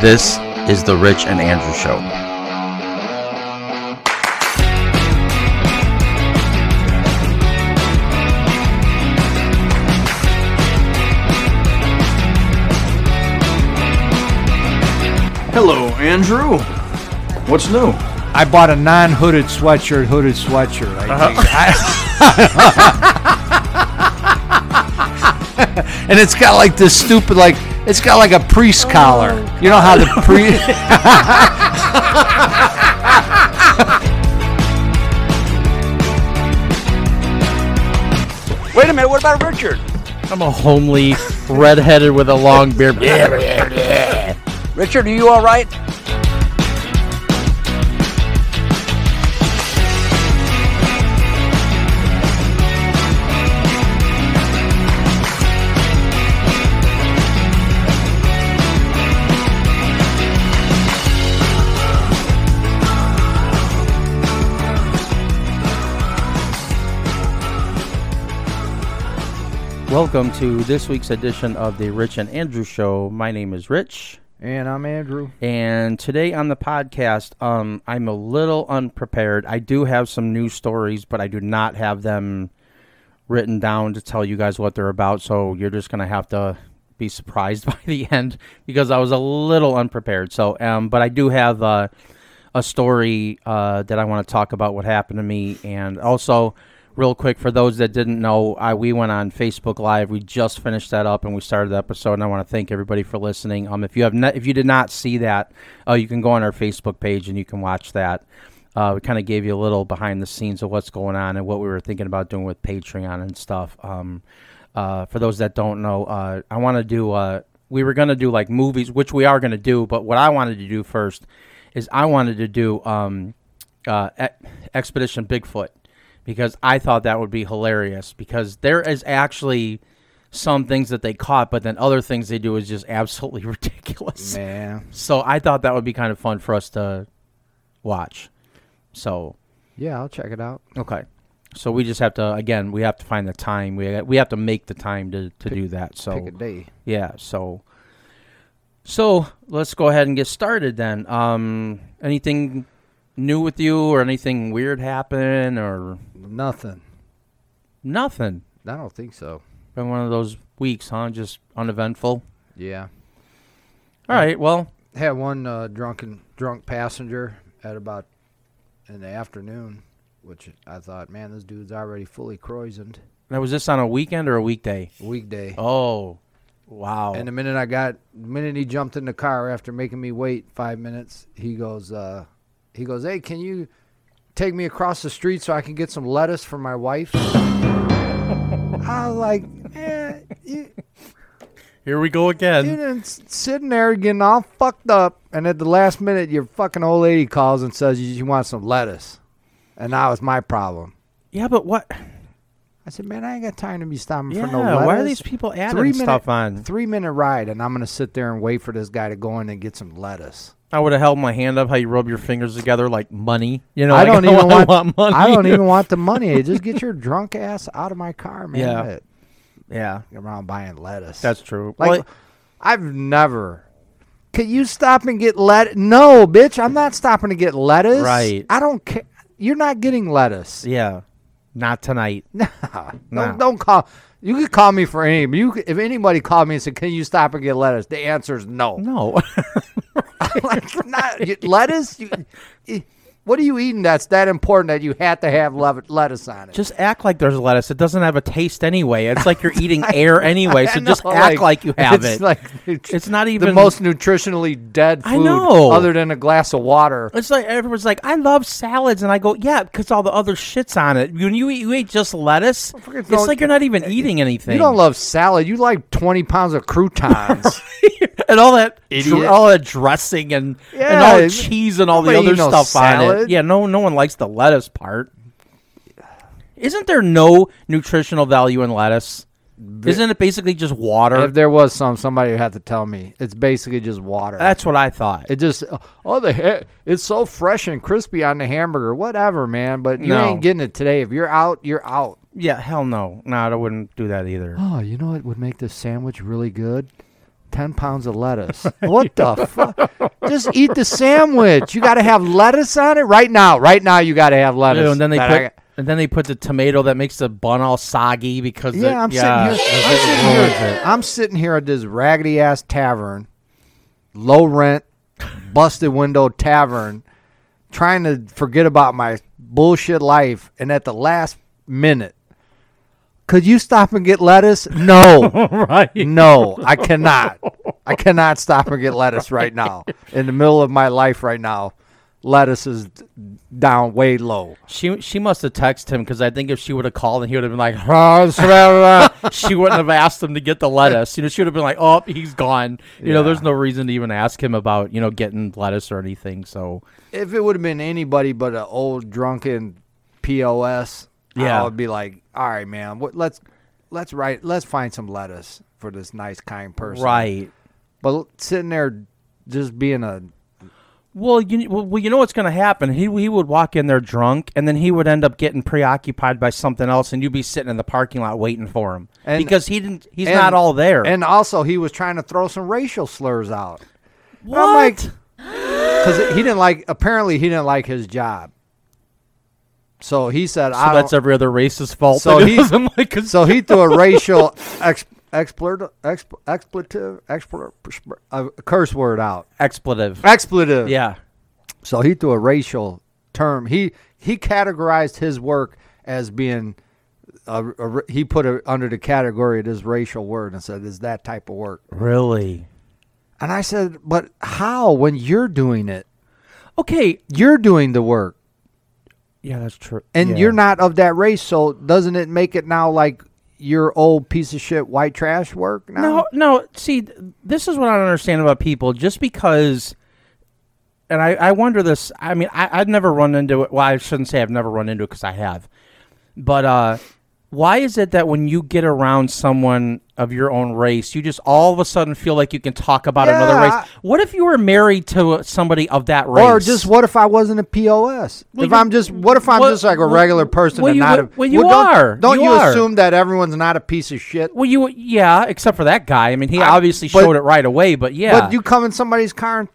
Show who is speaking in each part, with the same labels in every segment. Speaker 1: This is the Rich and Andrew Show.
Speaker 2: Hello, Andrew. What's new?
Speaker 3: I bought a non-hooded sweatshirt, hooded sweatshirt. I
Speaker 4: Uh-huh.
Speaker 3: think. I- and it's got like this stupid, like it's got like a priest collar. You know how the priest.
Speaker 4: Wait a minute, what about Richard?
Speaker 1: I'm a homely redheaded with a long beard.
Speaker 4: Richard, are you all right?
Speaker 1: Welcome to this week's edition of the Rich and Andrew Show. My name is Rich,
Speaker 3: and I'm Andrew.
Speaker 1: and today on the podcast, um, I'm a little unprepared. I do have some news stories, but I do not have them written down to tell you guys what they're about. So you're just gonna have to be surprised by the end because I was a little unprepared. So, um, but I do have uh, a story uh, that I want to talk about what happened to me, and also real quick for those that didn't know, I we went on Facebook Live. We just finished that up and we started the episode. And I want to thank everybody for listening. Um, if you have not, if you did not see that, uh, you can go on our Facebook page and you can watch that. Uh, we kind of gave you a little behind the scenes of what's going on and what we were thinking about doing with Patreon and stuff. Um, uh, for those that don't know, uh, I want to do. Uh, we were gonna do like movies, which we are gonna do. But what I wanted to do first is I wanted to do um, uh, E- Expedition Bigfoot because I thought that would be hilarious because there is actually some things that they caught, but then other things they do is just absolutely ridiculous.
Speaker 3: Man,
Speaker 1: So I thought that would be kind of fun for us to watch. So
Speaker 3: yeah, I'll check it out.
Speaker 1: okay, so we just have to again we have to find the time we we have to make the time to to do that. So
Speaker 3: day.
Speaker 1: yeah, so so let's go ahead and get started then. Um, anything new with you or anything weird happen or
Speaker 3: Nothing.
Speaker 1: nothing?
Speaker 3: I don't think so.
Speaker 1: Been one of those weeks, huh? Just uneventful.
Speaker 3: Yeah,
Speaker 1: All right. Well,
Speaker 3: had one uh, drunken drunk passenger at about in the afternoon, which I thought, man, this dude's already fully croisoned.
Speaker 1: now was this on a weekend or a weekday?
Speaker 3: Weekday.
Speaker 1: Oh, wow.
Speaker 3: And the minute I got, the minute he jumped in the car after making me wait five minutes, he goes, uh, he goes, hey, can you take me across the street so I can get some lettuce for my wife? I was like, eh, you,
Speaker 1: Here we go
Speaker 3: you
Speaker 1: again.
Speaker 3: didn't s- sitting there getting all fucked up, and at the last minute, your fucking old lady calls and says you, you want some lettuce, and that was my problem.
Speaker 1: Yeah, but what?
Speaker 3: I said, man, I ain't got time to be stopping
Speaker 1: Yeah.
Speaker 3: for no lettuce.
Speaker 1: why are these people adding
Speaker 3: Three minute-
Speaker 1: stuff on?
Speaker 3: Three minute ride, and I'm gonna sit there and wait for this guy to go in and get some lettuce.
Speaker 1: I would have held my hand up. How you rub your fingers together like money? You know,
Speaker 3: I
Speaker 1: like,
Speaker 3: don't even
Speaker 1: I
Speaker 3: want,
Speaker 1: money.
Speaker 3: I don't even want the money. Just get your drunk ass out of my car, man.
Speaker 1: Yeah.
Speaker 3: That-
Speaker 1: Yeah,
Speaker 3: Around buying lettuce.
Speaker 1: that's true.
Speaker 3: like
Speaker 1: Well,
Speaker 3: I've never. Could you stop and get let? No, bitch. I'm not stopping to get lettuce.
Speaker 1: Right.
Speaker 3: I don't care. You're not getting lettuce.
Speaker 1: Yeah. Not tonight.
Speaker 3: Nah.
Speaker 1: Nah.
Speaker 3: Don't, don't call. You could call me for any. You could, if anybody called me and said, "Can you stop and get lettuce?" The answer is no.
Speaker 1: No.
Speaker 3: like, not, you- lettuce. You, eh, what are you eating? That's that important that you had to have lev- lettuce on it.
Speaker 1: just act like there's lettuce. It doesn't have a taste anyway. It's like you're eating air anyway. So
Speaker 3: I
Speaker 1: just
Speaker 3: know,
Speaker 1: act like, you have
Speaker 3: it's
Speaker 1: it.
Speaker 3: Like
Speaker 1: it's not even
Speaker 3: the most nutritionally dead food
Speaker 1: I know.
Speaker 3: other than a glass of water.
Speaker 1: It's like everyone's like, I love salads, and I go, yeah, because all the other shit's on it. When you eat, you eat just lettuce,
Speaker 3: Fucking
Speaker 1: it's
Speaker 3: don't-
Speaker 1: like you're not even eating anything.
Speaker 3: You don't love salad. You like 20 pounds of croutons.
Speaker 1: and all that, dr-
Speaker 3: Idiot.
Speaker 1: all that dressing and and
Speaker 3: Yeah,
Speaker 1: all the
Speaker 3: it-
Speaker 1: cheese and all the
Speaker 3: nobody
Speaker 1: other
Speaker 3: eat no
Speaker 1: stuff on it.
Speaker 3: salad.
Speaker 1: Yeah, no, no one likes the lettuce part. Isn't there no nutritional value in lettuce? Isn't it basically just water?
Speaker 3: if there was some, somebody would have to tell me. It's basically just water.
Speaker 1: That's what I thought.
Speaker 3: it just oh the ha- it's so fresh and crispy on the hamburger. Whatever, man. But you
Speaker 1: No.
Speaker 3: ain't getting it today. If you're out, you're out.
Speaker 1: yeah, hell no, no, I wouldn't do that either.
Speaker 3: Oh, you know what would make this sandwich really good? ten pounds of lettuce. What the fuck? Just eat the sandwich. You got to have lettuce on it right now. Right now, you got to have lettuce.
Speaker 5: Ew, and then they
Speaker 3: That
Speaker 5: put
Speaker 3: Oh, I-
Speaker 5: and then they put the tomato that makes the bun all soggy because it-
Speaker 3: yeah, I'm
Speaker 5: yeah,
Speaker 3: sitting here.
Speaker 5: it
Speaker 3: I'm
Speaker 5: ruins
Speaker 3: sitting here,
Speaker 5: it.
Speaker 3: I'm sitting here at this raggedy ass tavern, low rent, busted window tavern, trying to forget about my bullshit life. And at the last minute, could you stop and get lettuce? No.
Speaker 5: right.
Speaker 3: No, I cannot. I cannot stop and get lettuce right now. In the middle of my life right now, lettuce is d- down way low.
Speaker 5: She she must have texted him because I think if she would have called and he would have been like, "Huh, it's blah, blah," she wouldn't have asked him to get the lettuce. You know, she would have been like, "Oh, he's gone." You know, there's no reason to even ask him about you know getting lettuce or anything. So
Speaker 3: If it would have been anybody but an old drunken POS,
Speaker 5: Yeah.
Speaker 3: I would be like, "All right, man, what, let's let's write let's find some lettuce for this nice kind person."
Speaker 5: right.
Speaker 3: But l- sitting there just being a
Speaker 5: Well, you well, well, you know what's going to happen. He he would walk in there drunk, and then he would end up getting preoccupied by something else, and you'd be sitting in the parking lot waiting for him
Speaker 3: And-
Speaker 5: because he didn't. He's
Speaker 3: and-
Speaker 5: not all there.
Speaker 3: And also, he was trying to throw some racial slurs out.
Speaker 5: what?
Speaker 3: I'm like- because he didn't like. Apparently, he didn't like his job. So he said,
Speaker 5: so
Speaker 3: "I
Speaker 5: that's
Speaker 3: don't."
Speaker 5: every other racist's fault.
Speaker 3: So
Speaker 5: that it
Speaker 3: he-
Speaker 5: doesn't like his-
Speaker 3: so he threw a racial ex, expletive, exp, expletive, expletive, a curse word out.
Speaker 5: expletive.
Speaker 3: Expletive.
Speaker 5: Yeah.
Speaker 3: So he threw a racial term. He he categorized his work as being. A, a r- he put it under the category of this racial word and said, "Is that type of work?"
Speaker 5: Really.
Speaker 3: And I said, "But how? When you're doing it,
Speaker 5: Okay.
Speaker 3: you're doing the work.
Speaker 5: Yeah, that's true.
Speaker 3: and
Speaker 5: Yeah.
Speaker 3: you're not of that race, so doesn't it make it now like your old piece of shit white trash work? Now?
Speaker 5: No, no. See, th- this is what I don't understand about people. Just because, and I, I wonder this. I mean, I, I've never run into it. Well, I shouldn't say I've never run into it because I have. But uh, why is it that when you get around someone of your own race, you just all of a sudden feel like you can talk about another
Speaker 3: Yeah.
Speaker 5: race? What if you were married to somebody of that race?
Speaker 3: Or just what if I wasn't a POS?
Speaker 5: Well,
Speaker 3: if
Speaker 5: you-
Speaker 3: I'm just what if I'm
Speaker 5: well,
Speaker 3: just like a
Speaker 5: well,
Speaker 3: regular person
Speaker 5: well,
Speaker 3: and
Speaker 5: you-
Speaker 3: not a
Speaker 5: well, you
Speaker 3: don't-
Speaker 5: are.
Speaker 3: Don't
Speaker 5: You
Speaker 3: you,
Speaker 5: are.
Speaker 3: assume that everyone's not a piece of shit?
Speaker 5: Well, you yeah, except for that guy. I mean, he
Speaker 3: I-
Speaker 5: obviously
Speaker 3: but-
Speaker 5: showed it right away. But yeah,
Speaker 3: But you come in somebody's car and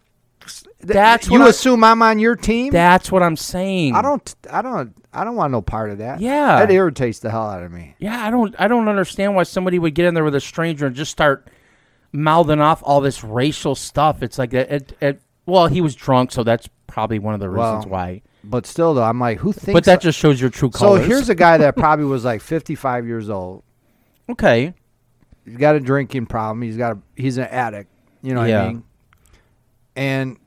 Speaker 3: th-
Speaker 5: That's
Speaker 3: you
Speaker 5: what I-
Speaker 3: assume I'm on your team?
Speaker 5: that's what I'm saying.
Speaker 3: I don't I don't I don't want no part of that.
Speaker 5: Yeah.
Speaker 3: That irritates the hell out of me.
Speaker 5: Yeah, I don't I don't understand why somebody would get in there with a stranger and just start mouthing off all this racial stuff. It's like it, it, it well, he was drunk, so that's probably one of the reasons
Speaker 3: Well,
Speaker 5: why.
Speaker 3: But still though, I'm like, who thinks
Speaker 5: But that just shows your true
Speaker 3: So
Speaker 5: colors.
Speaker 3: here's a guy that probably was like 55 years old.
Speaker 5: okay.
Speaker 3: he's got a drinking problem. He's got a he's an addict. You know what
Speaker 5: Yeah.
Speaker 3: I mean? And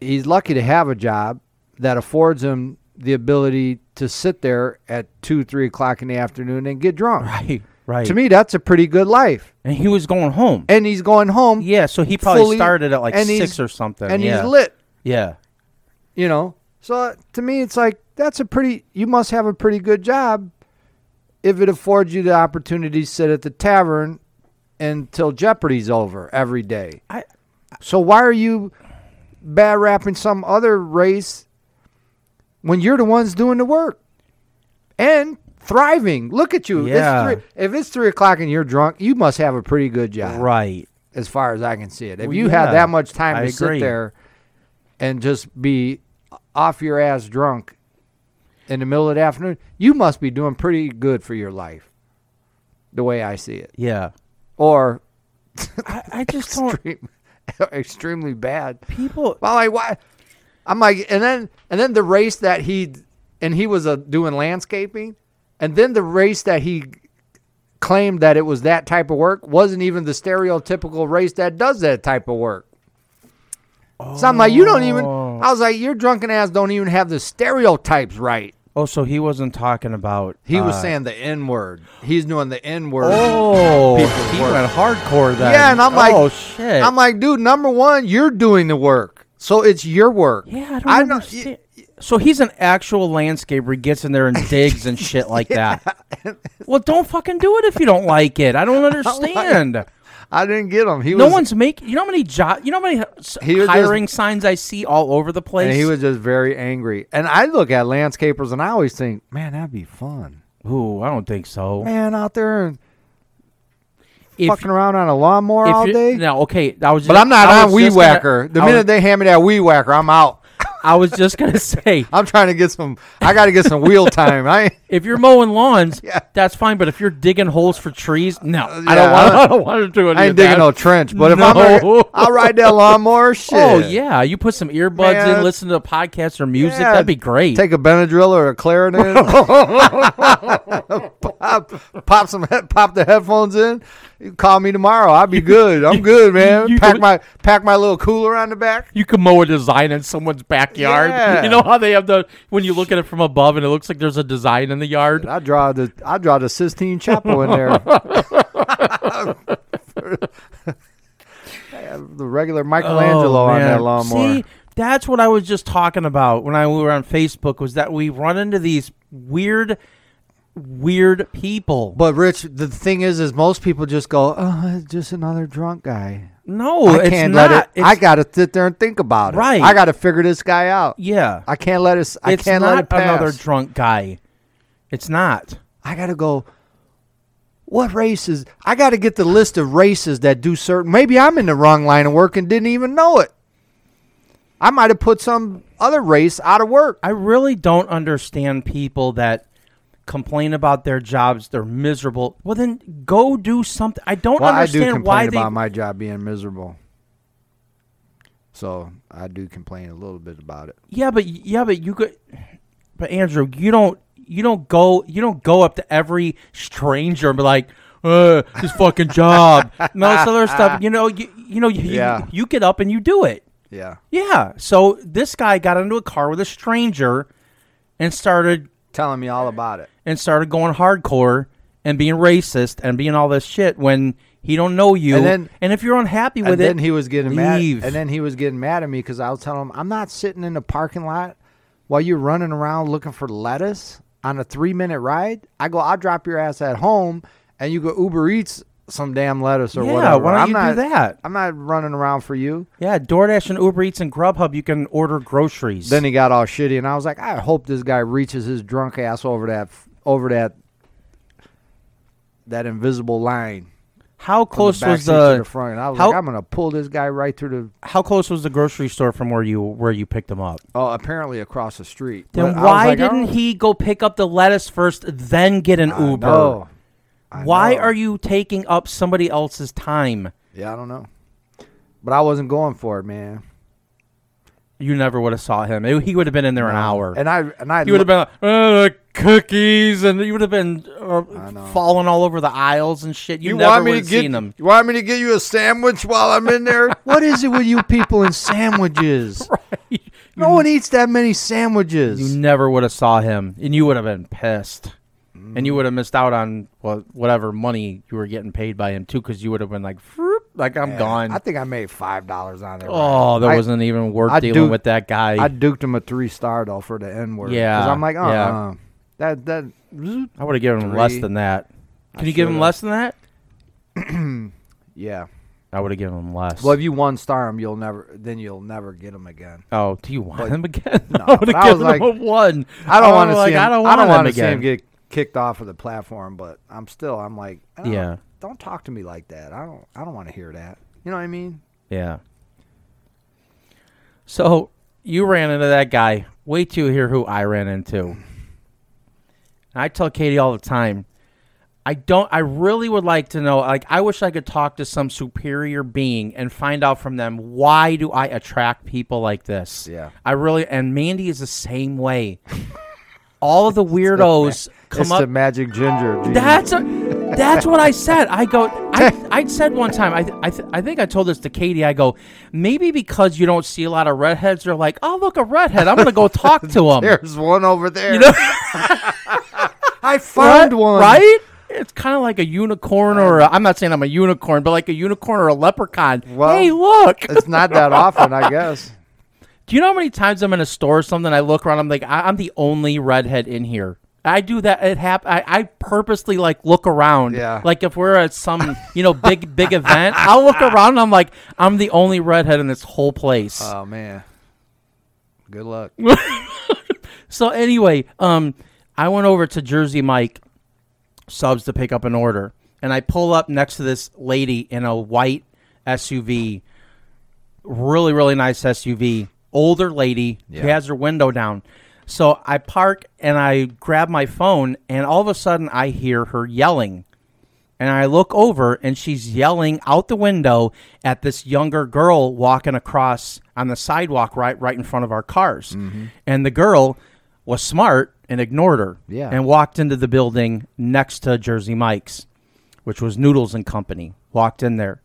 Speaker 3: he's lucky to have a job that affords him the ability to sit there at two, three o'clock in the afternoon and get drunk.
Speaker 5: Right. Right.
Speaker 3: To me, that's a pretty good life.
Speaker 5: and he was going home.
Speaker 3: And he's going home.
Speaker 5: yeah, so he probably
Speaker 3: fully-
Speaker 5: started at like
Speaker 3: and he's-
Speaker 5: six or something.
Speaker 3: and
Speaker 5: yeah.
Speaker 3: he's lit.
Speaker 5: Yeah.
Speaker 3: You know. So uh, to me, it's like that's a pretty. You must have a pretty good job if it affords you the opportunity to sit at the tavern until Jeopardy's over every day.
Speaker 5: I-
Speaker 3: so why are you bad rapping some other race when you're the ones doing the work and thriving? Look at you. It's
Speaker 5: Yeah.
Speaker 3: three- if it's three o'clock and you're drunk, you must have a pretty good job
Speaker 5: Right.
Speaker 3: as far as I can see it. If
Speaker 5: Well,
Speaker 3: you
Speaker 5: yeah,
Speaker 3: had that much time
Speaker 5: I
Speaker 3: to
Speaker 5: agree.
Speaker 3: sit there and just be off your ass drunk in the middle of the afternoon, you must be doing pretty good for your life, the way I see it.
Speaker 5: Yeah.
Speaker 3: Or
Speaker 5: I, I just don't
Speaker 3: extreme, extremely bad.
Speaker 5: people
Speaker 3: Well, like why? I'm like, and then and then the race that he and he was uh, doing landscaping, and then the race that he claimed that it was that type of work wasn't even the stereotypical race that does that type of work. So I'm like, you don't even.
Speaker 5: Oh.
Speaker 3: I was like, your drunken ass don't even have the stereotypes right.
Speaker 5: Oh, so he wasn't talking about
Speaker 3: He was
Speaker 5: uh,
Speaker 3: saying the N word. He's doing the N word.
Speaker 5: Oh,
Speaker 3: People
Speaker 5: he
Speaker 3: work.
Speaker 5: went hardcore then.
Speaker 3: Yeah, and I'm like,
Speaker 5: oh shit.
Speaker 3: I'm like, dude, number one, you're doing the work, so it's your work.
Speaker 5: Yeah, I don't
Speaker 3: I know-
Speaker 5: understand. so he's an actual landscaper. He gets in there and digs and shit like that. well, don't fucking do it if you don't like it. I don't understand.
Speaker 3: I didn't get him. He
Speaker 5: no
Speaker 3: was,
Speaker 5: one's making. You know how many job. You know how many s-
Speaker 3: He was just-
Speaker 5: hiring signs I see all over the place.
Speaker 3: And he was just very angry. And I look at landscapers and I always think, man, that'd be fun.
Speaker 5: Ooh, I don't think so.
Speaker 3: Man, out there and
Speaker 5: if-
Speaker 3: fucking around on a lawnmower
Speaker 5: If
Speaker 3: all
Speaker 5: you-
Speaker 3: day.
Speaker 5: No, okay. I was.
Speaker 3: But
Speaker 5: just-
Speaker 3: I'm not
Speaker 5: I
Speaker 3: on
Speaker 5: was
Speaker 3: Weed
Speaker 5: just gonna-
Speaker 3: Whacker. the
Speaker 5: I
Speaker 3: minute
Speaker 5: was-
Speaker 3: they hand me that Weed Whacker, I'm out.
Speaker 5: I was just gonna say,
Speaker 3: I'm trying to get some. I got to get some wheel time. I ain't-
Speaker 5: if you're mowing lawns,
Speaker 3: Yeah. Uh,
Speaker 5: that's fine. But if you're digging holes for trees, no, I
Speaker 3: yeah,
Speaker 5: don't want.
Speaker 3: I-
Speaker 5: I don't want to do it.
Speaker 3: I ain't digging no trench. But if I'm,
Speaker 5: No.
Speaker 3: gonna- I'll ride that lawnmower. Shit.
Speaker 5: Oh yeah, you put some earbuds
Speaker 3: Man.
Speaker 5: in, listen to podcasts or music.
Speaker 3: Yeah,
Speaker 5: That'd be great.
Speaker 3: Take a Benadryl or a Claritin. pop, pop some, he- pop the headphones in. You call me tomorrow. I'll be good. I'm good, man.
Speaker 5: you
Speaker 3: pack
Speaker 5: go-
Speaker 3: my pack my little cooler on the back.
Speaker 5: you can mow a design in someone's backyard.
Speaker 3: Yeah.
Speaker 5: You know how they have the when you look at it from above and it looks like there's a design in the yard.
Speaker 3: I draw the I draw the Sistine Chapel in there. I have the regular Michelangelo on that lawnmower.
Speaker 5: Oh, See, that's what I was just talking about when I we were on Facebook was that we run into these weird, weird people.
Speaker 3: But Rich, the thing is, is most people just go, "Oh, it's just another drunk guy."
Speaker 5: no,
Speaker 3: I
Speaker 5: it's
Speaker 3: can't
Speaker 5: not.
Speaker 3: let it.
Speaker 5: It's,
Speaker 3: I got to sit there and think about it.
Speaker 5: Right.
Speaker 3: I got to figure this guy out.
Speaker 5: yeah.
Speaker 3: I can't let us. I
Speaker 5: it's
Speaker 3: can't
Speaker 5: not
Speaker 3: let it pass.
Speaker 5: another drunk guy. It's not.
Speaker 3: I got to go. What races? I got to get the list of races that do certain. Maybe I'm in the wrong line of work and didn't even know it. I might have put some other race out of work.
Speaker 5: I really don't understand people that complain about their jobs. They're miserable. Well, then go do something. I don't
Speaker 3: Well, I do
Speaker 5: understand
Speaker 3: complain
Speaker 5: why they.
Speaker 3: about my job being miserable. So I do complain a little bit about it.
Speaker 5: Yeah, but yeah, but you could. But Andrew, you don't you don't go you don't go up to every stranger and be like, uh, "This fucking job," and all this other stuff. You know, you you know, you,
Speaker 3: Yeah.
Speaker 5: you get up and you do it.
Speaker 3: Yeah.
Speaker 5: Yeah. So this guy got into a car with a stranger, and started
Speaker 3: Telling me all about it.
Speaker 5: and started going hardcore and being racist and being all this shit when he don't know you.
Speaker 3: And then-
Speaker 5: if you're unhappy with
Speaker 3: and
Speaker 5: it,
Speaker 3: then he was getting
Speaker 5: leave.
Speaker 3: mad. And then he was getting mad at me because I was telling him, "I'm not sitting in the parking lot while you're running around looking for lettuce on a three minute ride." I go, "I'll drop your ass at home, and you go Uber Eats some damn lettuce or
Speaker 5: Yeah,
Speaker 3: whatever."
Speaker 5: why don't
Speaker 3: I'm
Speaker 5: you do
Speaker 3: not,
Speaker 5: that?
Speaker 3: I'm not running around for you.
Speaker 5: yeah, DoorDash and Uber Eats and Grubhub, you can order groceries.
Speaker 3: Then he got all shitty, and I was like, "I hope this guy reaches his drunk ass over that over that that invisible line."
Speaker 5: How
Speaker 3: from
Speaker 5: close
Speaker 3: the back
Speaker 5: was
Speaker 3: seat to
Speaker 5: the,
Speaker 3: the front? And I was
Speaker 5: how-
Speaker 3: like, I'm gonna pull this guy right through the
Speaker 5: how close was the grocery store from where you where you picked them up?
Speaker 3: Oh, apparently across the street. But I
Speaker 5: Then
Speaker 3: was
Speaker 5: why
Speaker 3: like, I
Speaker 5: didn't
Speaker 3: don't-
Speaker 5: he go pick up the lettuce first, then get an Uber?
Speaker 3: No. I
Speaker 5: Why
Speaker 3: know.
Speaker 5: are you taking up somebody else's time?
Speaker 3: Yeah, I don't know. But I wasn't going for it, man.
Speaker 5: You never would have saw him. It- he would have been in there an hour.
Speaker 3: Um, And I and I
Speaker 5: he would have been like, "Uh, the cookies, and you would have been uh,
Speaker 3: know.
Speaker 5: falling all over the aisles and shit. You, never would have seen him.
Speaker 3: You want me to get you a sandwich while I'm in there? what is it with you people and sandwiches? No one eats that many
Speaker 5: You
Speaker 3: sandwiches.
Speaker 5: never would have saw him, and you would have been pissed, and
Speaker 3: Mm.
Speaker 5: you would have missed out on well, whatever money you were getting paid by him too, because you would have been like, "Froop," like I'm gone.
Speaker 3: I think I made five dollars on it.
Speaker 5: oh, that
Speaker 3: I-
Speaker 5: wasn't even worth
Speaker 3: I
Speaker 5: dealing
Speaker 3: do-
Speaker 5: with that guy.
Speaker 3: I duked him a three star though for the N word.
Speaker 5: Yeah,
Speaker 3: I'm like, uh, uh
Speaker 5: yeah.
Speaker 3: that that
Speaker 5: I would have given him less
Speaker 3: Three.
Speaker 5: than that. Can you
Speaker 3: should
Speaker 5: give him
Speaker 3: have.
Speaker 5: less than that?
Speaker 3: yeah.
Speaker 5: I would have given him less.
Speaker 3: Well, if you one star him, you'll never then you'll never get him again.
Speaker 5: oh, do you want
Speaker 3: but-
Speaker 5: him again?
Speaker 3: No,
Speaker 5: I would
Speaker 3: but
Speaker 5: have
Speaker 3: I was
Speaker 5: given him a
Speaker 3: like-
Speaker 5: one.
Speaker 3: I don't want to
Speaker 5: Oh, like,
Speaker 3: see him.
Speaker 5: I don't want him
Speaker 3: want to see
Speaker 5: again.
Speaker 3: him get kicked off of the platform. But I'm still. I'm like, I don't-
Speaker 5: Yeah.
Speaker 3: Don't talk to me like that. I don't. I don't want to hear that. You know what I mean?
Speaker 5: Yeah. So you ran into that guy. Wait till you hear who I ran into. And I tell Katie all the time, I don't I really would like to know like I wish I could talk to some superior being and find out from them why do I attract people like this?
Speaker 3: Yeah.
Speaker 5: I really and Mandy is the same way. all of the weirdos come
Speaker 3: it's
Speaker 5: up
Speaker 3: the magic ginger. Gene.
Speaker 5: that's a, that's what I said. I go. I, I said one time. I th- I, th- I think I told this to Katie. I go. Maybe because you don't see a lot of redheads, they're like, oh look, a redhead. I'm gonna go talk to him.
Speaker 3: there's one over there.
Speaker 5: know-
Speaker 3: I found one.
Speaker 5: right? It's kind of like a unicorn, or a, I'm not saying I'm a unicorn, but like a unicorn or a leprechaun.
Speaker 3: Well,
Speaker 5: hey, look.
Speaker 3: It's not that often, I guess.
Speaker 5: Do you know how many times I'm in a store or something? I look around. I'm like, I- I'm the only redhead in here. I do that. It hap- I, I purposely like look around.
Speaker 3: Yeah.
Speaker 5: Like if we're at some you know big big event, I'll look around. and I'm like, I'm the only redhead in this whole place.
Speaker 3: Oh man. Good luck.
Speaker 5: so anyway, um, I went over to Jersey Mike subs to pick up an order, and I pull up next to this lady in a white SUV, really really nice SUV, older lady who
Speaker 6: Yeah.
Speaker 5: has her window down. So I park and I grab my phone, and all of a sudden I hear her yelling. And I look over and she's yelling out the window at this younger girl walking across on the sidewalk right right in front of our cars. And the girl was smart and ignored her
Speaker 3: Yeah.
Speaker 5: and walked into the building next to Jersey Mike's, which was Noodles and Company. Walked in there.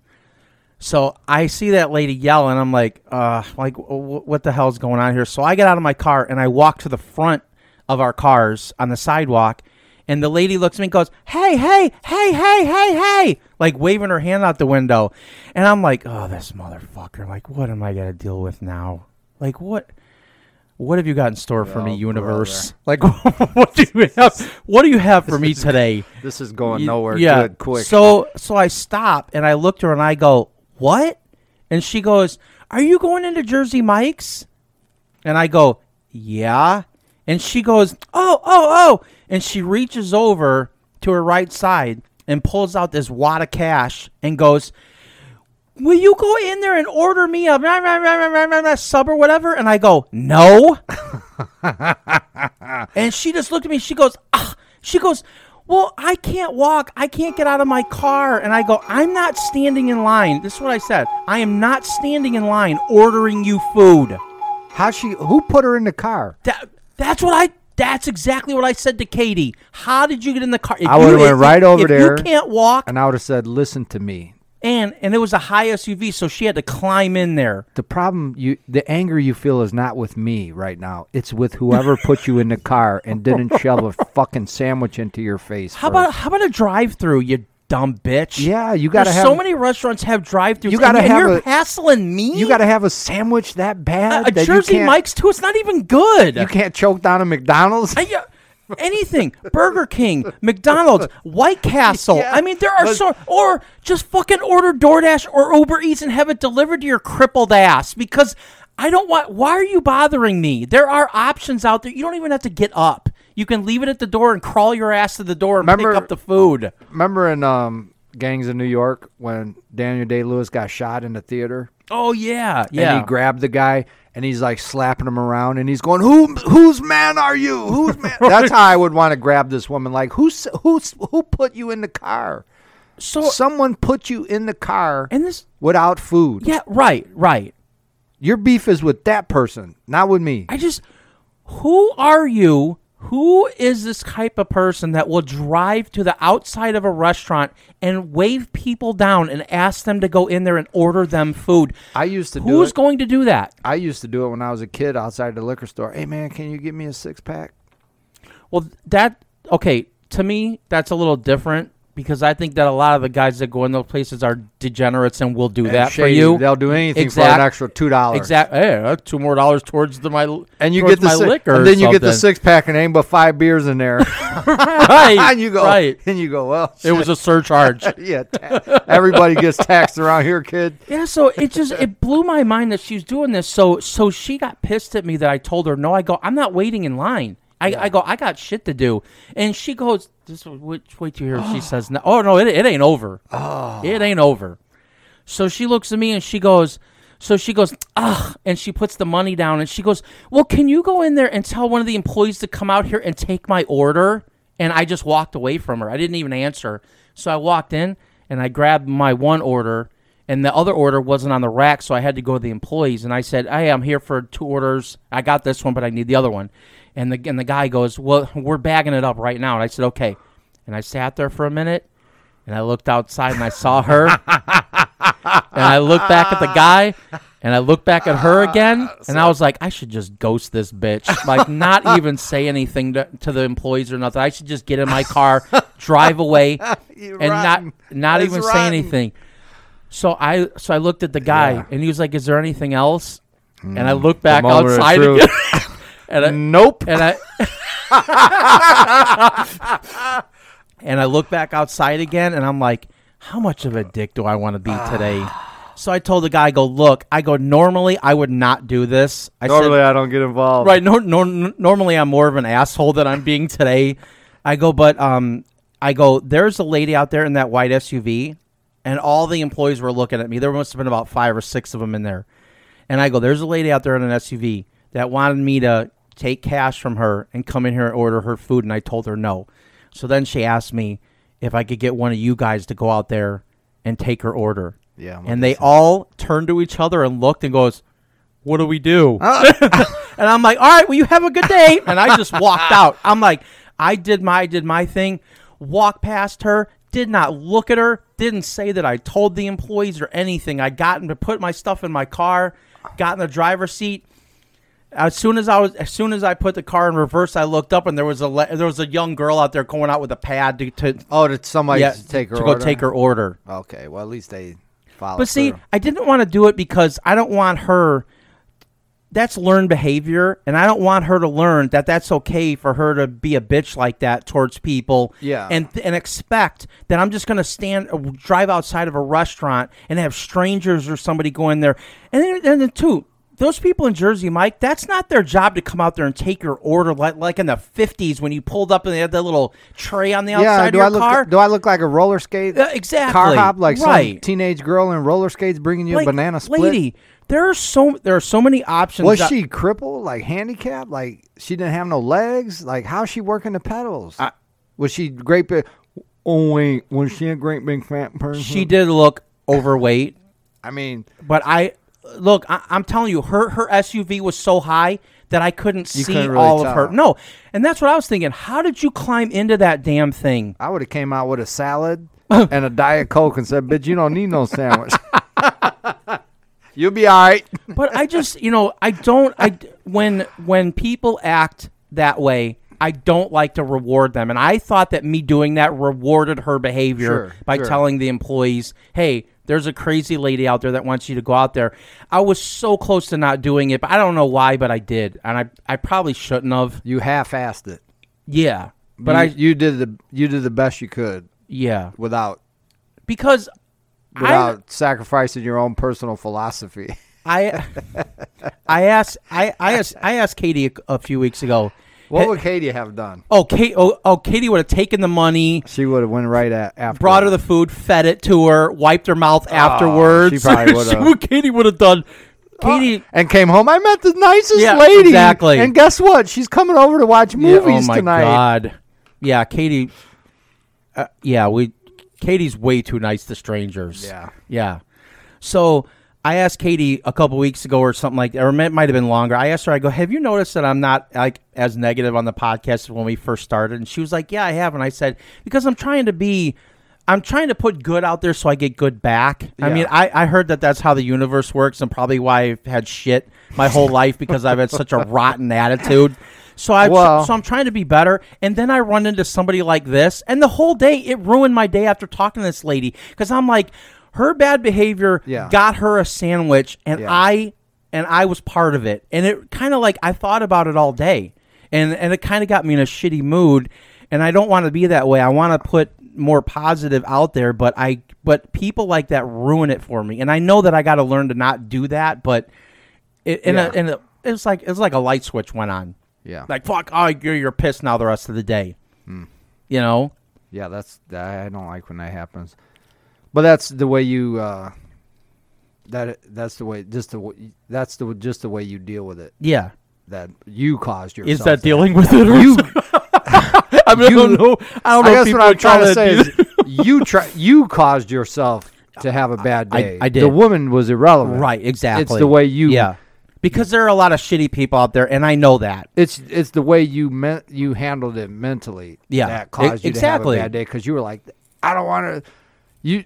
Speaker 5: So I see that lady yell, and I'm like, uh, like, w- w- what the hell's going on here? So I get out of my car and I walk to the front of our cars on the sidewalk, and the lady looks at me and goes, hey, hey, hey, hey, hey, hey, like waving her hand out the window. And I'm like, oh, this motherfucker, like, what am I going to deal with now? Like, what? What have you got in store for me,
Speaker 3: Oh,
Speaker 5: universe? Like, what do you have? What do you have for me today?
Speaker 3: This is going
Speaker 5: Ye-
Speaker 3: nowhere good, quick.
Speaker 5: So so I stop and I looked her and I go, "What?" And she goes, "Are you going into Jersey Mike's?" And I go, "Yeah." And she goes, "Oh, oh, oh." And she reaches over to her right side and pulls out this wad of cash and goes, Will you go in there and order me a rah, rah, rah, rah, rah, rah, rah, sub or whatever? And I go, No. and she just looked at me. She goes, ah. She goes, well, I can't walk. I can't get out of my car. And I go, I'm not standing in line. This is what I said. I am not standing in line ordering you food.
Speaker 3: How she? Who put her in the car?
Speaker 5: That, that's what I. That's exactly what I said to Katie. How did you get in the car? If
Speaker 3: I
Speaker 5: you-
Speaker 3: would've went
Speaker 5: if-
Speaker 3: right over
Speaker 5: if
Speaker 3: there
Speaker 5: You can't walk,
Speaker 3: And I would have said, "Listen to me."
Speaker 5: and and it was a high SUV, so she had to climb in there.
Speaker 3: The problem you, the anger you feel is not with me right now. It's with whoever put you in the car and didn't shove a fucking sandwich into your face.
Speaker 5: How
Speaker 3: first.
Speaker 5: about how about a drive-through? You dumb bitch.
Speaker 3: Yeah, you gotta
Speaker 5: There's
Speaker 3: have-
Speaker 5: so many restaurants have drive-throughs.
Speaker 3: You gotta
Speaker 5: and,
Speaker 3: have
Speaker 5: and you're
Speaker 3: a-
Speaker 5: hassling me.
Speaker 3: You got to have a sandwich that
Speaker 5: a,
Speaker 3: bad.
Speaker 5: Uh, a
Speaker 3: that you
Speaker 5: Jersey
Speaker 3: can't-
Speaker 5: Mike's too. It's not even good.
Speaker 3: You can't choke down a McDonald's.
Speaker 5: I- yeah, anything. Burger King, McDonald's, White Castle.
Speaker 3: Yeah,
Speaker 5: I mean, there are
Speaker 3: but-
Speaker 5: so or just fucking order DoorDash or Uber Eats and have it delivered to your crippled ass because I don't want. Why are you bothering me? There are options out there. You don't even have to get up. You can leave it at the door and crawl your ass to the door and
Speaker 3: Remember-
Speaker 5: pick up the food.
Speaker 3: Remember in um, Gangs of New York when Daniel Day Lewis got shot in the theater?
Speaker 5: Oh yeah, yeah.
Speaker 3: And he grabbed the guy and he's like slapping him around and he's going, "Who, whose man are you? Whose man?" That's how I would want to grab this woman. Like, who's who's who put you in the car?
Speaker 5: so
Speaker 3: Someone put you in the car
Speaker 5: and this.
Speaker 3: without food.
Speaker 5: Yeah, right, right.
Speaker 3: Your beef is with that person, not with me.
Speaker 5: I just, who are you? Who is this type of person that will drive to the outside of a restaurant and wave people down and ask them to go in there and order them food?
Speaker 3: I used to do
Speaker 5: Who's
Speaker 3: it.
Speaker 5: going to do that?
Speaker 3: I used to do it when I was a kid outside the liquor store. Hey man, can you give me a six pack?
Speaker 5: Well, that okay to me. That's a little different because I think that a lot of the guys that go in those places are degenerates and will do that for
Speaker 3: shady.
Speaker 5: you.
Speaker 3: They'll do anything for an extra $2.
Speaker 5: Exactly. Hey, uh, two more dollars towards the my
Speaker 3: And you
Speaker 5: towards
Speaker 3: get the
Speaker 5: my
Speaker 3: si-
Speaker 5: liquor,
Speaker 3: and
Speaker 5: or
Speaker 3: then you get the
Speaker 5: something.
Speaker 3: six pack and ain't but five beers in there.
Speaker 5: right?
Speaker 3: and you go
Speaker 5: right.
Speaker 3: and you go, well,
Speaker 5: It was a surcharge.
Speaker 3: yeah, ta- everybody gets taxed around here, kid.
Speaker 5: Yeah, so it just it blew my mind that she's doing this. So so she got pissed at me that I told her no. I go, I'm not waiting in line. I, I go, I got shit to do, and she goes, "This which wait till you hear." she says, no, "Oh no, it, it ain't over. Oh. It ain't over." So she looks at me and she goes, so she goes, ugh, and she puts the money down and she goes, well, can you go in there and tell one of the employees to come out here and take my order? And I just walked away from her. I didn't even answer. So I walked in and I grabbed my one order and the other order wasn't on the rack. So I had to go to the employees and I said, hey, I'm here for two orders. I got this one, but I need the other one. And the, and the guy goes, well, we're bagging it up right now. And I said, okay. And I sat there for a minute and I looked outside and I saw her. and I looked back at the guy and I looked back at her again. And I was like, I should just ghost this bitch. Like, not even say anything to, to the employees or nothing. I should just get in my car, drive away,
Speaker 3: You
Speaker 5: and
Speaker 3: rotten.
Speaker 5: not not
Speaker 3: It's
Speaker 5: even say
Speaker 3: rotten.
Speaker 5: anything. So I so I looked at the guy and he was like, "Is there anything else?" and I looked back
Speaker 3: Mm. moment of
Speaker 5: outside
Speaker 3: truth. Mm.
Speaker 5: again, and I,
Speaker 3: Nope.
Speaker 5: and I and I look back outside again, and I'm like, how much of a dick do I want to be today? So I told the guy, I go, look, I go, normally I would not do this. I
Speaker 3: Normally,
Speaker 5: said,
Speaker 3: I don't get involved.
Speaker 5: right, nor nor normally I'm more of an asshole than I'm being today. I go, but um, I go, there's a lady out there in that white SUV, and all the employees were looking at me. There must have been about five or six of them in there. And I go, there's a lady out there in an SUV that wanted me to take cash from her and come in here and order her food, and I told her no. So then she asked me if I could get one of you guys to go out there and take her order.
Speaker 3: Yeah, I'm
Speaker 5: And they all turned to each other and looked and goes, what do we do?
Speaker 3: Uh.
Speaker 5: and I'm like, all right, well, you have a good day. And I just walked out. I'm like, I did my I did my thing, walked past her, did not look at her, didn't say that I told the employees or anything. I got him to put my stuff in my car, got in the driver's seat. As soon as I was, as soon as I put the car in reverse, I looked up and there was a le- there was a young girl out there going out with a pad to, to
Speaker 3: Oh, did somebody
Speaker 5: yeah,
Speaker 3: take her
Speaker 5: to
Speaker 3: order?
Speaker 5: go take her order.
Speaker 3: Okay, well at least they follow.
Speaker 5: But see,
Speaker 3: through.
Speaker 5: I didn't want to do it because I don't want her. That's learned behavior, and I don't want her to learn that that's okay for her to be a bitch like that towards people.
Speaker 3: Yeah.
Speaker 5: and and expect that I'm just going to stand, uh, drive outside of a restaurant and have strangers or somebody go in there, and then, and then two. Those people in Jersey, Mike, that's not their job to come out there and take your order like, like in the 50s when you pulled up and they had that little tray on the outside
Speaker 3: yeah,
Speaker 5: of
Speaker 3: do
Speaker 5: your
Speaker 3: I look
Speaker 5: car.
Speaker 3: do I look like a roller skate?
Speaker 5: Uh, exactly.
Speaker 3: Car hop like some
Speaker 5: Right.
Speaker 3: teenage girl in roller skates bringing you
Speaker 5: Like,
Speaker 3: a banana split.
Speaker 5: Lady, there are so there are so many options.
Speaker 3: Was
Speaker 5: out-
Speaker 3: she crippled, like handicapped, like she didn't have no legs? Like how's she working the pedals? was she great? Big, oh wait, was she a great big fat person?
Speaker 5: She did look overweight,
Speaker 3: I mean,
Speaker 5: but I look. I, I'm telling you, her her SUV was so high that I couldn't see
Speaker 3: couldn't really
Speaker 5: all
Speaker 3: tell.
Speaker 5: of her. No, and that's what I was thinking. How did you climb into that damn thing?
Speaker 3: I would have came out with a salad and a diet coke and said, "Bitch, you don't need no sandwich. You'll be all right."
Speaker 5: But I just, you know, I don't. I when when people act that way. I don't like to reward them, and I thought that me doing that rewarded her behavior
Speaker 3: Sure,
Speaker 5: by
Speaker 3: sure.
Speaker 5: telling. telling the employees, "Hey, there's a crazy lady out there that wants you to go out there." I was so close to not doing it, but I don't know why, but I did, and I I probably shouldn't have.
Speaker 3: You half-assed it,
Speaker 5: Yeah, but
Speaker 3: you,
Speaker 5: I
Speaker 3: you did the you did the best you could
Speaker 5: yeah
Speaker 3: without
Speaker 5: because
Speaker 3: without sacrificing your own personal philosophy.
Speaker 5: I I I asked I I asked I asked Katie a, a few weeks ago.
Speaker 3: What would Katie have done?
Speaker 5: Oh, Kate! Oh, oh Katie would have taken the money.
Speaker 3: She would have went right at after.
Speaker 5: brought her the food, fed it to her, wiped her mouth afterwards.
Speaker 3: Ah, she probably
Speaker 5: She
Speaker 3: would've. Uh,
Speaker 5: would- Katie would have done. Katie,
Speaker 3: and came home. I met the nicest
Speaker 5: Yeah,
Speaker 3: lady.
Speaker 5: exactly.
Speaker 3: And guess what? She's coming over to watch
Speaker 5: Yeah,
Speaker 3: movies
Speaker 5: oh my
Speaker 3: tonight.
Speaker 5: god. Yeah, Katie. Uh, yeah, we. Katie's way too nice to strangers.
Speaker 3: Yeah.
Speaker 5: Yeah. So I asked Katie a couple weeks ago or something like that, or it might have been longer. I asked her, I go, Have you noticed that I'm not like as negative on the podcast as when we first started? And she was like, Yeah, I have. And I said, Because I'm trying to be. I'm trying to put good out there so I get good back. I
Speaker 3: Yeah.
Speaker 5: mean, I, I heard that that's how the universe works and probably why I've had shit my whole life because I've had such a rotten attitude. So I
Speaker 3: Well-
Speaker 5: so I'm trying to be better, and then I run into somebody like this, and the whole day it ruined my day after talking to this lady because I'm like, her bad behavior
Speaker 3: Yeah.
Speaker 5: got her a sandwich, and
Speaker 3: Yeah.
Speaker 5: I and I was part of it, and it kind of like I thought about it all day, and and it kind of got me in a shitty mood, and I don't want to be that way. I want to put more positive out there, but I but people like that ruin it for me, and I know that I got to learn to not do that, but it, and
Speaker 3: Yeah.
Speaker 5: a, and a, it was like it was like a light switch went on.
Speaker 3: Yeah. Hmm.
Speaker 5: Like fuck, oh you're you're pissed now the rest of the day. You know?
Speaker 3: Yeah, that's I don't like when that happens. But that's the way you. Uh, that that's the way. Just the way- that's the just the way you deal with it.
Speaker 5: Yeah.
Speaker 3: That you caused yourself.
Speaker 5: Is that dealing with it or
Speaker 3: You-
Speaker 5: I, mean, I don't know. I don't know.
Speaker 3: I guess
Speaker 5: if people
Speaker 3: what
Speaker 5: are
Speaker 3: I'm trying to say
Speaker 5: do
Speaker 3: is
Speaker 5: that.
Speaker 3: you try you caused yourself to have a bad
Speaker 5: I-
Speaker 3: day.
Speaker 5: I did.
Speaker 3: The woman was irrelevant.
Speaker 5: right, exactly.
Speaker 3: It's the way you.
Speaker 5: Yeah. Because there are a lot of shitty people out there and I know that.
Speaker 3: It's it's the way you meant you handled it mentally.
Speaker 5: Yeah,
Speaker 3: that
Speaker 5: e-
Speaker 3: caused you
Speaker 5: exactly.
Speaker 3: to have a bad day because you were like, I don't want to. You,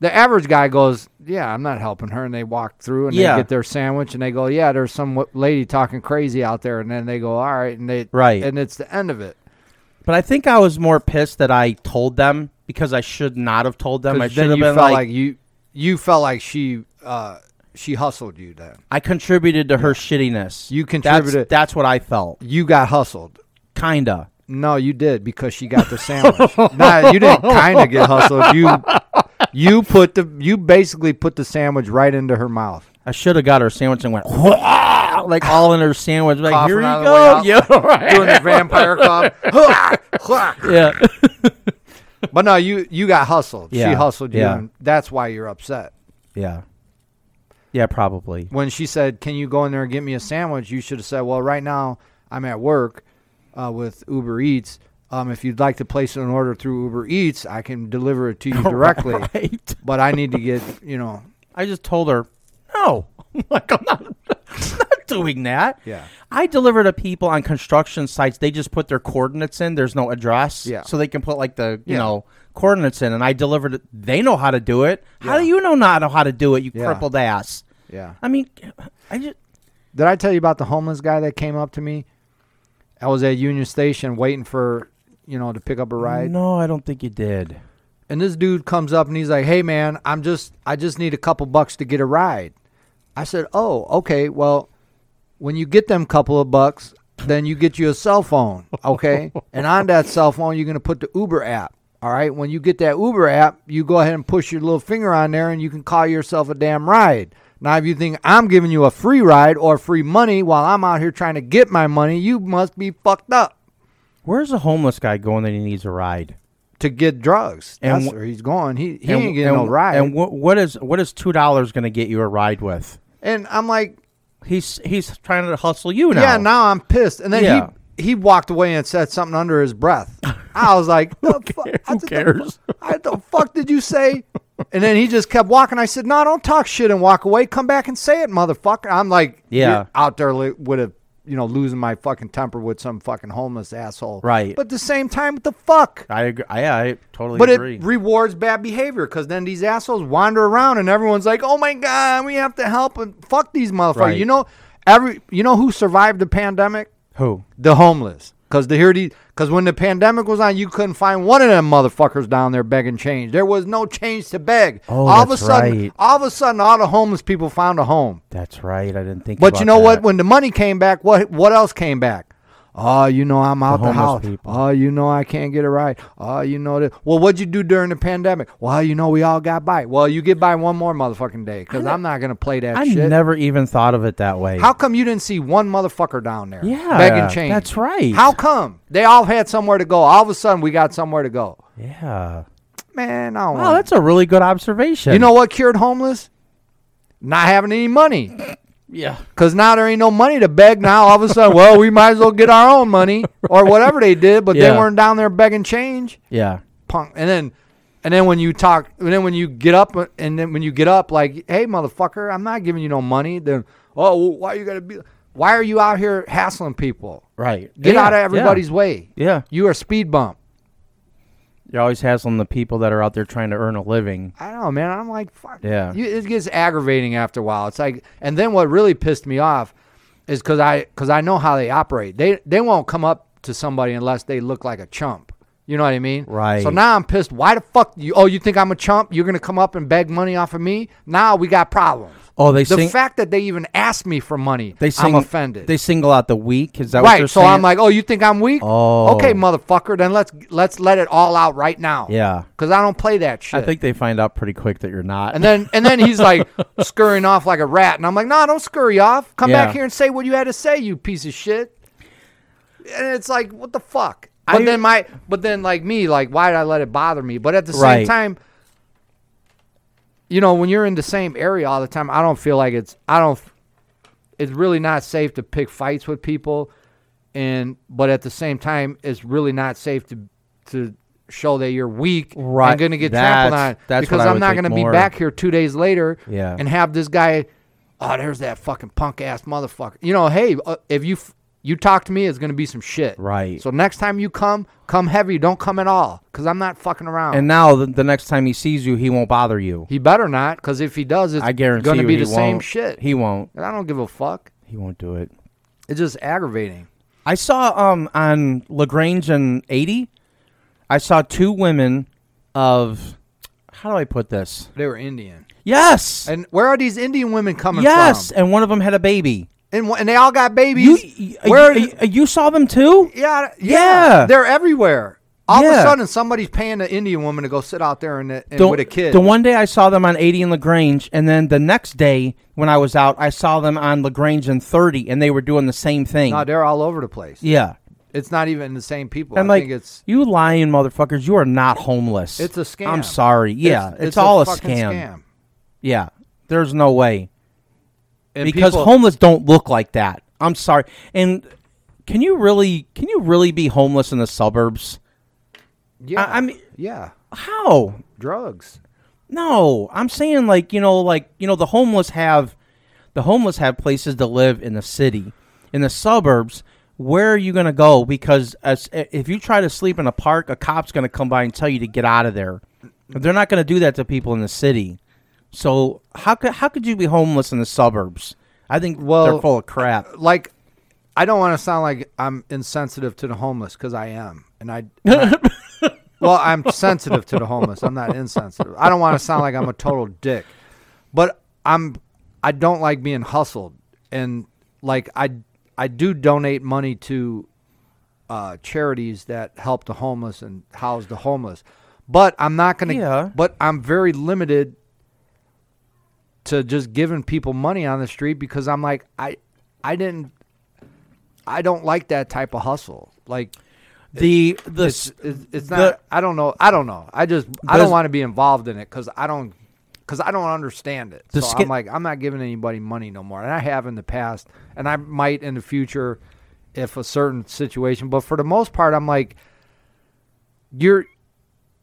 Speaker 3: the average guy goes, Yeah, I'm not helping her, and they walk through and
Speaker 5: Yeah.
Speaker 3: they get their sandwich and they go, Yeah, there's some w- lady talking crazy out there, and then they go, All right, and they
Speaker 5: Right.
Speaker 3: and it's the end of it.
Speaker 5: But I think I was more pissed that I told them because I should not have told them. I
Speaker 3: 'Cause
Speaker 5: should
Speaker 3: then
Speaker 5: have
Speaker 3: you
Speaker 5: been
Speaker 3: felt
Speaker 5: like,
Speaker 3: like, you you felt like she uh she hustled you then.
Speaker 5: I contributed to her shittiness.
Speaker 3: You
Speaker 5: That's-
Speaker 3: contributed-
Speaker 5: that's what I felt.
Speaker 3: You got hustled.
Speaker 5: Kinda.
Speaker 3: No, you did because she got the sandwich. nah, you didn't kind of get hustled. You you put the you basically put the sandwich right into her mouth.
Speaker 5: I should have got her a sandwich and went like all in her sandwich. Like
Speaker 3: Coughing
Speaker 5: here you
Speaker 3: out of the way
Speaker 5: go.
Speaker 3: out. Doing the vampire cough.
Speaker 5: Yeah, yeah.
Speaker 3: But no, you you got hustled. She
Speaker 5: Yeah,
Speaker 3: hustled you.
Speaker 5: yeah.
Speaker 3: And that's why you're upset.
Speaker 5: Yeah. Yeah, probably.
Speaker 3: When she said, "Can you go in there and get me a sandwich?" You should have said, "Well, right now I'm at work uh, with Uber Eats. Um, if you'd like to place an order through Uber Eats, I can deliver it to you directly.
Speaker 5: Right.
Speaker 3: But I need to get you know."
Speaker 5: I just told her, no. like, I'm not, I'm not doing that.
Speaker 3: Yeah.
Speaker 5: I deliver to people on construction sites. They just put their coordinates in. There's no address.
Speaker 3: Yeah.
Speaker 5: So they can put, like, the, you
Speaker 3: Yeah.
Speaker 5: know, coordinates in. And I delivered it. They know how to do it. How do you know not know how to do it, you
Speaker 3: Yeah.
Speaker 5: crippled ass?
Speaker 3: Yeah.
Speaker 5: I mean, I just.
Speaker 3: Did I tell you about the homeless guy that came up to me? I was at Union Station waiting for, you know, to pick up a ride.
Speaker 5: No, I don't think you did.
Speaker 3: And this dude comes up and he's like, "Hey man, I'm just I just need a couple bucks to get a ride." I said, "Oh, okay. Well, when you get them couple of bucks, then you get you a cell phone, okay? and on that cell phone, you're going to put the Uber app. All right? When you get that Uber app, you go ahead and push your little finger on there and you can call yourself a damn ride. Now, if you think I'm giving you a free ride or free money while I'm out here trying to get my money, you must be fucked up
Speaker 5: Where's the homeless guy going that he needs a ride?
Speaker 3: to get drugs.
Speaker 5: And
Speaker 3: That's
Speaker 5: wh-
Speaker 3: where he's going. He, he
Speaker 5: and,
Speaker 3: ain't getting no
Speaker 5: and,
Speaker 3: ride.
Speaker 5: And wh- what is what is two dollars going to get you a ride with?
Speaker 3: And I'm like,
Speaker 5: He's he's trying to hustle you now.
Speaker 3: yeah, now I'm pissed. And then
Speaker 5: Yeah.
Speaker 3: he he walked away and said something under his breath. I was like, the fu-
Speaker 5: cares?
Speaker 3: I
Speaker 5: Who
Speaker 3: said, the
Speaker 5: cares?
Speaker 3: fu- I, the fuck did you say? And then he just kept walking. I said, no, don't talk shit and walk away. Come back and say it, motherfucker. I'm like,
Speaker 5: Yeah.
Speaker 3: you're out there li- with a you know losing my fucking temper with some fucking homeless asshole,
Speaker 5: Right.
Speaker 3: But at the same time, what the fuck?
Speaker 5: I agree. I, I totally
Speaker 3: But
Speaker 5: agree.
Speaker 3: it rewards bad behavior because then these assholes wander around and everyone's like, "Oh my god, we have to help and fuck these motherfuckers."
Speaker 5: Right.
Speaker 3: You know, every you know who survived the pandemic?
Speaker 5: Who?
Speaker 3: The homeless, because the here because when the pandemic was on, you couldn't find one of them motherfuckers down there begging change. There was no change to beg.
Speaker 5: Oh,
Speaker 3: all
Speaker 5: that's
Speaker 3: of a sudden,
Speaker 5: right.
Speaker 3: all of a sudden, all the homeless people found a home.
Speaker 5: That's right. I didn't think.
Speaker 3: But you
Speaker 5: about
Speaker 3: know what?
Speaker 5: that.
Speaker 3: When the money came back, what what else came back? Oh, you know I'm out the,
Speaker 5: homeless
Speaker 3: house.
Speaker 5: people.
Speaker 3: Oh, you know I can't get a ride. Oh, you know that. Well, what'd you do during the pandemic? Well, you know we all got by. Well, you get by one more motherfucking day because I'm not gonna play that
Speaker 5: I
Speaker 3: shit.
Speaker 5: never even thought of it that way.
Speaker 3: How come you didn't see one motherfucker down there?
Speaker 5: Yeah,
Speaker 3: begging change.
Speaker 5: that's right.
Speaker 3: How come they all had somewhere to go? All of a sudden we got somewhere to go.
Speaker 5: Yeah.
Speaker 3: Man, I don't.
Speaker 5: Wow,
Speaker 3: want
Speaker 5: that's a really good observation.
Speaker 3: you know what cured homeless? Not having any money.
Speaker 5: Yeah.
Speaker 3: Cause now there ain't no money to beg. Now all of a sudden, well, we might as well get our own money or whatever they did. But they
Speaker 5: Yeah.
Speaker 3: weren't down there begging change,
Speaker 5: Yeah.
Speaker 3: punk. And then, and then when you talk, and then when you get up, and then when you get up, like, hey, motherfucker, I'm not giving you no money. Then, oh, well, why you gotta be? Why are you out here hassling people?
Speaker 5: Right.
Speaker 3: Get
Speaker 5: Yeah,
Speaker 3: out of
Speaker 5: yeah.
Speaker 3: everybody's way.
Speaker 5: Yeah.
Speaker 3: You are a speed bump.
Speaker 5: You're always hassling the people that are out there trying to earn a living.
Speaker 3: I don't know, man. I'm like, fuck.
Speaker 5: Yeah.
Speaker 3: You, it gets aggravating after a while. It's like, and then what really pissed me off is because I because I know how they operate. They they won't come up to somebody unless they look like a chump. You know what I mean?
Speaker 5: Right.
Speaker 3: So now I'm pissed. Why the fuck you? Oh, you think I'm a chump? You're gonna come up and beg money off of me? Now we got problems.
Speaker 5: Oh, they
Speaker 3: the
Speaker 5: sing.
Speaker 3: fact that they even asked me for money,
Speaker 5: they sing.
Speaker 3: I'm offended.
Speaker 5: They single out the weak. Is that what
Speaker 3: right.
Speaker 5: they're
Speaker 3: So
Speaker 5: saying?
Speaker 3: I'm like, oh, you think I'm weak?
Speaker 5: Oh.
Speaker 3: Okay, motherfucker. Then let's let's let it all out right now.
Speaker 5: Yeah.
Speaker 3: Because I don't play that shit.
Speaker 5: I think they find out pretty quick that you're not.
Speaker 3: And then and then he's like scurrying off like a rat, and I'm like, nah, don't scurry off. Come
Speaker 5: Yeah.
Speaker 3: back here and say what you had to say, you piece of shit. And it's like, what the fuck?
Speaker 5: I-
Speaker 3: But then my but then like me, like why did I let it bother me? But at the same
Speaker 5: Right.
Speaker 3: time, you know, when you're in the same area all the time, I don't feel like it's I don't it's really not safe to pick fights with people and but at the same time it's really not safe to to show that you're weak
Speaker 5: Right.
Speaker 3: and going to get trampled
Speaker 5: That's-
Speaker 3: on
Speaker 5: that's
Speaker 3: because
Speaker 5: what I
Speaker 3: I'm
Speaker 5: would
Speaker 3: not
Speaker 5: think
Speaker 3: going to be
Speaker 5: more.
Speaker 3: back here 2 days later
Speaker 5: Yeah.
Speaker 3: and have this guy oh there's that fucking punk ass motherfucker. You know, hey, uh, if you f- you talk to me it's going to be some shit.
Speaker 5: Right.
Speaker 3: So next time you come, come heavy, don't come at all cuz I'm not fucking around.
Speaker 5: And now the, the next time he sees you, he won't bother you.
Speaker 3: he better not cuz if he does it's
Speaker 5: I guarantee
Speaker 3: going to
Speaker 5: you
Speaker 3: be
Speaker 5: he
Speaker 3: the same
Speaker 5: won't.
Speaker 3: shit.
Speaker 5: He won't.
Speaker 3: and I don't give a fuck.
Speaker 5: He won't do it.
Speaker 3: It's just aggravating.
Speaker 5: I saw um on Lagrange and eighty. I saw two women of how do I put this?
Speaker 3: They were Indian.
Speaker 5: Yes,
Speaker 3: And where are these Indian women coming
Speaker 5: yes,
Speaker 3: from?
Speaker 5: and one of them had a baby.
Speaker 3: And wh- and they all got
Speaker 5: You
Speaker 3: babies.
Speaker 5: you,
Speaker 3: where?
Speaker 5: you- you saw them too?
Speaker 3: yeah, yeah,
Speaker 5: Yeah.
Speaker 3: They're everywhere. All of a
Speaker 5: Yeah.
Speaker 3: sudden, somebody's paying the Indian woman to go sit out there and, and
Speaker 5: The-
Speaker 3: with a kid.
Speaker 5: The one day I saw them on eighty and Lagrange, and then the next day when I was out, I saw them on Lagrange and thirty, and they were doing the same thing.
Speaker 3: no, they're all over the place.
Speaker 5: yeah,
Speaker 3: It's not even the same people.
Speaker 5: And
Speaker 3: I
Speaker 5: like
Speaker 3: think it's
Speaker 5: you lying motherfuckers, you are not homeless.
Speaker 3: It's a scam.
Speaker 5: I'm sorry. Yeah, it's,
Speaker 3: a
Speaker 5: all a,
Speaker 3: fucking
Speaker 5: scam. Yeah, there's no way
Speaker 3: And
Speaker 5: because
Speaker 3: people-
Speaker 5: homeless don't look like that. I'm sorry. And can you really can you really be homeless in the suburbs?
Speaker 3: yeah,
Speaker 5: I- I mean-
Speaker 3: yeah,
Speaker 5: How?
Speaker 3: drugs.
Speaker 5: No, I'm saying like you know like you know the homeless have the homeless have places to live in the city, in the suburbs. Where are you gonna go? Because as, if you try to sleep in a park, a cop's gonna come by and tell you to get out of there. They're not gonna do that to people in the city. So how could how could you be homeless in the suburbs? I think
Speaker 3: Well,
Speaker 5: they're full of crap.
Speaker 3: Like, I don't want to sound like I'm insensitive to the homeless because I am, and I. and I- well, I'm sensitive to the homeless. I'm not insensitive. I don't want to sound like I'm a total dick, but I'm. I don't like being hustled, and like I, I do donate money to uh, charities that help the homeless and house the homeless. But I'm not going to.
Speaker 5: Yeah.
Speaker 3: But I'm very limited to just giving people money on the street because I'm like I, I didn't. I don't like that type of hustle. Like
Speaker 5: The the
Speaker 3: it's,
Speaker 5: s-
Speaker 3: it's, it's
Speaker 5: the-
Speaker 3: not. I don't know. I don't know. I just I don't
Speaker 5: Does-
Speaker 3: want to be involved in it because I don't because I don't understand it. So
Speaker 5: The sca-
Speaker 3: I'm like I'm not giving anybody money no more, and I have in the past, and I might in the future if a certain situation. But for the most part, I'm like your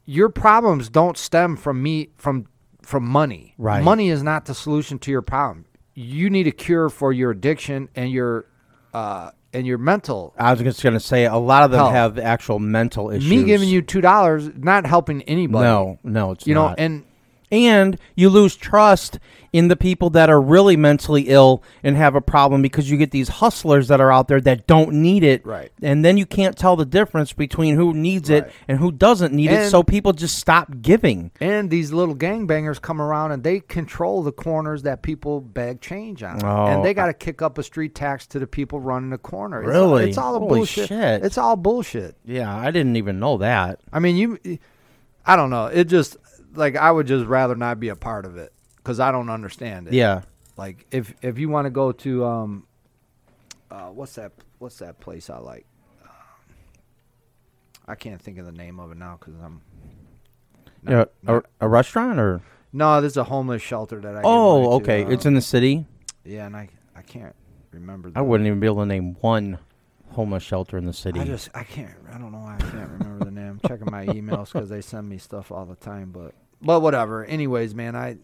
Speaker 3: your problems don't stem from me from from money.
Speaker 5: Right.
Speaker 3: Money is not the solution to your problem. You need a cure for your addiction and your uh, and your mental
Speaker 5: I was just gonna say a lot of them
Speaker 3: Hell.
Speaker 5: have actual mental issues.
Speaker 3: me giving you two dollars not helping anybody.
Speaker 5: no, no, it's
Speaker 3: you know,
Speaker 5: not.
Speaker 3: and
Speaker 5: and you lose trust in the people that are really mentally ill and have a problem because you get these hustlers that are out there that don't need it
Speaker 3: Right.
Speaker 5: and then you can't tell the difference between who needs it
Speaker 3: Right.
Speaker 5: and who doesn't need it
Speaker 3: And-
Speaker 5: so people just stop giving
Speaker 3: and these little gangbangers come around and they control the corners that people bag change on,
Speaker 5: Oh,
Speaker 3: and they got to kick up a street tax to the people running the corner. It's-
Speaker 5: Really?
Speaker 3: it's, all a
Speaker 5: Holy
Speaker 3: bullshit.
Speaker 5: shit.
Speaker 3: It's all bullshit.
Speaker 5: yeah i didn't even know that
Speaker 3: I mean, you, I don't know. It just like I would just rather not be a part of it because I don't understand it.
Speaker 5: yeah
Speaker 3: Like if if you want to go to um, uh, what's that what's that place I like? Um, I can't think of the name of it now because I'm.
Speaker 5: yeah a, a restaurant or
Speaker 3: No, there's a homeless shelter that I. give
Speaker 5: oh
Speaker 3: money to,
Speaker 5: okay
Speaker 3: uh,
Speaker 5: it's in the city
Speaker 3: Yeah, and I I can't remember. The,
Speaker 5: i wouldn't even be able to name one homeless shelter in the city
Speaker 3: I just I can't. I don't know why I can't remember the name. I'm checking my emails because they send me stuff all the time. But but whatever. Anyways, man, I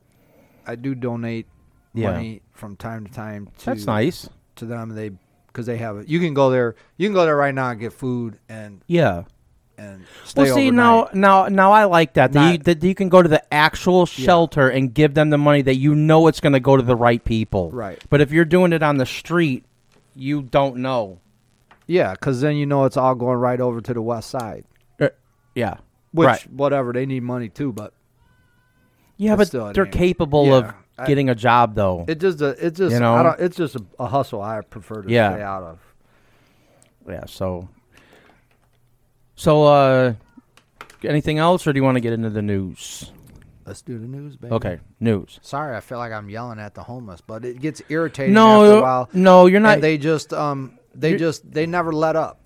Speaker 3: I do donate
Speaker 5: Yeah.
Speaker 3: money from time to time to
Speaker 5: that's nice
Speaker 3: to them. They because they have it. You can go there. You can go there right now and get food and
Speaker 5: yeah
Speaker 3: and stay
Speaker 5: Well, see now,
Speaker 3: overnight.
Speaker 5: now, now I like that that, you,
Speaker 3: Not-
Speaker 5: that you can go to the actual shelter and give them the money that you know it's going to go to the right people.
Speaker 3: Right.
Speaker 5: But if you're doing it on the street, you don't know.
Speaker 3: Yeah, because then you know it's all going right over to the west side.
Speaker 5: Uh, yeah.
Speaker 3: Which
Speaker 5: right.
Speaker 3: whatever they need money too, but
Speaker 5: Yeah,
Speaker 3: but
Speaker 5: but
Speaker 3: still, I
Speaker 5: they're
Speaker 3: mean,
Speaker 5: capable
Speaker 3: yeah,
Speaker 5: of
Speaker 3: I-
Speaker 5: getting a job though.
Speaker 3: It just a, it just
Speaker 5: You
Speaker 3: I
Speaker 5: know?
Speaker 3: don't, it's just a, a hustle I prefer to
Speaker 5: Yeah.
Speaker 3: stay out of.
Speaker 5: yeah. So. So, uh, anything else, or do you want to get into the news?
Speaker 3: Let's do the news, baby.
Speaker 5: Okay, news.
Speaker 3: Sorry, I feel like I'm yelling at the homeless, but it gets irritating after a
Speaker 5: No,
Speaker 3: while.
Speaker 5: no, you're not.
Speaker 3: and they just um they
Speaker 5: You're-
Speaker 3: just they never let up.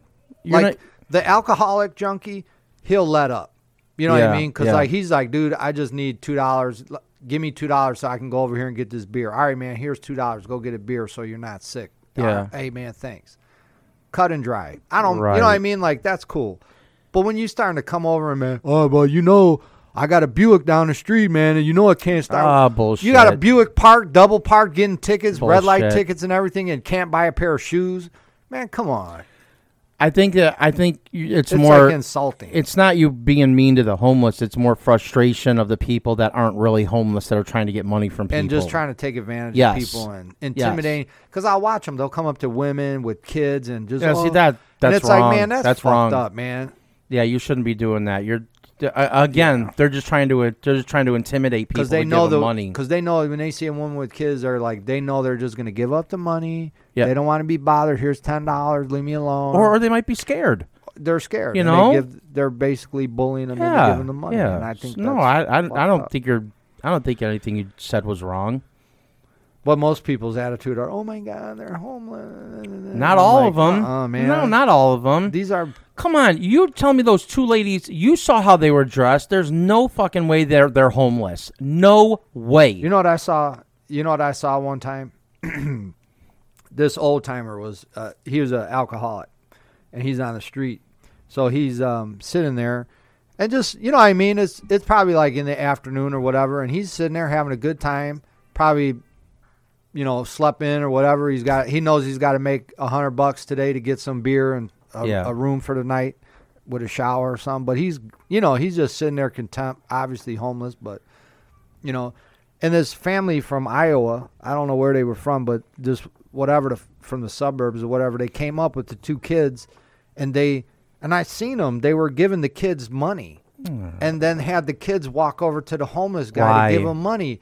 Speaker 5: You're
Speaker 3: Like
Speaker 5: not-
Speaker 3: the alcoholic junkie, he'll let up. You know what
Speaker 5: Yeah,
Speaker 3: I mean? Because
Speaker 5: yeah.
Speaker 3: like he's like, dude, I just need two dollars. Give me two dollars so I can go over here and get this beer. All right, man, here's two dollars. Go get a beer so you're not sick. All
Speaker 5: Yeah.
Speaker 3: right, hey, man, thanks. Cut and dry. I don't. You
Speaker 5: Right.
Speaker 3: know what I mean? Like that's cool. But when you starting to come over and man, oh well, you know. I got a Buick down the street, man, and you know I can't start.
Speaker 5: Ah, bullshit.
Speaker 3: You got a Buick park, double park, getting tickets, red light
Speaker 5: Bullshit.
Speaker 3: tickets, and everything, and can't buy a pair of shoes. Man, come on.
Speaker 5: I think that I think you- it's,
Speaker 3: It's
Speaker 5: more
Speaker 3: like insulting.
Speaker 5: It's not you being mean to the homeless. It's more frustration of the people that aren't really homeless that are trying to get money from people
Speaker 3: and just trying to take advantage
Speaker 5: Yes.
Speaker 3: of people and intimidating. Because I'll watch them; they'll come up to women with kids and just
Speaker 5: Yeah, see,
Speaker 3: "Oh,"
Speaker 5: that-
Speaker 3: and
Speaker 5: that's
Speaker 3: it's
Speaker 5: wrong.
Speaker 3: like, man, that's,
Speaker 5: That's
Speaker 3: fucked
Speaker 5: wrong.
Speaker 3: up, man.
Speaker 5: Yeah, you shouldn't be doing that. You're uh, again. They're just trying to. uh, They're just trying to intimidate people.
Speaker 3: Because they
Speaker 5: to
Speaker 3: know
Speaker 5: give
Speaker 3: the
Speaker 5: them money.
Speaker 3: Because they know when they see a woman with kids, they're like, they know they're just going to give up the money.
Speaker 5: Yeah.
Speaker 3: They don't want to be bothered. Here's ten dollars. Leave me alone.
Speaker 5: Or, or they might be scared.
Speaker 3: they're scared.
Speaker 5: you
Speaker 3: and
Speaker 5: know?
Speaker 3: they give, they're basically bullying them and
Speaker 5: Yeah.
Speaker 3: giving them money.
Speaker 5: Yeah.
Speaker 3: And I think
Speaker 5: no,
Speaker 3: that's
Speaker 5: I I, I
Speaker 3: fucked
Speaker 5: don't
Speaker 3: up.
Speaker 5: think you're. I don't think anything you said was wrong.
Speaker 3: But most people's attitude are, oh my god, they're homeless. I'm
Speaker 5: Not all
Speaker 3: like,
Speaker 5: of them.
Speaker 3: Uh-uh, man.
Speaker 5: No, not all of them.
Speaker 3: These are
Speaker 5: Come on, you tell me those two ladies. You saw how they were dressed. There's no fucking way they're they're homeless. No way.
Speaker 3: You know what I saw? You know what I saw one time? this old timer was uh, he was an alcoholic, and he's on the street, so he's um, sitting there, and just you know what I mean it's it's probably like in the afternoon or whatever, and he's sitting there having a good time, probably, you know, slept in or whatever. He's got he knows he's got to make a hundred bucks today to get some beer and a,
Speaker 5: Yeah.
Speaker 3: a room for the night with a shower or something. But he's you know he's just sitting there content, obviously homeless, but you know, and this family from Iowa, I don't know where they were from, but just whatever the, from the suburbs or whatever, they came up with the two kids, and they and I seen them. They were giving the kids money,
Speaker 5: Hmm.
Speaker 3: and then had the kids walk over to the homeless guy
Speaker 5: Why?
Speaker 3: to give him money,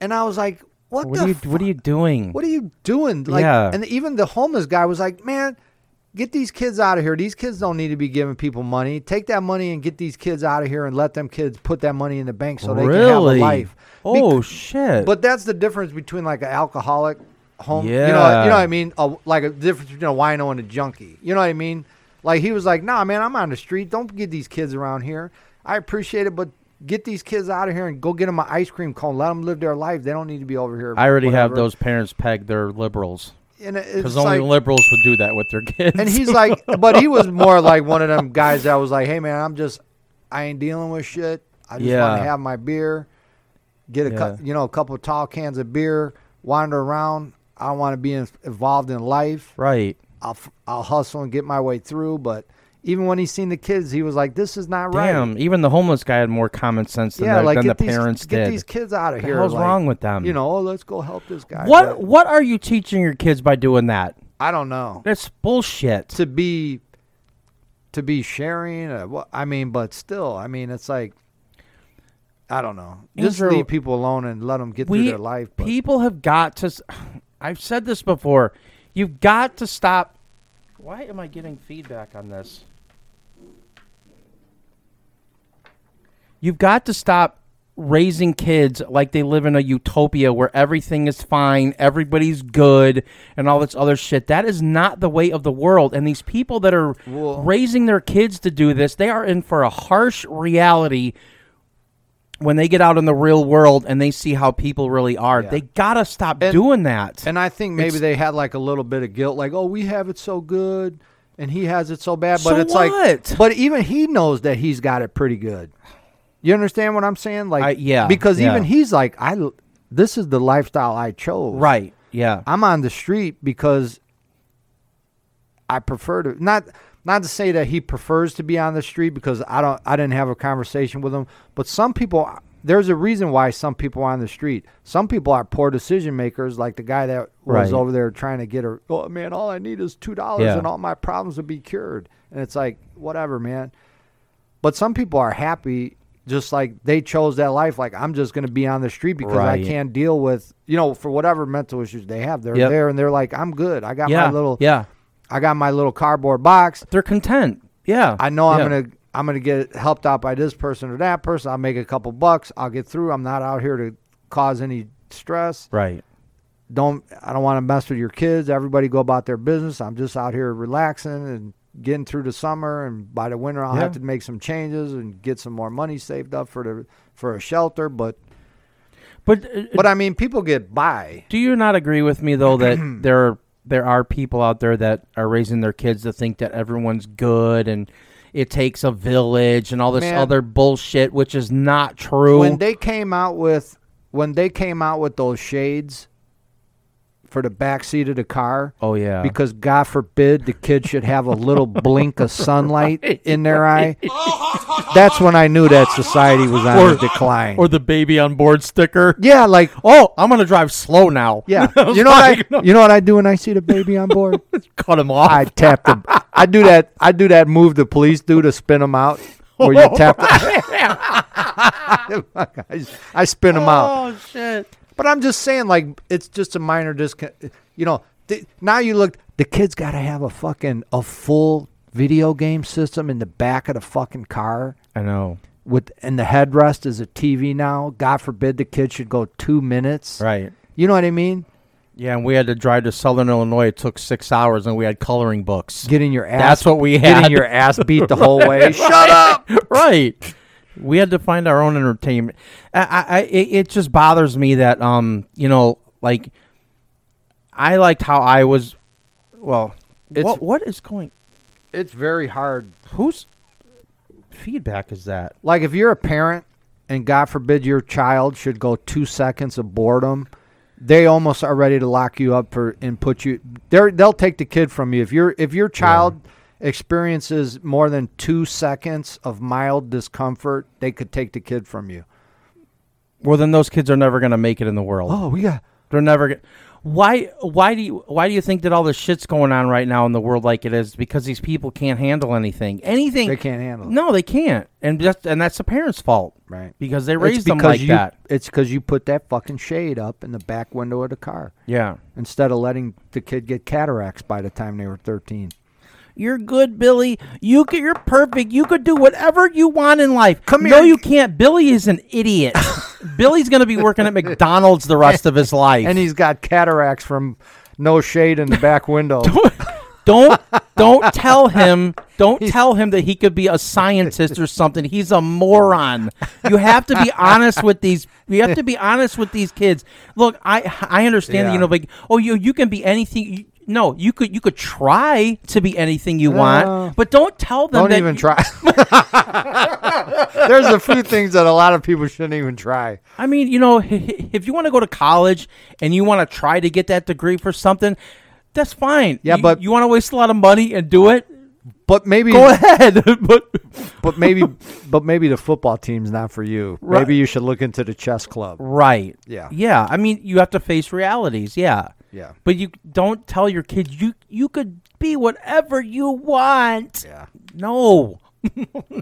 Speaker 3: and I was like, what,
Speaker 5: what
Speaker 3: the
Speaker 5: are you
Speaker 3: fu-
Speaker 5: What are you doing?
Speaker 3: what are you doing? Like,
Speaker 5: Yeah.
Speaker 3: and even the homeless guy was like, man. Get these kids out of here. These kids don't need to be giving people money. Take that money and get these kids out of here and let them kids put that money in the bank so they
Speaker 5: really?
Speaker 3: can have a life.
Speaker 5: Oh shit.
Speaker 3: But that's the difference between like an alcoholic home. You know,
Speaker 5: Yeah.
Speaker 3: you know what I mean? A, like a difference between a wino and a junkie. You know what I mean? Like he was like, nah, man, I'm on the street. Don't get these kids around here. I appreciate it, but get these kids out of here and go get them an ice cream cone. Let them live their life. They don't need to be over here.
Speaker 5: I already have
Speaker 3: whatever.
Speaker 5: those parents pegged. They're liberals
Speaker 3: And it-
Speaker 5: because
Speaker 3: it's
Speaker 5: only
Speaker 3: like,
Speaker 5: liberals would do that with their kids.
Speaker 3: and he's like, but he was more like one of them guys that was like, hey, man, I'm just, I ain't dealing with shit. I just want
Speaker 5: Yeah.
Speaker 3: to have my beer, get a, cou-
Speaker 5: Yeah.
Speaker 3: you know, a couple of tall cans of beer, wander around. I don't want to be in, involved in life.
Speaker 5: right.
Speaker 3: I'll, f- I'll hustle and get my way through. But even when he seen the kids, he was like, this is not right.
Speaker 5: Damn. Even the homeless guy had more common sense than,
Speaker 3: Yeah,
Speaker 5: the,
Speaker 3: like
Speaker 5: than
Speaker 3: get,
Speaker 5: the
Speaker 3: these,
Speaker 5: parents
Speaker 3: get
Speaker 5: did.
Speaker 3: these kids out of
Speaker 5: the
Speaker 3: here.
Speaker 5: hell's
Speaker 3: like,
Speaker 5: wrong with them?
Speaker 3: You know, oh, let's go help this guy.
Speaker 5: what
Speaker 3: But
Speaker 5: What are you teaching your kids by doing that?
Speaker 3: I don't know.
Speaker 5: That's bullshit.
Speaker 3: to be to be sharing uh, wha- i mean but still i mean it's like i don't know just
Speaker 5: Andrew,
Speaker 3: leave people alone and let them get through their life but
Speaker 5: People have got to. s- I've said this before. You've got to stop. Why am I getting feedback on this? You've got to stop raising kids like they live in a utopia where everything is fine, everybody's good, and all this other shit. That is not the way of the world. And these people that are
Speaker 3: Well-
Speaker 5: raising their kids to do this, they are in for a harsh reality when they get out in the real world and they see how people really are, they gotta stop doing that.
Speaker 3: and i think maybe
Speaker 5: It's-
Speaker 3: they had like a little bit of guilt like oh we have it so good and he has it so bad but
Speaker 5: So
Speaker 3: it's
Speaker 5: what?
Speaker 3: like but even he knows that he's got it pretty good you understand what i'm saying like
Speaker 5: I- yeah,
Speaker 3: because
Speaker 5: yeah.
Speaker 3: even he's like i l- this is the lifestyle i chose
Speaker 5: right? Yeah.
Speaker 3: I'm on the street because I prefer to not not to say that he prefers to be on the street because I don't I didn't have a conversation with him, but some people there's a reason why some people are on the street. Some people are poor decision makers, like the guy that was
Speaker 5: Right.
Speaker 3: over there trying to get her. Oh man, all I need is two dollars
Speaker 5: Yeah.
Speaker 3: and all my problems will be cured. And it's like whatever, man. But some people are happy just like they chose that life. Like I'm just going to be on the street because I
Speaker 5: Right.
Speaker 3: can't deal with you know for whatever mental issues they have. They're
Speaker 5: Yep.
Speaker 3: there and they're like, I'm good. I got
Speaker 5: yeah.
Speaker 3: my little
Speaker 5: yeah.
Speaker 3: I got my little cardboard box.
Speaker 5: They're content. Yeah.
Speaker 3: I know
Speaker 5: Yeah.
Speaker 3: I'm gonna I'm gonna get helped out by this person or that person. I'll make a couple bucks. I'll get through. I'm not out here to cause any stress.
Speaker 5: Right.
Speaker 3: Don't I don't want to mess with your kids. Everybody go about their business. I'm just out here relaxing and getting through the summer. And by the winter, I'll
Speaker 5: Yeah.
Speaker 3: have to make some changes and get some more money saved up for the for a shelter. But
Speaker 5: But, uh,
Speaker 3: but I mean, people get by.
Speaker 5: do you not agree with me though that there are, there are people out there that are raising their kids to think that everyone's good and it takes a village and all this
Speaker 3: Man.
Speaker 5: other bullshit, which is not true.
Speaker 3: when they came out with when they came out with those shades for the back seat of the car
Speaker 5: oh yeah.
Speaker 3: because god forbid the kid should have a little blink of sunlight in their eye that's when i knew that society was on
Speaker 5: Or-
Speaker 3: a decline
Speaker 5: or the baby on board sticker.
Speaker 3: yeah like
Speaker 5: Oh, I'm gonna drive slow now.
Speaker 3: yeah
Speaker 5: I was
Speaker 3: you know
Speaker 5: like,
Speaker 3: what I, you know what i do when i see the baby on board
Speaker 5: cut him off.
Speaker 3: i tap them i do that i do that move the police do to spin them out where you tap them I, I spin them out
Speaker 5: Oh shit.
Speaker 3: But I'm just saying, like, it's just a minor discon. You know, th- now you look. The kids got to have a fucking a full video game system in the back of the fucking car.
Speaker 5: I know.
Speaker 3: With and the headrest is a TV now. God forbid the kid should go two minutes.
Speaker 5: Right.
Speaker 3: You know what I mean?
Speaker 5: Yeah, and we had to drive to Southern Illinois. It took six hours, and we had coloring books.
Speaker 3: Getting your ass
Speaker 5: That's what we had.
Speaker 3: getting your ass beat the whole way. Shut up.
Speaker 5: right. We had to find our own entertainment. I, I, I- it, it just bothers me that, um, you know, like I liked how I was. Well,
Speaker 3: It's-
Speaker 5: what what is going?
Speaker 3: It's very hard.
Speaker 5: Whose feedback is that?
Speaker 3: Like if you're a parent and God forbid your child should go 2 seconds of boredom, they almost are ready to lock you up for and put you they they'll take the kid from you. If your if your child experiences more than 2 seconds of mild discomfort, they could take the kid from you.
Speaker 5: Well, then those kids are never going to make it in the world.
Speaker 3: Oh, we got
Speaker 5: They're never going. Why? Why do you? Why do you think that all this shit's going on right now in the world like it is? Because these people can't handle anything. Anything
Speaker 3: They can't handle it.
Speaker 5: No, they can't. And just and that's the parents' fault,
Speaker 3: Right.
Speaker 5: Because they raised
Speaker 3: it's
Speaker 5: them
Speaker 3: because
Speaker 5: like
Speaker 3: you,
Speaker 5: that.
Speaker 3: It's because you put that fucking shade up in the back window of the car
Speaker 5: Yeah.
Speaker 3: instead of letting the kid get cataracts by the time they were 13.
Speaker 5: You're good, Billy. You could, you're perfect. You could do whatever you want in life.
Speaker 3: Come
Speaker 5: No,
Speaker 3: here.
Speaker 5: you can't. Billy is an idiot. Billy's going to be working at McDonald's the rest of his life.
Speaker 3: And he's got cataracts from no shade in the back window.
Speaker 5: don't don't tell him don't tell him that he could be a scientist or something. He's a moron. You have to be honest with these. You have to be honest with these kids. Look, I I understand that you
Speaker 3: Yeah.
Speaker 5: know like oh you you can be anything. You, no, you could you could try to be anything you want, but don't tell them
Speaker 3: Don't
Speaker 5: that
Speaker 3: even try. There's a few things that a lot of people shouldn't even try.
Speaker 5: I mean, you know, if you want to go to college and you want to try to get that degree for something, that's fine.
Speaker 3: Yeah,
Speaker 5: You-
Speaker 3: but-
Speaker 5: you want to waste a lot of money and do it?
Speaker 3: But maybe,
Speaker 5: Go ahead. but
Speaker 3: but maybe, but maybe the football team's not for you.
Speaker 5: Right.
Speaker 3: Maybe you should look into the chess club.
Speaker 5: Right.
Speaker 3: Yeah.
Speaker 5: Yeah. I mean, you have to face realities. Yeah.
Speaker 3: Yeah.
Speaker 5: But you don't tell your kids you you could be whatever you want.
Speaker 3: Yeah.
Speaker 5: No.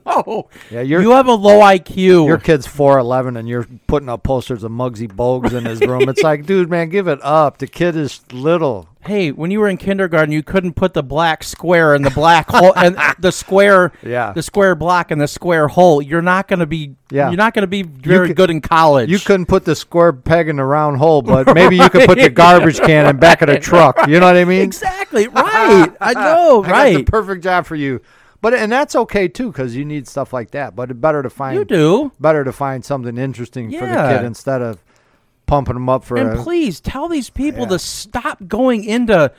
Speaker 5: no.
Speaker 3: Yeah, you're-
Speaker 5: you have a low IQ.
Speaker 3: Your kid's four eleven, and you're putting up posters of Muggsy Bogues in his room. It's like, dude, man, give it up. The kid is little.
Speaker 5: hey, when you were in kindergarten, you couldn't put the black square in the black hole and the square
Speaker 3: Yeah.
Speaker 5: the square block in the square hole. You're not going to be
Speaker 3: Yeah.
Speaker 5: you're not going to be very
Speaker 3: could-
Speaker 5: good in college.
Speaker 3: You couldn't put the square peg in the round hole, but maybe you could put the garbage can in back of the truck. You know what I mean?
Speaker 5: Exactly. Right. I know,
Speaker 3: I
Speaker 5: right.
Speaker 3: got the perfect job for you. But and that's okay too, because you need stuff like that. But it better to find
Speaker 5: you do.
Speaker 3: better to find something interesting for the
Speaker 5: Yeah.
Speaker 3: kid instead of pumping them up for
Speaker 5: And
Speaker 3: a,
Speaker 5: please tell these people
Speaker 3: Yeah.
Speaker 5: to stop going into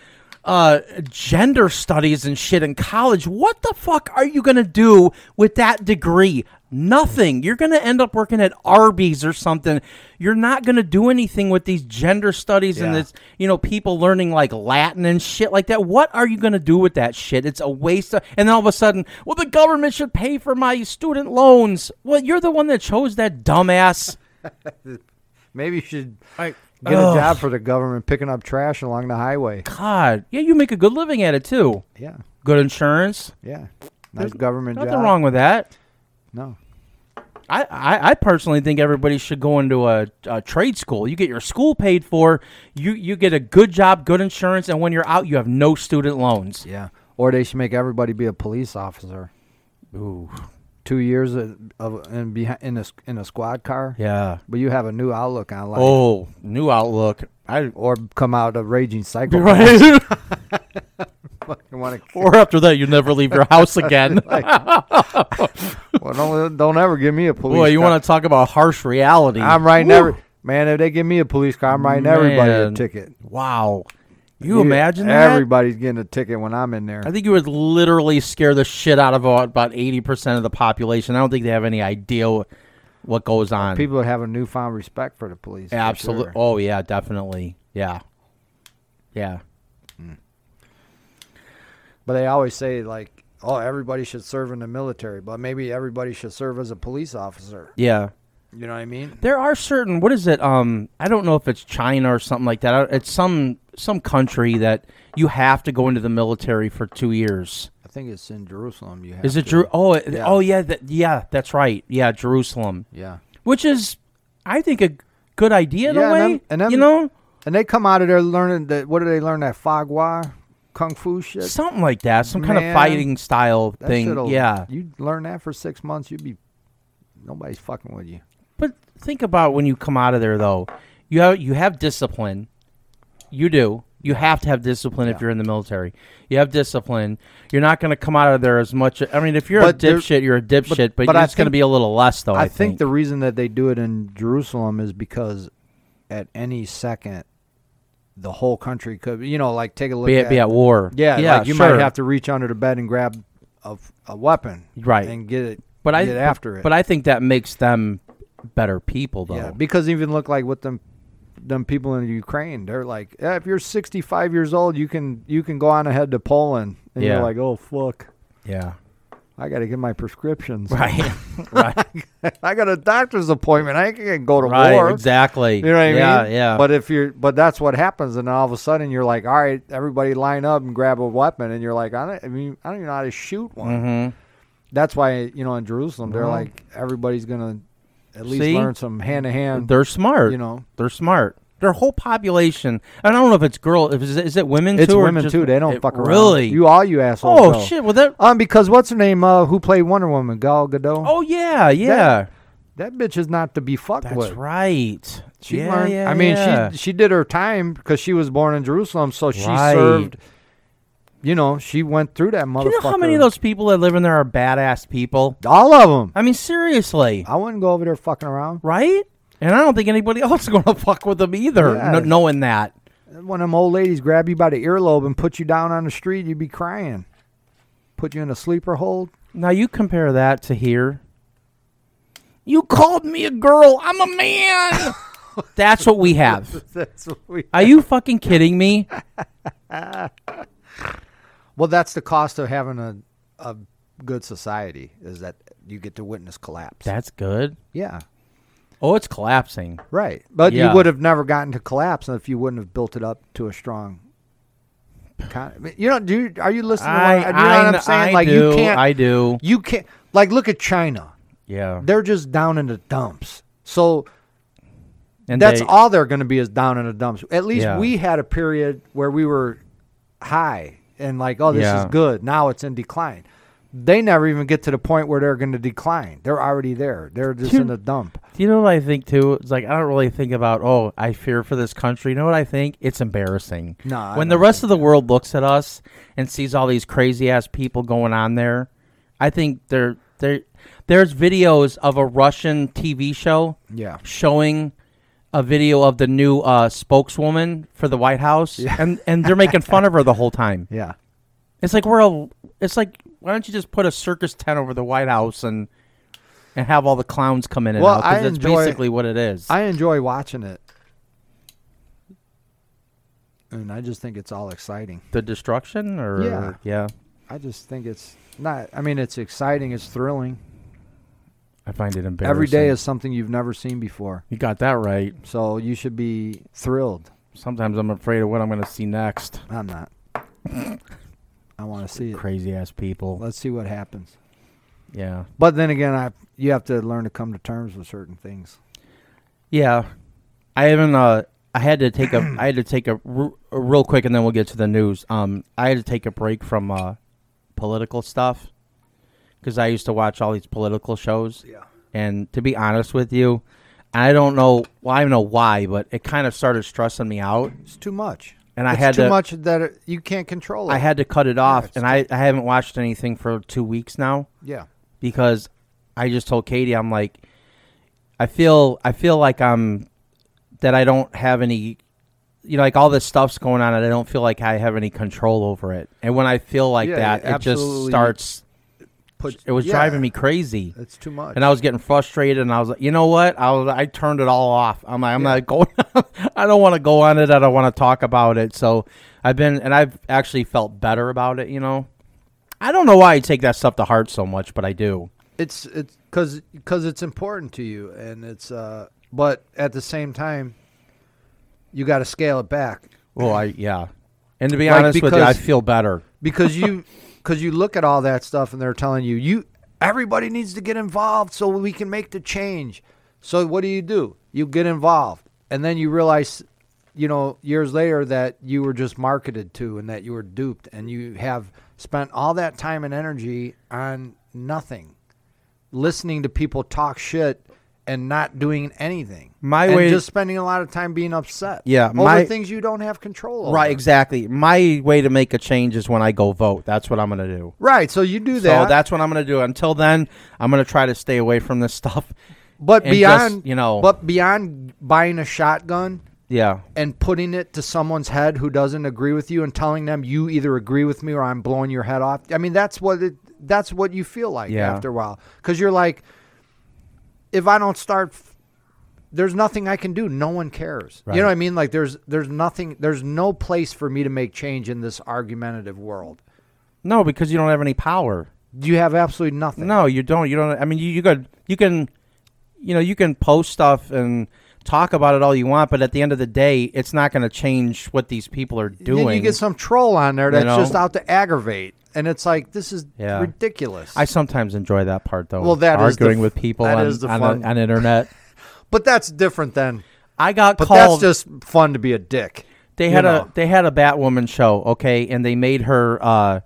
Speaker 5: uh, gender studies and shit in college. What the fuck are you going to do with that degree? Nothing. You're going to end up working at Arby's or something. You're not going to do anything with these gender studies and
Speaker 3: Yeah.
Speaker 5: this, you know, people learning like Latin and shit like that. What are you going to do with that shit? It's a waste of. And then all of a sudden, well, the government should pay for my student loans. Well, you're the one that chose that dumbass.
Speaker 3: maybe you should
Speaker 5: I-
Speaker 3: get
Speaker 5: Ugh.
Speaker 3: a job for the government picking up trash along the highway.
Speaker 5: God, yeah, you make a good living at it too.
Speaker 3: Yeah,
Speaker 5: Good insurance,
Speaker 3: yeah. Nice government
Speaker 5: nothing
Speaker 3: job.
Speaker 5: wrong with that.
Speaker 3: No.
Speaker 5: I, I, I personally think everybody should go into a, a trade school. You get your school paid for, you you get a good job, good insurance, and when you're out, you have no student loans.
Speaker 3: Yeah. Or they should make everybody be a police officer.
Speaker 5: Ooh,
Speaker 3: Two years of, of in behind in a s- in a squad car.
Speaker 5: yeah.
Speaker 3: But you have a new outlook on life.
Speaker 5: Oh, new outlook. I
Speaker 3: Or come out a raging psycho.
Speaker 5: right.
Speaker 3: You wanna-
Speaker 5: or after that, you never leave your house again.
Speaker 3: well, don't don't ever give me a police.
Speaker 5: Boy, you
Speaker 3: car.
Speaker 5: want to talk about harsh reality?
Speaker 3: I'm writing
Speaker 5: Woo.
Speaker 3: every man. If they give me a police car, I'm writing everybody a
Speaker 5: Man.
Speaker 3: ticket.
Speaker 5: Wow, you, imagine that?
Speaker 3: everybody's getting a ticket when I'm in there.
Speaker 5: I think you would literally scare the shit out of about about eighty percent of the population. I don't think they have any idea what, what goes on.
Speaker 3: People would have a newfound respect for the police. for
Speaker 5: absolutely.
Speaker 3: sure.
Speaker 5: Oh yeah, definitely. Yeah, yeah.
Speaker 3: But they always say like, oh, everybody should serve in the military, but maybe everybody should serve as a police officer.
Speaker 5: Yeah.
Speaker 3: You know what I mean?
Speaker 5: There are certain what is it? Um, I don't know if it's China or something like that. I- It's some some country that you have to go into the military for two years.
Speaker 3: I think it's in Jerusalem. You have
Speaker 5: Is it
Speaker 3: to-
Speaker 5: Jeru? Oh, it-
Speaker 3: Yeah.
Speaker 5: oh yeah, that, yeah. That's right. Yeah, Jerusalem,
Speaker 3: Yeah.
Speaker 5: which is, I think, a good idea in
Speaker 3: Yeah,
Speaker 5: a
Speaker 3: and
Speaker 5: way.
Speaker 3: them- and them-
Speaker 5: you know,
Speaker 3: And they come out of there learning that. What do they learn? That Fagua kung fu shit.
Speaker 5: something like that, some kind of
Speaker 3: Man,
Speaker 5: fighting style
Speaker 3: That
Speaker 5: thing.
Speaker 3: shit'll-
Speaker 5: Yeah,
Speaker 3: You learn that for six months, you'd be nobody's fucking with you.
Speaker 5: but think about when you come out of there though. You have you have discipline. You do. You have to have discipline if you're in the military. You have discipline. You're not going to come out of there as much. I mean, if you're a
Speaker 3: But there-
Speaker 5: dipshit, you're a dipshit. But,
Speaker 3: but I
Speaker 5: it's going to
Speaker 3: think-
Speaker 5: be a little less, though. I,
Speaker 3: I think the reason that they do it in Jerusalem is because at any second, the whole country could, you know, like take a look
Speaker 5: be,
Speaker 3: at
Speaker 5: be at war.
Speaker 3: Yeah,
Speaker 5: yeah.
Speaker 3: like you
Speaker 5: sure.
Speaker 3: might have to reach under the bed and grab a, a weapon,
Speaker 5: Right.
Speaker 3: and get it,
Speaker 5: but I
Speaker 3: get after it.
Speaker 5: But I think that makes them better people, though.
Speaker 3: yeah, because even look like what them them people in Ukraine, they're like, "Eh, if you're 65 years old, you can you can go on ahead to Poland, and
Speaker 5: Yeah.
Speaker 3: you're like, oh fuck,
Speaker 5: yeah.
Speaker 3: I got to get my prescriptions,
Speaker 5: Right. right.
Speaker 3: I got a doctor's appointment, I can go to
Speaker 5: Right.
Speaker 3: war,
Speaker 5: Exactly.
Speaker 3: You know what I
Speaker 5: yeah,
Speaker 3: mean?
Speaker 5: Yeah.
Speaker 3: But if you're, but that's what happens, and all of a sudden you're like, all right, everybody line up and grab a weapon, and you're like, I don't, I mean, I don't even know how to shoot one.
Speaker 5: Mhm.
Speaker 3: That's why you know in Jerusalem they're
Speaker 5: Mhm.
Speaker 3: like everybody's gonna at least
Speaker 5: See?
Speaker 3: learn some hand to hand.
Speaker 5: They're smart.
Speaker 3: You know,
Speaker 5: They're smart. Their whole population. I don't know if it's girl. If is it, is it women
Speaker 3: it's
Speaker 5: too? or
Speaker 3: women
Speaker 5: just-
Speaker 3: too. They don't
Speaker 5: it-
Speaker 3: fuck around.
Speaker 5: Really?
Speaker 3: you all you assholes.
Speaker 5: oh
Speaker 3: know.
Speaker 5: shit! Well, that.
Speaker 3: Um, because what's her name? Uh, who played Wonder Woman? Gal Gadot.
Speaker 5: Oh yeah, yeah.
Speaker 3: that bitch is not to be fucked
Speaker 5: That's
Speaker 3: with.
Speaker 5: right.
Speaker 3: She
Speaker 5: yeah,
Speaker 3: learned.
Speaker 5: yeah,
Speaker 3: I mean,
Speaker 5: yeah.
Speaker 3: she she did her time because she was born in Jerusalem, so she
Speaker 5: Right.
Speaker 3: served. You know, she went through that motherfucker.
Speaker 5: Do you know how many of those people that live in there are badass people?
Speaker 3: All of them.
Speaker 5: I mean, seriously,
Speaker 3: I wouldn't go over there fucking around.
Speaker 5: right? And I don't think anybody else is going to fuck with them either.
Speaker 3: Yeah.
Speaker 5: kn- knowing that,
Speaker 3: When them old ladies grab you by the earlobe and put you down on the street, you'd be crying. Put you in a sleeper hold.
Speaker 5: now you compare that to here. You called me a girl. I'm a man. That's what we have.
Speaker 3: That's what we.
Speaker 5: Are you fucking kidding me?
Speaker 3: Well, that's the cost of having a a good society is that you get to witness collapse.
Speaker 5: That's good.
Speaker 3: yeah,
Speaker 5: Oh, it's collapsing.
Speaker 3: right. But
Speaker 5: Yeah.
Speaker 3: you would have never gotten to collapse if you wouldn't have built it up to a strong. Con- you know, do you, are you listening?
Speaker 5: I,
Speaker 3: to what, you know
Speaker 5: I,
Speaker 3: what I'm saying?
Speaker 5: I
Speaker 3: like
Speaker 5: do.
Speaker 3: you can't.
Speaker 5: I do.
Speaker 3: you can't. Like look at China.
Speaker 5: Yeah.
Speaker 3: They're just down in the dumps. So
Speaker 5: And
Speaker 3: that's
Speaker 5: they-
Speaker 3: all they're going to be is down in the dumps. At least
Speaker 5: Yeah.
Speaker 3: we had a period where we were high and like, oh, this is
Speaker 5: Yeah.
Speaker 3: good. Now it's in decline. They never even get to the point where they're going to decline. They're already there. They're just in the dump.
Speaker 5: Do you know what I think too? It's like I don't really think about oh, I fear for this country. You know what I think? It's embarrassing.
Speaker 3: No, I
Speaker 5: when the
Speaker 3: don't
Speaker 5: rest of the world looks at us and sees all these crazy ass people going on there, I think they're they there's videos of a Russian TV show
Speaker 3: Yeah.
Speaker 5: showing a video of the new uh, spokeswoman for the White House and and they're making fun of her the whole time.
Speaker 3: Yeah.
Speaker 5: It's like we're a. It's like why don't you just put a circus tent over the White House and and have all the clowns come in and
Speaker 3: Well,
Speaker 5: out 'cause
Speaker 3: I
Speaker 5: that's
Speaker 3: enjoy-
Speaker 5: basically what it is.
Speaker 3: I enjoy watching it. And I just think it's all exciting.
Speaker 5: the destruction or
Speaker 3: Yeah. I just think it's not, I mean, it's exciting. It's thrilling.
Speaker 5: I find it embarrassing.
Speaker 3: Every day is something you've never seen before.
Speaker 5: You got that right.
Speaker 3: So you should be thrilled.
Speaker 5: Sometimes I'm afraid of what I'm going to see next.
Speaker 3: I'm not. I want to see it.
Speaker 5: Crazy ass people.
Speaker 3: Let's see what happens.
Speaker 5: Yeah.
Speaker 3: But then again, I you have to learn to come to terms with certain things.
Speaker 5: Yeah, I haven't. Uh, I had to take a. I had to take a, r- a real quick, and then we'll get to the news. Um, I had to take a break from uh, political stuff because I used to watch all these political shows.
Speaker 3: Yeah.
Speaker 5: And to be honest with you, I don't know. Well, I don't know why, but it kind of started stressing me out,
Speaker 3: It's too much.
Speaker 5: and I
Speaker 3: it's
Speaker 5: had
Speaker 3: too
Speaker 5: to.
Speaker 3: much that it, you can't control it.
Speaker 5: I had to cut it off,
Speaker 3: it's
Speaker 5: and I, I haven't watched anything for two weeks now
Speaker 3: yeah.
Speaker 5: because I just told Katie I'm like I feel I feel like I'm that I don't have any you know like all this stuff's going on and I don't feel like I have any control over it. And when I feel like
Speaker 3: Yeah,
Speaker 5: that
Speaker 3: yeah,
Speaker 5: it just
Speaker 3: absolutely.
Speaker 5: starts
Speaker 3: Put,
Speaker 5: it was
Speaker 3: yeah,
Speaker 5: driving me crazy.
Speaker 3: It's too much.
Speaker 5: And I was getting frustrated and I was like, "You know what? I was, I turned it all off. I'm like, I'm not going I don't want to go on it. I don't want to talk about it." So, I've been and I've actually felt better about it, you know. I don't know why I take that stuff to heart so much, but I do.
Speaker 3: it's it's because because it's important to you, and it's uh. But at the same time, you got to scale it back
Speaker 5: Well, I yeah. And to be
Speaker 3: Like,
Speaker 5: honest with you, I
Speaker 3: because-
Speaker 5: feel better.
Speaker 3: because you because you look at all that stuff and they're telling you you everybody needs to get involved so we can make the change so what do you do you get involved and then you realize you know years later that you were just marketed to and that you were duped and you have spent all that time and energy on nothing listening to people talk shit and not doing anything.
Speaker 5: My
Speaker 3: and
Speaker 5: way-
Speaker 3: just spending a lot of time being upset.
Speaker 5: Yeah,
Speaker 3: over
Speaker 5: my-
Speaker 3: things you don't have control over.
Speaker 5: Right, exactly. My way to make a change is when I go vote. That's what I'm going to do.
Speaker 3: Right. So you do
Speaker 5: So
Speaker 3: that.
Speaker 5: that's what I'm going to do. Until then, I'm going to try to stay away from this stuff.
Speaker 3: but
Speaker 5: and
Speaker 3: beyond
Speaker 5: just, you know-
Speaker 3: but beyond buying a shotgun
Speaker 5: Yeah.
Speaker 3: and putting it to someone's head who doesn't agree with you and telling them you either agree with me or I'm blowing your head off. I mean, that's what it, that's what you feel like
Speaker 5: Yeah.
Speaker 3: after a while because you're like, if I don't start, f- there's nothing I can do. No one cares. You
Speaker 5: Right.
Speaker 3: know what I mean? Like there's there's nothing there's no place for me to make change in this argumentative world.
Speaker 5: No, because you don't have any power.
Speaker 3: You have absolutely nothing.
Speaker 5: No, you don't. You don't. I mean, you you could you can, you know, you can post stuff and talk about it all you want, but at the end of the day, it's not going to change what these people are
Speaker 3: And
Speaker 5: doing.
Speaker 3: then you get some troll on there that's
Speaker 5: know?
Speaker 3: just out to aggravate, and it's like this is
Speaker 5: Yeah.
Speaker 3: ridiculous.
Speaker 5: I sometimes enjoy that part though.
Speaker 3: Well, that is the
Speaker 5: arguing
Speaker 3: f-
Speaker 5: with people
Speaker 3: that
Speaker 5: on
Speaker 3: is the
Speaker 5: on,
Speaker 3: fun.
Speaker 5: the, on internet.
Speaker 3: but that's different than.
Speaker 5: I got
Speaker 3: But
Speaker 5: called.
Speaker 3: that's just fun to be a dick.
Speaker 5: they
Speaker 3: you
Speaker 5: had
Speaker 3: know.
Speaker 5: a they had a Batwoman show, okay, and they made her, uh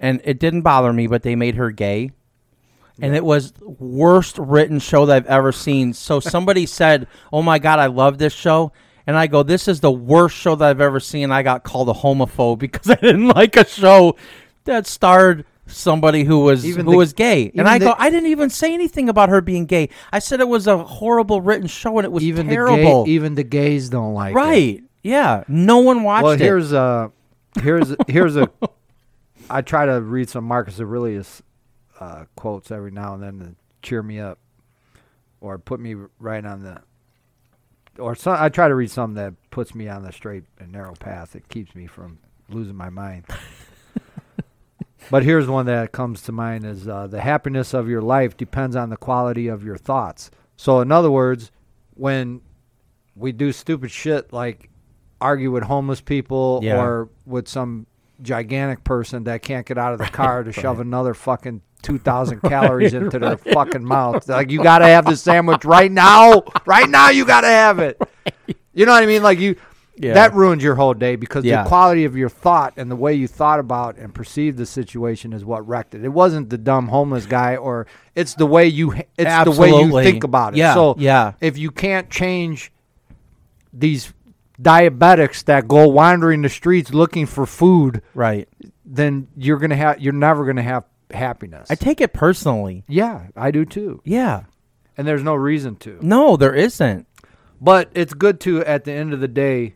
Speaker 5: and it didn't bother me, but they made her gay, and it was worst written show that I've ever seen. So somebody said, "Oh my god, I love this show." And I go, this is the worst show that I've ever seen. I got called a homophobe because I didn't like a show that starred somebody who was
Speaker 3: Even
Speaker 5: who
Speaker 3: the-
Speaker 5: was gay.
Speaker 3: even
Speaker 5: And I
Speaker 3: the-
Speaker 5: go, I didn't even say anything about her being gay. I said it was a horrible written show and it was
Speaker 3: Even
Speaker 5: terrible.
Speaker 3: the gay, even the gays don't like it.
Speaker 5: Right. Yeah. No one watched
Speaker 3: Well,
Speaker 5: it.
Speaker 3: here's a here's here's a. I try to read some Marcus Aurelius uh, quotes every now and then to cheer me up, or put me right on the. Or some, I try to read something that puts me on the straight and narrow path. It keeps me from losing my mind. but here's one that comes to mind: is uh, the happiness of your life depends on the quality of your thoughts. So, in other words, when we do stupid shit like argue with homeless people
Speaker 5: Yeah.
Speaker 3: or with some gigantic person that can't get out of the car to shove another fucking 2000 calories into their fucking mouth like you gotta have this sandwich right now right now you gotta have it you know what i mean like you
Speaker 5: Yeah.
Speaker 3: that ruins your whole day because
Speaker 5: Yeah.
Speaker 3: the quality of your thought and the way you thought about and perceived the situation is what wrecked it it wasn't the dumb homeless guy or it's the way you it's the way you
Speaker 5: Absolutely.
Speaker 3: think about it
Speaker 5: Yeah,
Speaker 3: so
Speaker 5: yeah.
Speaker 3: if you can't change these diabetics that go wandering the streets looking for food,
Speaker 5: right.
Speaker 3: then you're gonna have you're never gonna have happiness.
Speaker 5: I take it personally.
Speaker 3: yeah, I do too,
Speaker 5: Yeah.
Speaker 3: and there's no reason to.
Speaker 5: No, there isn't.
Speaker 3: But it's good to at the end of the day,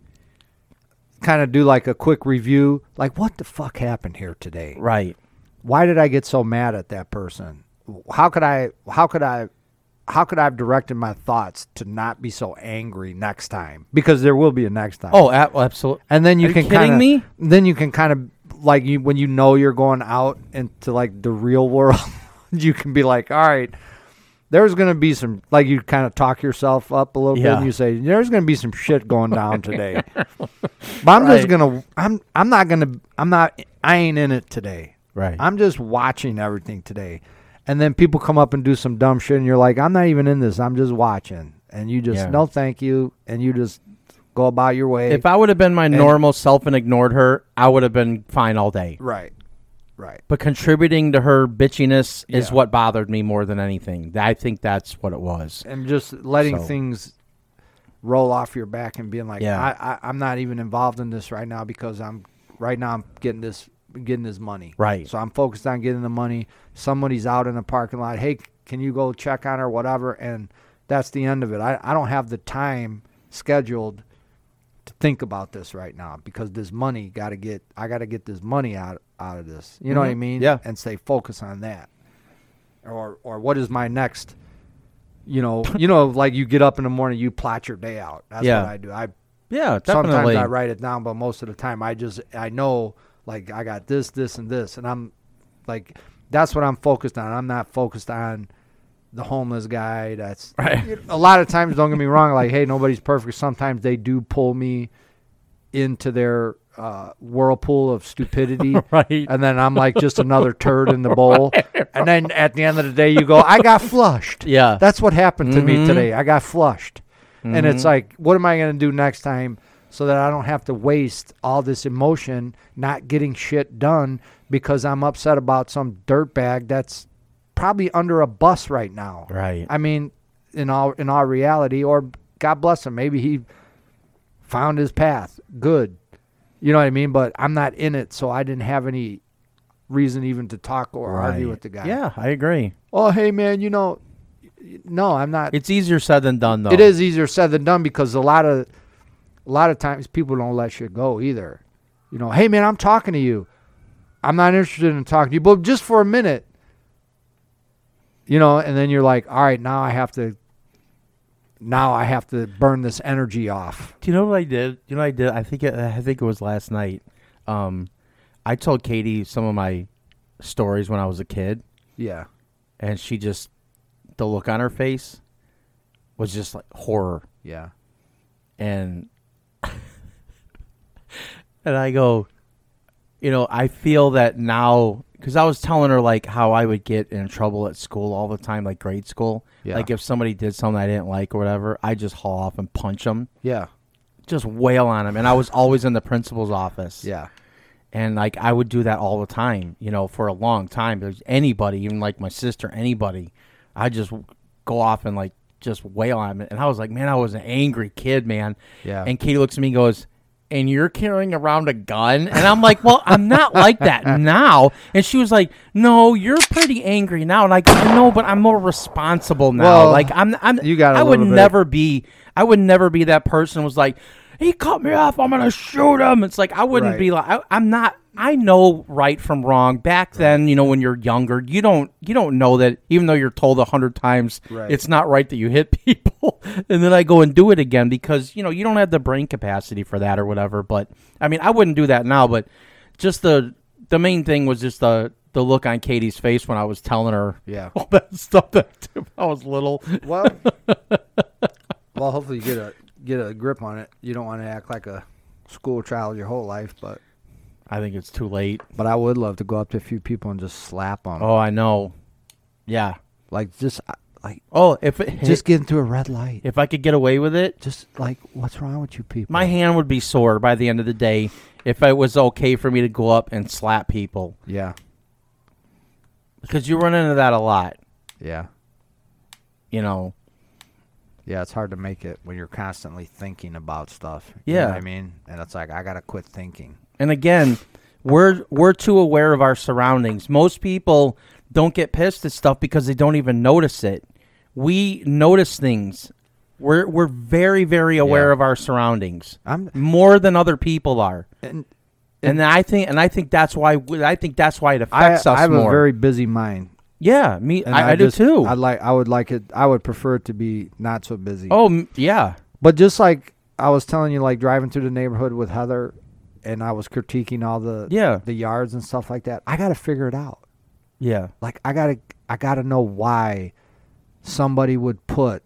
Speaker 3: kind of do like a quick review, like what the fuck happened here today?
Speaker 5: Right.
Speaker 3: Why did I get so mad at that person? How could I? How could I? How could I have directed my thoughts to not be so angry next time? Because there will be a next time.
Speaker 5: Oh, absolutely.
Speaker 3: and then you
Speaker 5: Are you
Speaker 3: can
Speaker 5: kidding
Speaker 3: kinda,
Speaker 5: me?
Speaker 3: Then you can kind of like you when you know you're going out into like the real world, you can be like, all right, there's gonna be some like you kind of talk yourself up a little bit,
Speaker 5: Yeah.
Speaker 3: and you say there's gonna be some shit going down today, but I'm just
Speaker 5: Right.
Speaker 3: gonna I'm I'm not gonna I'm not I ain't in it today.
Speaker 5: Right.
Speaker 3: I'm just watching everything today. And then people come up and do some dumb shit, and you're like, I'm not even in this. I'm just watching. And you just,
Speaker 5: Yeah.
Speaker 3: no, thank you. And you just go about your way.
Speaker 5: If I would have been my normal self and ignored her, I would have been fine all day.
Speaker 3: Right. Right.
Speaker 5: But contributing to her bitchiness is
Speaker 3: Yeah.
Speaker 5: what bothered me more than anything. I think that's what it was.
Speaker 3: And just letting
Speaker 5: So-
Speaker 3: things roll off your back and being like,
Speaker 5: Yeah.
Speaker 3: I, I, I'm not even involved in this right now because I'm right now I'm getting this getting this money.
Speaker 5: Right.
Speaker 3: So I'm focused on getting the money. Somebody's out in the parking lot. Hey, can you go check on her, whatever? And that's the end of it. I, I don't have the time scheduled to think about this right now because this money got to get I got to get this money out out of this. You know what I
Speaker 5: Mhm.
Speaker 3: mean?
Speaker 5: Yeah.
Speaker 3: And say focus on that. Or or what is my next you know, you know like you get up in the morning, you plot your day out. That's
Speaker 5: Yeah.
Speaker 3: what I do. I
Speaker 5: Yeah,
Speaker 3: sometimes
Speaker 5: definitely.
Speaker 3: I write it down, but most of the time I just I know like I got this, this, and this, and I'm like that's what I'm focused on. I'm not focused on the homeless guy. That's
Speaker 5: Right.
Speaker 3: You know, a lot of times. Don't get me wrong. Like hey, nobody's perfect. Sometimes they do pull me into their uh, whirlpool of stupidity,
Speaker 5: Right.
Speaker 3: And then I'm like just another turd in the bowl. And then at the end of the day, you go, I got flushed.
Speaker 5: Yeah. Mm-hmm.
Speaker 3: That's what happened to me today. I got flushed. And it's like, what am I going to do next time so that I don't have to waste all this emotion not getting shit done because I'm upset about some dirtbag that's probably under a bus right now?
Speaker 5: Right.
Speaker 3: I mean, in all in all reality, or God bless him, maybe he found his path. Good. You know what I mean? But I'm not in it, so I didn't have any reason even to talk or argue
Speaker 5: Right.
Speaker 3: with the guy.
Speaker 5: Yeah, I agree.
Speaker 3: Oh, hey man, you know, no, I'm not.
Speaker 5: It's easier said than done, though.
Speaker 3: It is easier said than done because a lot of a lot of times people don't let shit go either. You know, hey man, I'm talking to you. I'm not interested in talking to you, but just for a minute. You know, and then you're like, all right, now I have to now I have to burn this energy off.
Speaker 5: Do you know what I did? You know what I did? I think it, I think it was last night. Um, I told Katie some of my stories when I was a kid,
Speaker 3: Yeah.
Speaker 5: and she just the look on her face was just like horror,
Speaker 3: Yeah.
Speaker 5: and and I go, you know, I feel that now because I was telling her like how I would get in trouble at school all the time, like grade school.
Speaker 3: Yeah.
Speaker 5: Like if somebody did something I didn't like or whatever, I just haul off and punch them
Speaker 3: Yeah.
Speaker 5: just wail on him and i was always in the principal's office
Speaker 3: Yeah.
Speaker 5: and like i would do that all the time you know for a long time there's anybody even like my sister anybody i just w- go off and like just wail on him and i was like man i was an angry kid man
Speaker 3: Yeah.
Speaker 5: and katie looks at me and goes and you're carrying around a gun and i'm like well i'm not like that now and she was like no you're pretty angry now and i go no but i'm more responsible now
Speaker 3: Well,
Speaker 5: like i'm, I'm
Speaker 3: you got a
Speaker 5: i would
Speaker 3: little bit-
Speaker 5: never never be I would never be that person who was like, he cut me off, I'm gonna shoot him. It's like I wouldn't
Speaker 3: Right.
Speaker 5: be like I, I'm not I know right from wrong. Back then, you know, when you're younger, you don't you don't know that even though you're told a hundred times
Speaker 3: Right.
Speaker 5: it's not right that you hit people and then I go and do it again because, you know, you don't have the brain capacity for that or whatever. But I mean I wouldn't do that now, but just the the main thing was just the the look on Katie's face when I was telling her
Speaker 3: Yeah.
Speaker 5: all that stuff that I did when I was little.
Speaker 3: Well, well, hopefully you get a get a grip on it. You don't want to act like a school child your whole life, but
Speaker 5: I think it's too late.
Speaker 3: but I would love to go up to a few people and just slap them,
Speaker 5: Oh, I know. Yeah.
Speaker 3: like just uh, like
Speaker 5: Oh, if it,
Speaker 3: just getting through a red light.
Speaker 5: if I could get away with it,
Speaker 3: Just like what's wrong with you people?
Speaker 5: my hand would be sore by the end of the day if it was okay for me to go up and slap people
Speaker 3: yeah,
Speaker 5: because you run into that a lot,
Speaker 3: yeah,
Speaker 5: you know.
Speaker 3: yeah. It's hard to make it when you're constantly thinking about stuff. You
Speaker 5: Yeah.
Speaker 3: know what I mean, and it's like I gotta quit thinking.
Speaker 5: And again, we're we're too aware of our surroundings. Most people don't get pissed at stuff because they don't even notice it. We notice things. We're we're very very aware
Speaker 3: Yeah.
Speaker 5: of our surroundings.
Speaker 3: I'm-
Speaker 5: more than other people are.
Speaker 3: And
Speaker 5: and I think and I think that's why we- I think that's why it
Speaker 3: I,
Speaker 5: affects us
Speaker 3: I have
Speaker 5: more.
Speaker 3: a very busy mind.
Speaker 5: yeah, me
Speaker 3: and
Speaker 5: I, I, do
Speaker 3: just-
Speaker 5: too.
Speaker 3: I'd like I would like it. I would prefer it to be not so busy.
Speaker 5: oh m- yeah,
Speaker 3: But just like I was telling you, like driving through the neighborhood with Heather, and I was critiquing all the
Speaker 5: Yeah.
Speaker 3: the yards and stuff like that. I got to figure it out.
Speaker 5: yeah,
Speaker 3: Like I gotta I gotta know why somebody would put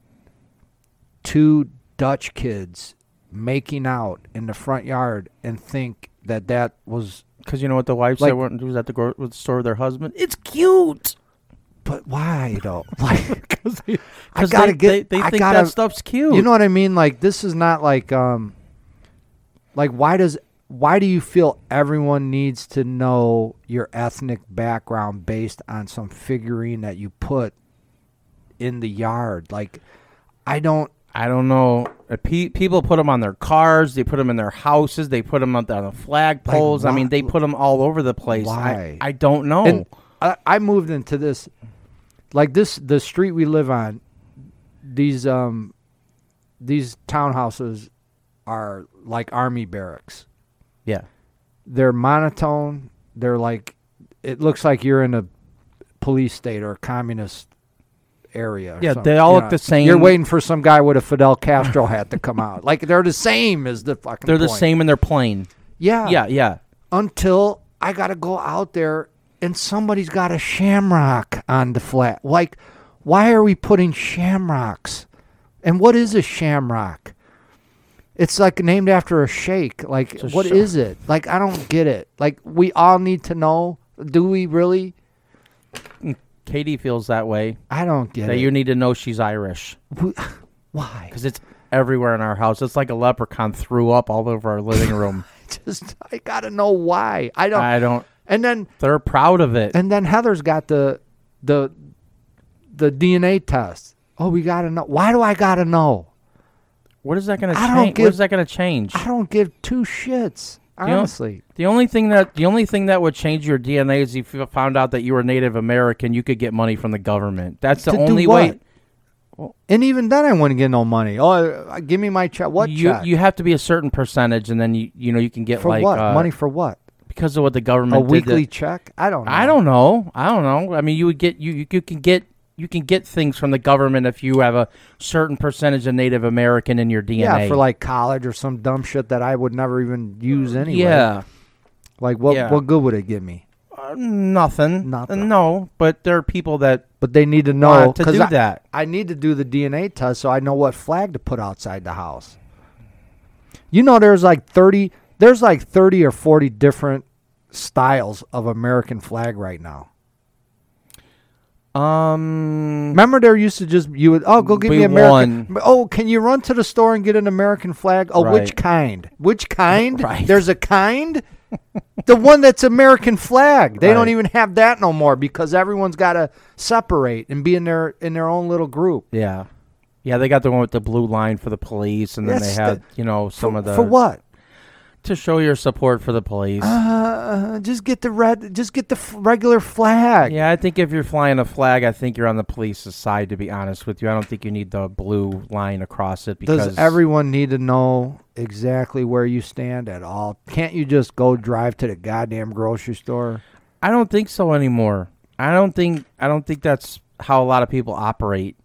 Speaker 3: two Dutch kids making out in the front yard and think that that was.
Speaker 5: because you know what the wife
Speaker 3: Like-
Speaker 5: said when she was at the, gro- with the store with their husband. It's cute.
Speaker 3: But why though? Like
Speaker 5: Because they,
Speaker 3: I gotta
Speaker 5: they,
Speaker 3: get-
Speaker 5: They,
Speaker 3: I
Speaker 5: think
Speaker 3: gotta-
Speaker 5: that stuff's cute.
Speaker 3: you know what I mean? Like this is not like um like why does why do you feel everyone needs to know your ethnic background based on some figurine that you put in the yard? Like I don't
Speaker 5: I don't know. Uh, Pe- people put them on their cars. They put them in their houses. They put them on the, on the flagpoles. I
Speaker 3: why-
Speaker 5: mean, they put them all over the place.
Speaker 3: Why?
Speaker 5: I, I don't know.
Speaker 3: and I, I moved into this like this the street we live on these um these townhouses are like army barracks.
Speaker 5: yeah,
Speaker 3: they're monotone. They're like, it looks like you're in a police state or a communist area. or
Speaker 5: Yeah,
Speaker 3: something,
Speaker 5: they all
Speaker 3: you
Speaker 5: look the same.
Speaker 3: You're waiting for some guy with a Fidel Castro hat to come out. Like they're the same as the fucking.
Speaker 5: they're the
Speaker 3: point.
Speaker 5: same in their plane.
Speaker 3: Yeah,
Speaker 5: Yeah, yeah.
Speaker 3: Until I gotta go out there and somebody's got a shamrock on the flat. Like, why are we putting shamrocks? And what is a shamrock? It's like named after a shake. Like, what
Speaker 5: a
Speaker 3: is
Speaker 5: sha-
Speaker 3: it? Like, I don't get it. Like, we all need to know. Do we really?
Speaker 5: Katie feels that way.
Speaker 3: I don't get
Speaker 5: That
Speaker 3: it.
Speaker 5: you need to know she's Irish.
Speaker 3: We- why?
Speaker 5: because it's everywhere in our house. It's like a leprechaun threw up all over our living room.
Speaker 3: Just I gotta know why. I don't.
Speaker 5: I don't.
Speaker 3: and then
Speaker 5: They're proud of it.
Speaker 3: and then Heather's got the the the DNA test. Oh, we gotta know. Why do I gotta know?
Speaker 5: What is that going to
Speaker 3: I don't
Speaker 5: change?
Speaker 3: give-
Speaker 5: What is that going to change?
Speaker 3: I don't give two shits.
Speaker 5: You know,
Speaker 3: Honestly,
Speaker 5: the only thing that the only thing that would change your DNA is if you found out that you were Native American, you could get money from the government. That's the
Speaker 3: To do
Speaker 5: only way.
Speaker 3: what? and even then, I wouldn't get no money. Oh, uh, give me my check. What
Speaker 5: you
Speaker 3: check?
Speaker 5: you have to be a certain percentage, and then you you know you can get
Speaker 3: for
Speaker 5: like
Speaker 3: what?
Speaker 5: uh,
Speaker 3: money for what?
Speaker 5: because of what the government
Speaker 3: A
Speaker 5: did that-
Speaker 3: weekly check? I don't. know.
Speaker 5: I don't know. I don't know. I mean, you would get you you, you can get. You can get things from the government if you have a certain percentage of Native American in your DNA.
Speaker 3: Yeah, for like college or some dumb shit that I would never even use anyway.
Speaker 5: yeah,
Speaker 3: Like what?
Speaker 5: Yeah.
Speaker 3: What good would it give me?
Speaker 5: Uh, nothing,
Speaker 3: Nothing.
Speaker 5: No, but there are people that
Speaker 3: But they need to know
Speaker 5: want to
Speaker 3: 'cause
Speaker 5: do
Speaker 3: I,
Speaker 5: that.
Speaker 3: I need to do the DNA test so I know what flag to put outside the house. You know, there's like thirty. There's like thirty or forty different styles of American flag right now.
Speaker 5: Um,
Speaker 3: Remember, there used to just you would oh go give
Speaker 5: We
Speaker 3: me American. Oh, can you run to the store and get an American flag? Oh, which
Speaker 5: Right.
Speaker 3: kind? Which kind?
Speaker 5: Right.
Speaker 3: There's a kind. the one that's American flag. They don't
Speaker 5: Right.
Speaker 3: even have that no more because everyone's got to separate and be in their in their own little group.
Speaker 5: yeah, yeah. They got the one with the blue line for the police, and then
Speaker 3: That's
Speaker 5: they had you know some of the
Speaker 3: For what?
Speaker 5: to show your support for the police.
Speaker 3: Uh, just get the red. Just get the f- regular flag.
Speaker 5: yeah, I think if you're flying a flag, I think you're on the police's side. To be honest with you, I don't think you need the blue line across it because
Speaker 3: Does everyone need to know exactly where you stand at all? Can't you just go drive to the goddamn grocery store?
Speaker 5: I don't think so anymore. I don't think I don't think that's how a lot of people operate,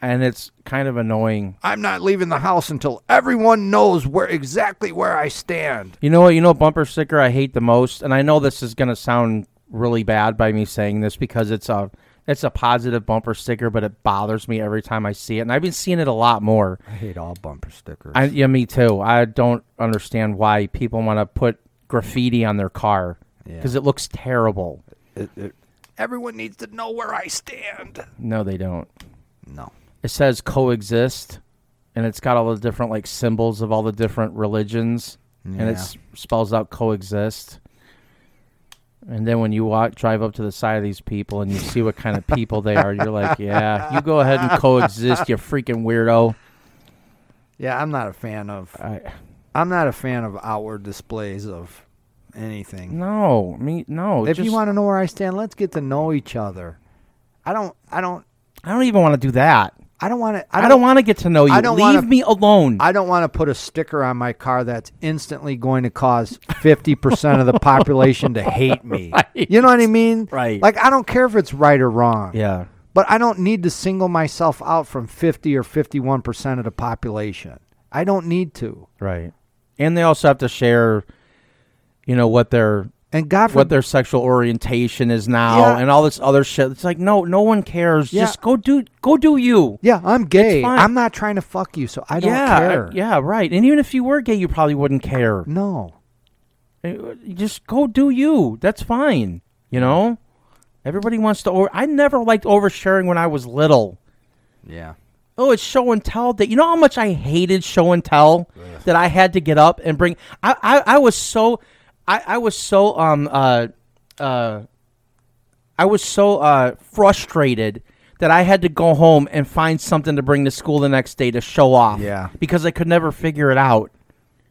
Speaker 5: and it's kind of annoying.
Speaker 3: I'm not leaving the house until everyone knows where exactly where I stand.
Speaker 5: You know what? You know what bumper sticker I hate the most, and I know this is gonna sound really bad by me saying this because it's a it's a positive bumper sticker, but it bothers me every time I see it, and I've been seeing it a lot more.
Speaker 3: I hate all bumper stickers.
Speaker 5: I, yeah, me too. I don't understand why people want to put graffiti on their car because it looks terrible.
Speaker 3: everyone needs to know where I stand.
Speaker 5: No, they don't.
Speaker 3: No.
Speaker 5: It says coexist, and it's got all the different like symbols of all the different religions, and it s- spells out coexist. And then when you walk, drive up to the side of these people and you see what kind of people they are, you're like, yeah, you go ahead and coexist, you freaking weirdo.
Speaker 3: Yeah, I'm not a fan of
Speaker 5: I,
Speaker 3: I'm not a fan of outward displays of anything.
Speaker 5: no, me no.
Speaker 3: if you
Speaker 5: just-
Speaker 3: want to know where I stand, let's get to know each other. I don't I don't
Speaker 5: I don't even want to do that.
Speaker 3: I don't want to
Speaker 5: I don't, want to get to know you.
Speaker 3: I don't
Speaker 5: Leave
Speaker 3: wanna-
Speaker 5: me alone.
Speaker 3: I don't want to put a sticker on my car that's instantly going to cause 50% of the population to hate me. You know what I mean?
Speaker 5: Right.
Speaker 3: Like, I don't care if it's right or wrong.
Speaker 5: yeah.
Speaker 3: But I don't need to single myself out from 50 or 51% of the population. I don't need to.
Speaker 5: Right. And they also have to share, you know, what their
Speaker 3: And God
Speaker 5: what
Speaker 3: forbid.
Speaker 5: their sexual orientation is now
Speaker 3: Yeah.
Speaker 5: and all this other shit. It's like no, no one cares.
Speaker 3: Yeah.
Speaker 5: Just go do go do you.
Speaker 3: Yeah, I'm gay.
Speaker 5: fine.
Speaker 3: I'm not trying to fuck you, so I don't
Speaker 5: yeah,
Speaker 3: care.
Speaker 5: yeah, right. And even if you were gay, you probably wouldn't care.
Speaker 3: No.
Speaker 5: Uh, Just go do you. That's fine. You know, everybody wants to. Over- I never liked oversharing when I was little.
Speaker 3: Yeah.
Speaker 5: Oh, it's show and tell day. You know how much I hated show and tell that I had to get up and bring. I I, I was so I, I was so um uh uh I was so uh frustrated that I had to go home and find something to bring to school the next day to show off.
Speaker 3: Yeah.
Speaker 5: because I could never figure it out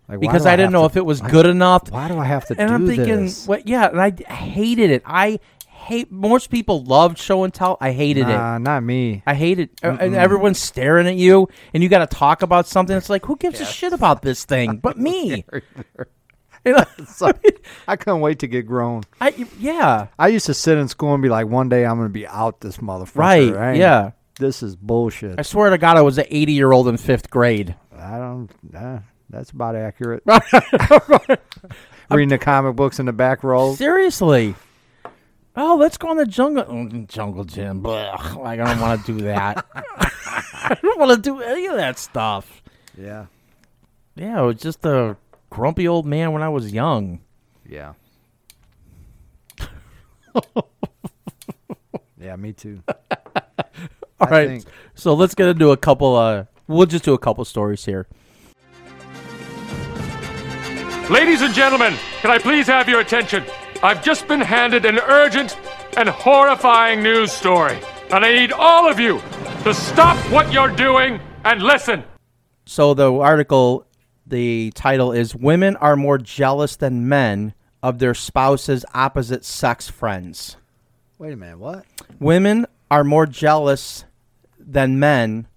Speaker 3: Like, why
Speaker 5: because
Speaker 3: do
Speaker 5: I didn't
Speaker 3: have
Speaker 5: know
Speaker 3: to-
Speaker 5: if it was good enough.
Speaker 3: Why do I have to
Speaker 5: and
Speaker 3: do
Speaker 5: I'm thinking,
Speaker 3: this?
Speaker 5: what? Yeah, and I d- hated it. I hate. Most people loved show and tell. I hated it.
Speaker 3: Nah, not me.
Speaker 5: I hate it. Uh, And everyone's staring at you, and you got to talk about something. It's like, who gives a shit about this thing but me? You know,
Speaker 3: Sorry. I couldn't wait to get grown.
Speaker 5: I, yeah,
Speaker 3: I used to sit in school and be like, one day I'm going to be out this motherfucker.
Speaker 5: right.
Speaker 3: I ain't-
Speaker 5: Yeah.
Speaker 3: This is bullshit.
Speaker 5: I swear to God, I was an 80 year old in fifth grade.
Speaker 3: I don't. Uh, that's about accurate. Reading the comic books in the back row.
Speaker 5: Seriously. Oh, let's go on the jungle mm, jungle gym. Blah. Like I don't want to do that. I don't want to do any of that stuff.
Speaker 3: Yeah.
Speaker 5: Yeah, I was just a grumpy old man when I was young.
Speaker 3: Yeah. yeah, me too.
Speaker 5: All right,
Speaker 3: think-
Speaker 5: So let's get into a couple. Uh, we'll just do a couple stories here.
Speaker 6: Ladies and gentlemen, can I please have your attention? I've just been handed an urgent and horrifying news story, and I need all of you to stop what you're doing and listen.
Speaker 5: So the article, the title is "Women Are More Jealous Than Men of Their Spouses' Opposite Sex Friends."
Speaker 3: Wait a minute, what?
Speaker 5: Women are more jealous than men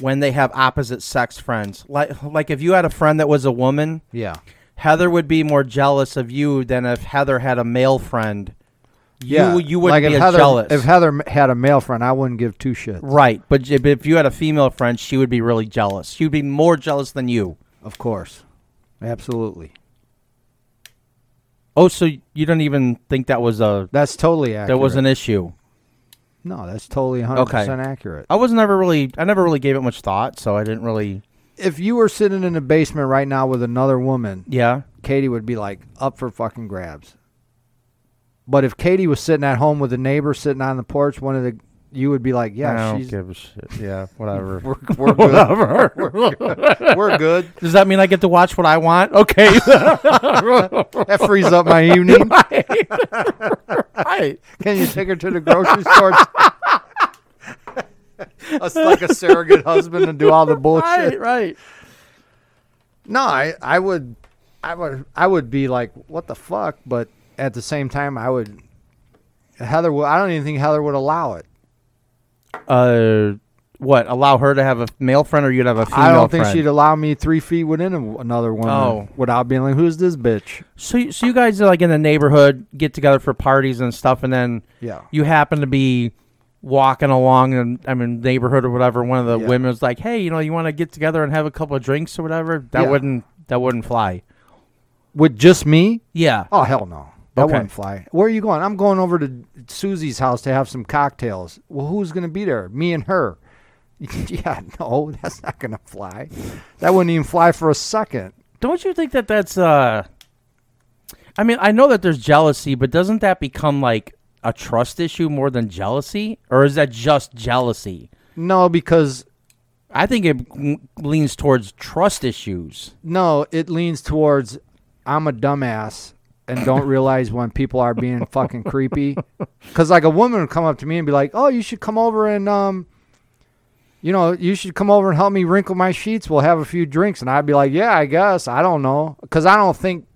Speaker 5: when they have opposite sex friends. Like, like if you had a friend that was a woman,
Speaker 3: Yeah.
Speaker 5: Heather would be more jealous of you than if Heather had a male friend.
Speaker 3: yeah.
Speaker 5: You, you wouldn't
Speaker 3: like
Speaker 5: be
Speaker 3: if
Speaker 5: as
Speaker 3: Heather,
Speaker 5: jealous.
Speaker 3: If Heather m- had a male friend, I wouldn't give two shits.
Speaker 5: right, but j- but if you had a female friend, she would be really jealous. She would be more jealous than you.
Speaker 3: Of course. Absolutely.
Speaker 5: Oh, so you don't even think that was a
Speaker 3: That's totally accurate.
Speaker 5: that was an issue.
Speaker 3: No, that's totally 100%
Speaker 5: Okay.
Speaker 3: accurate.
Speaker 5: I was never really I never really gave it much thought, so I didn't really
Speaker 3: If you were sitting in the basement right now with another woman,
Speaker 5: yeah.
Speaker 3: Katie would be like up for fucking grabs. But if Katie was sitting at home with a neighbor sitting on the porch, one of the you would be like,
Speaker 5: I
Speaker 3: yeah,
Speaker 5: don't
Speaker 3: she's
Speaker 5: give a shit. Yeah, whatever.
Speaker 3: we're, we're good. we're good.
Speaker 5: Does that mean I get to watch what I want? Okay.
Speaker 3: That frees up my evening.
Speaker 5: right.
Speaker 3: Can you take her to the grocery store? It's like a surrogate husband and do all the bullshit.
Speaker 5: Right, right.
Speaker 3: No, I, I would, I would, I would be like, what the fuck? But at the same time, I would. Heather, would, I don't even think Heather would allow it.
Speaker 5: Uh what? Allow her to have a male friend or you'd have a female
Speaker 3: I don't think
Speaker 5: friend?
Speaker 3: she'd allow me three feet within a, another woman
Speaker 5: Oh.
Speaker 3: without being like, "Who's this bitch?"
Speaker 5: So, you- so you guys are like in the neighborhood, get together for parties and stuff, and then
Speaker 3: Yeah.
Speaker 5: you happen to be walking along, and I mean neighborhood or whatever. One of the
Speaker 3: Yeah.
Speaker 5: women's like, "Hey, you know, you want to get together and have a couple of drinks or whatever?" That
Speaker 3: Yeah.
Speaker 5: wouldn't that wouldn't fly.
Speaker 3: With just me?
Speaker 5: Yeah.
Speaker 3: Oh hell no, that
Speaker 5: Okay.
Speaker 3: wouldn't fly. Where are you going? I'm going over to Susie's house to have some cocktails. Well, who's gonna be there? Me and her. yeah, no, that's not gonna fly. That wouldn't even fly for a second.
Speaker 5: Don't you think that that's uh? I mean, I know that there's jealousy, but doesn't that become like a trust issue more than jealousy, or is that just jealousy?
Speaker 3: No, because
Speaker 5: I think it m- leans towards trust issues.
Speaker 3: no, it leans towards I'm a dumbass and don't realize when people are being fucking creepy. Cause like a woman would come up to me and be like, "Oh, you should come over and um, you know, you should come over and help me wrinkle my sheets. We'll have a few drinks." And I'd be like, "Yeah, I guess. I don't know, cause I don't think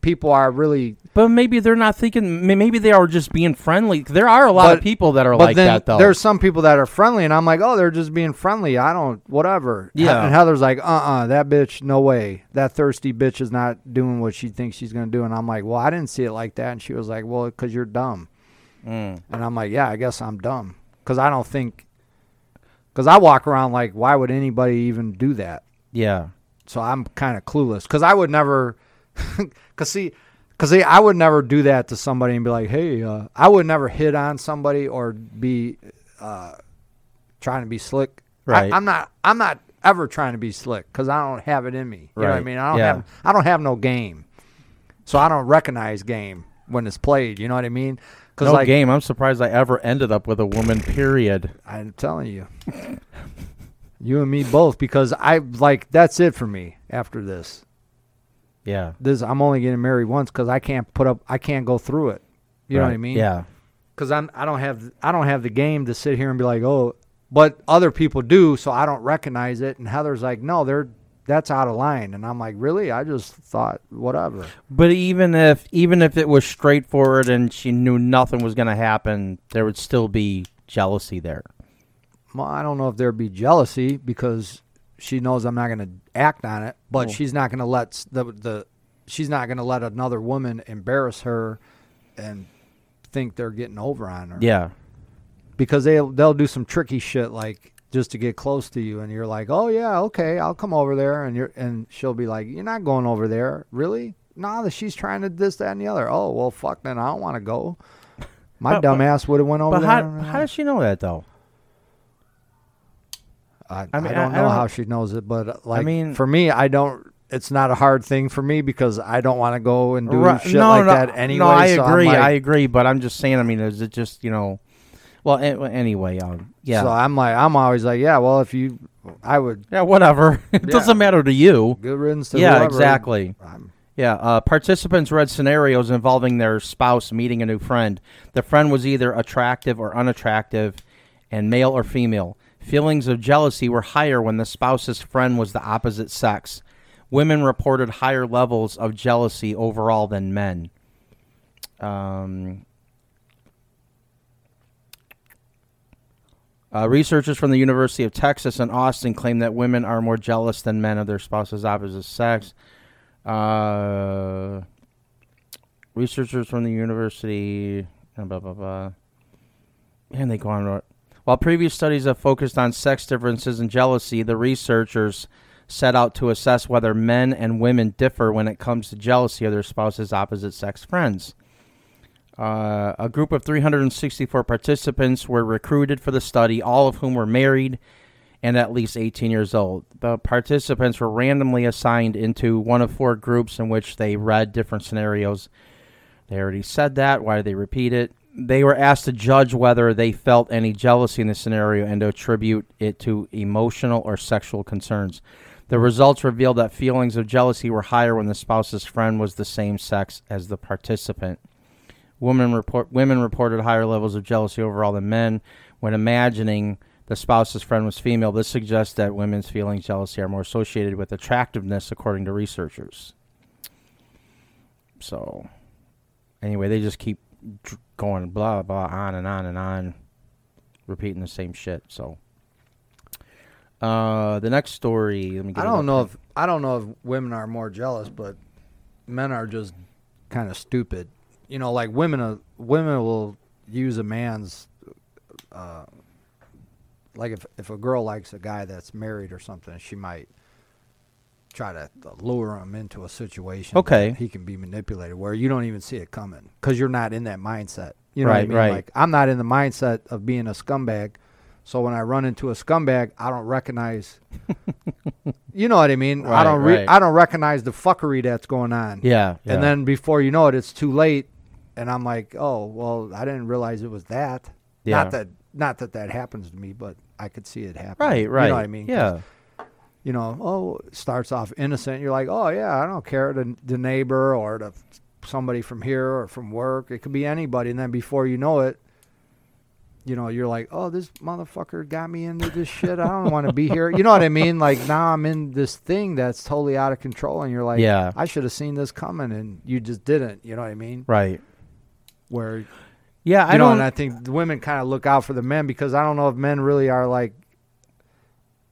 Speaker 3: people are really."
Speaker 5: But maybe they're not thinking. may- Maybe they are just being friendly. There are a lot of
Speaker 3: But-
Speaker 5: people that are
Speaker 3: but
Speaker 5: like
Speaker 3: then
Speaker 5: that, though.
Speaker 3: there's some people that are friendly, and I'm like, "Oh, they're just being friendly. I don't, whatever."
Speaker 5: Yeah.
Speaker 3: And Heather's like, "Uh-uh, that bitch, no way. That thirsty bitch is not doing what she thinks she's gonna do." And I'm like, "Well, I didn't see it like that." And she was like, "Well, because you're dumb."
Speaker 5: Mm.
Speaker 3: And I'm like, "Yeah, I guess I'm dumb because I don't think." Because I walk around like, why would anybody even do that?
Speaker 5: yeah,
Speaker 3: so I'm kind of clueless because I would never, because see, because see, I would never do that to somebody and be like, hey, uh, I would never hit on somebody or be uh, trying to be slick. I-
Speaker 5: Right.
Speaker 3: I'm not. I'm not ever trying to be slick because I don't have it in me. You know what I
Speaker 5: Right.
Speaker 3: mean? I don't
Speaker 5: Yeah.
Speaker 3: have. I don't have no game, so I don't recognize game when it's played. You know what I mean? Because
Speaker 5: no
Speaker 3: like
Speaker 5: game. I'm surprised I ever ended up with a woman. Period.
Speaker 3: I'm telling you. You and me both, because I like that's it for me after this.
Speaker 5: Yeah.
Speaker 3: this I'm only getting married once because I can't put up I can't go through it. You know what I
Speaker 5: Right.
Speaker 3: mean?
Speaker 5: Yeah.
Speaker 3: Because I'm I don't have I don't have the game to sit here and be like oh, but other people do, so I don't recognize it. And Heather's like, no, they're that's out of line, and I'm like, really? I just thought whatever.
Speaker 5: But even if even if it was straightforward and she knew nothing was going to happen, there would still be jealousy there.
Speaker 3: Well, I don't know if there'd be jealousy because she knows I'm not going to act on it, but
Speaker 5: Oh.
Speaker 3: she's not going to let s- the the she's not going to let another woman embarrass her and think they're getting over on her.
Speaker 5: Yeah.
Speaker 3: because they they'll do some tricky shit like just to get close to you and you're like, "Oh yeah, okay, I'll come over there." And you're and she'll be like, "You're not going over there, really?" Nah, that she's trying to this that and the other. Oh, well fuck then, I don't want to go. My dumb ass would have went over
Speaker 5: But
Speaker 3: there.
Speaker 5: how
Speaker 3: and-
Speaker 5: how does she know that though?
Speaker 3: I,
Speaker 5: I mean,
Speaker 3: I don't
Speaker 5: I- I
Speaker 3: know
Speaker 5: don't-
Speaker 3: how she knows it, but uh, like
Speaker 5: mean-
Speaker 3: for me, I don't it's not a hard thing for me because I don't want to go and do
Speaker 5: Right.
Speaker 3: shit like that anyway.
Speaker 5: No, I
Speaker 3: so I'm
Speaker 5: agree.
Speaker 3: like-
Speaker 5: I agree. But I'm just saying. I mean, is it just you know? Well, an- anyway, um, yeah,
Speaker 3: So I'm like I'm always like, yeah, well, if you I would
Speaker 5: yeah, whatever. it doesn't matter to you.
Speaker 3: good riddance to
Speaker 5: yeah,
Speaker 3: whoever.
Speaker 5: exactly.
Speaker 3: I'm-
Speaker 5: Yeah, uh, participants read scenarios involving their spouse meeting a new friend. The friend was either attractive or unattractive, and male or female. Feelings of jealousy were higher when the spouse's friend was the opposite sex. Women reported higher levels of jealousy overall than men. Um, Uh, researchers from the University of Texas and Austin claim that women are more jealous than men of their spouse's opposite sex. Uh, researchers from the university, blah, blah, blah, blah. And they go on. to- While previous studies have focused on sex differences and jealousy, the researchers set out to assess whether men and women differ when it comes to jealousy of their spouse's opposite sex friends. Uh, a group of 364 participants were recruited for the study, all of whom were married and at least 18 years old. The participants were randomly assigned into one of four groups in which they read different scenarios. They already said that. Why did they repeat it? They were asked to judge whether they felt any jealousy in the scenario and to attribute it to emotional or sexual concerns. The results revealed that feelings of jealousy were higher when the spouse's friend was the same sex as the participant. Women report women reported higher levels of jealousy overall than men. When imagining the spouse's friend was female, this suggests that women's feelings jealousy are more associated with attractiveness, according to researchers. So, anyway, they just keep dr- going blah blah on and on and on, repeating the same shit. So, uh, the next story. Let me. Get
Speaker 3: I
Speaker 5: it up
Speaker 3: don't know
Speaker 5: here.
Speaker 3: if I don't know if women are more jealous, but men are just kind of stupid. You know, like women uh, women will use a man's uh, like if if a girl likes a guy that's married or something, she might try to lure him into a situation. that
Speaker 5: Okay.
Speaker 3: he can be manipulated where you don't even see it coming because you're not in that mindset. You know what I
Speaker 5: Right,
Speaker 3: mean?
Speaker 5: right.
Speaker 3: Like I'm not in the mindset of being a scumbag. So when I run into a scumbag, I don't recognize you know what I mean.
Speaker 5: Right,
Speaker 3: I don't re-
Speaker 5: right.
Speaker 3: I don't recognize the fuckery that's going on.
Speaker 5: Yeah, yeah.
Speaker 3: And then before you know it, it's too late, and I'm like, oh well, I didn't realize it was that.
Speaker 5: Yeah.
Speaker 3: Not that not that that happens to me, but I could see it happen.
Speaker 5: right, right.
Speaker 3: You know what I mean? 'Cause,
Speaker 5: Yeah,
Speaker 3: You know, oh, it starts off innocent. You're like, oh yeah, I don't care the the neighbor or the somebody from here or from work. It could be anybody, and then before you know it. You know, you're like, oh, this motherfucker got me into this shit. I don't want to be here. You know what I mean? Like now I'm in this thing that's totally out of control, and you're like,
Speaker 5: Yeah.
Speaker 3: I should have seen this coming, and you just didn't. You know what I mean?
Speaker 5: right.
Speaker 3: where you
Speaker 5: Yeah, I
Speaker 3: know,
Speaker 5: don't.
Speaker 3: and I think the women kind of look out for the men because I don't know if men really are like.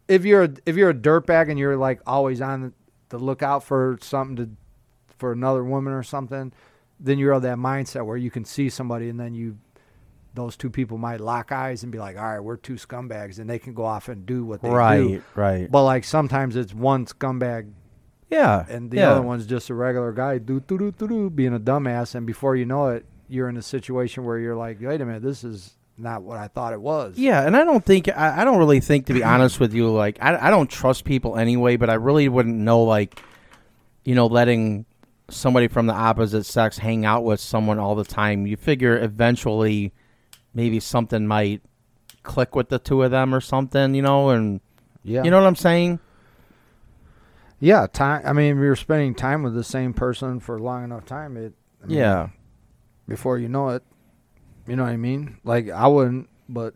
Speaker 3: If you're a, if you're a dirtbag and you're like always on the lookout for something to, for another woman or something, then you're of that mindset where you can see somebody and then you, those two people might lock eyes and be like, all right, we're two scumbags, and they can go off and do what they
Speaker 5: right,
Speaker 3: do.
Speaker 5: right.
Speaker 3: But like sometimes it's one scumbag
Speaker 5: yeah,
Speaker 3: and the
Speaker 5: yeah.
Speaker 3: other one's just a regular guy doo doo doo doo doo being a dumbass and before you know it you're in a situation where you're like wait a minute this is not what i thought it was
Speaker 5: Yeah, and I don't think I, I don't really think to be honest with you, like I, I don't trust people anyway, but I really wouldn't know like you know, letting somebody from the opposite sex hang out with someone all the time. You figure eventually maybe something might click with the two of them or something, you know, and
Speaker 3: yeah
Speaker 5: you know what I'm saying?
Speaker 3: yeah time i mean we were spending time with the same person for a long enough time it I mean,
Speaker 5: Yeah.
Speaker 3: before you know it you know what i mean like i wouldn't but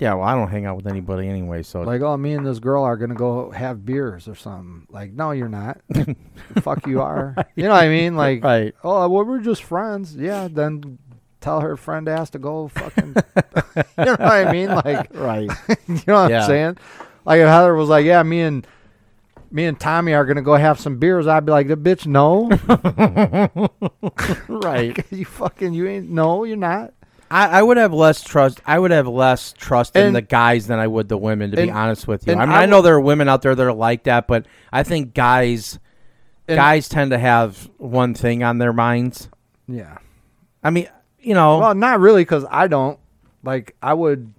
Speaker 5: Yeah, well I don't hang out with anybody anyway, so
Speaker 3: like oh me and this girl are gonna go have beers or something like no you're not the fuck you are you know what i mean like
Speaker 5: Right.
Speaker 3: oh well we're just friends yeah then tell her friend ass to go fucking you know what i mean like
Speaker 5: Right.
Speaker 3: you know what
Speaker 5: Yeah.
Speaker 3: i'm saying like if heather was like yeah me and me and tommy are gonna go have some beers i'd be like the bitch no
Speaker 5: right.
Speaker 3: you fucking you ain't no you're not
Speaker 5: I, I would have less trust. I would have less trust in
Speaker 3: And-
Speaker 5: the guys than I would the women. To be
Speaker 3: and-
Speaker 5: honest with you,
Speaker 3: and
Speaker 5: I mean,
Speaker 3: I
Speaker 5: I, know
Speaker 3: would-
Speaker 5: there are women out there that are like that, but I think guys,
Speaker 3: And-
Speaker 5: guys tend to have one thing on their minds.
Speaker 3: yeah
Speaker 5: I mean, you know,
Speaker 3: Well, not really, because I don't. Like, I would,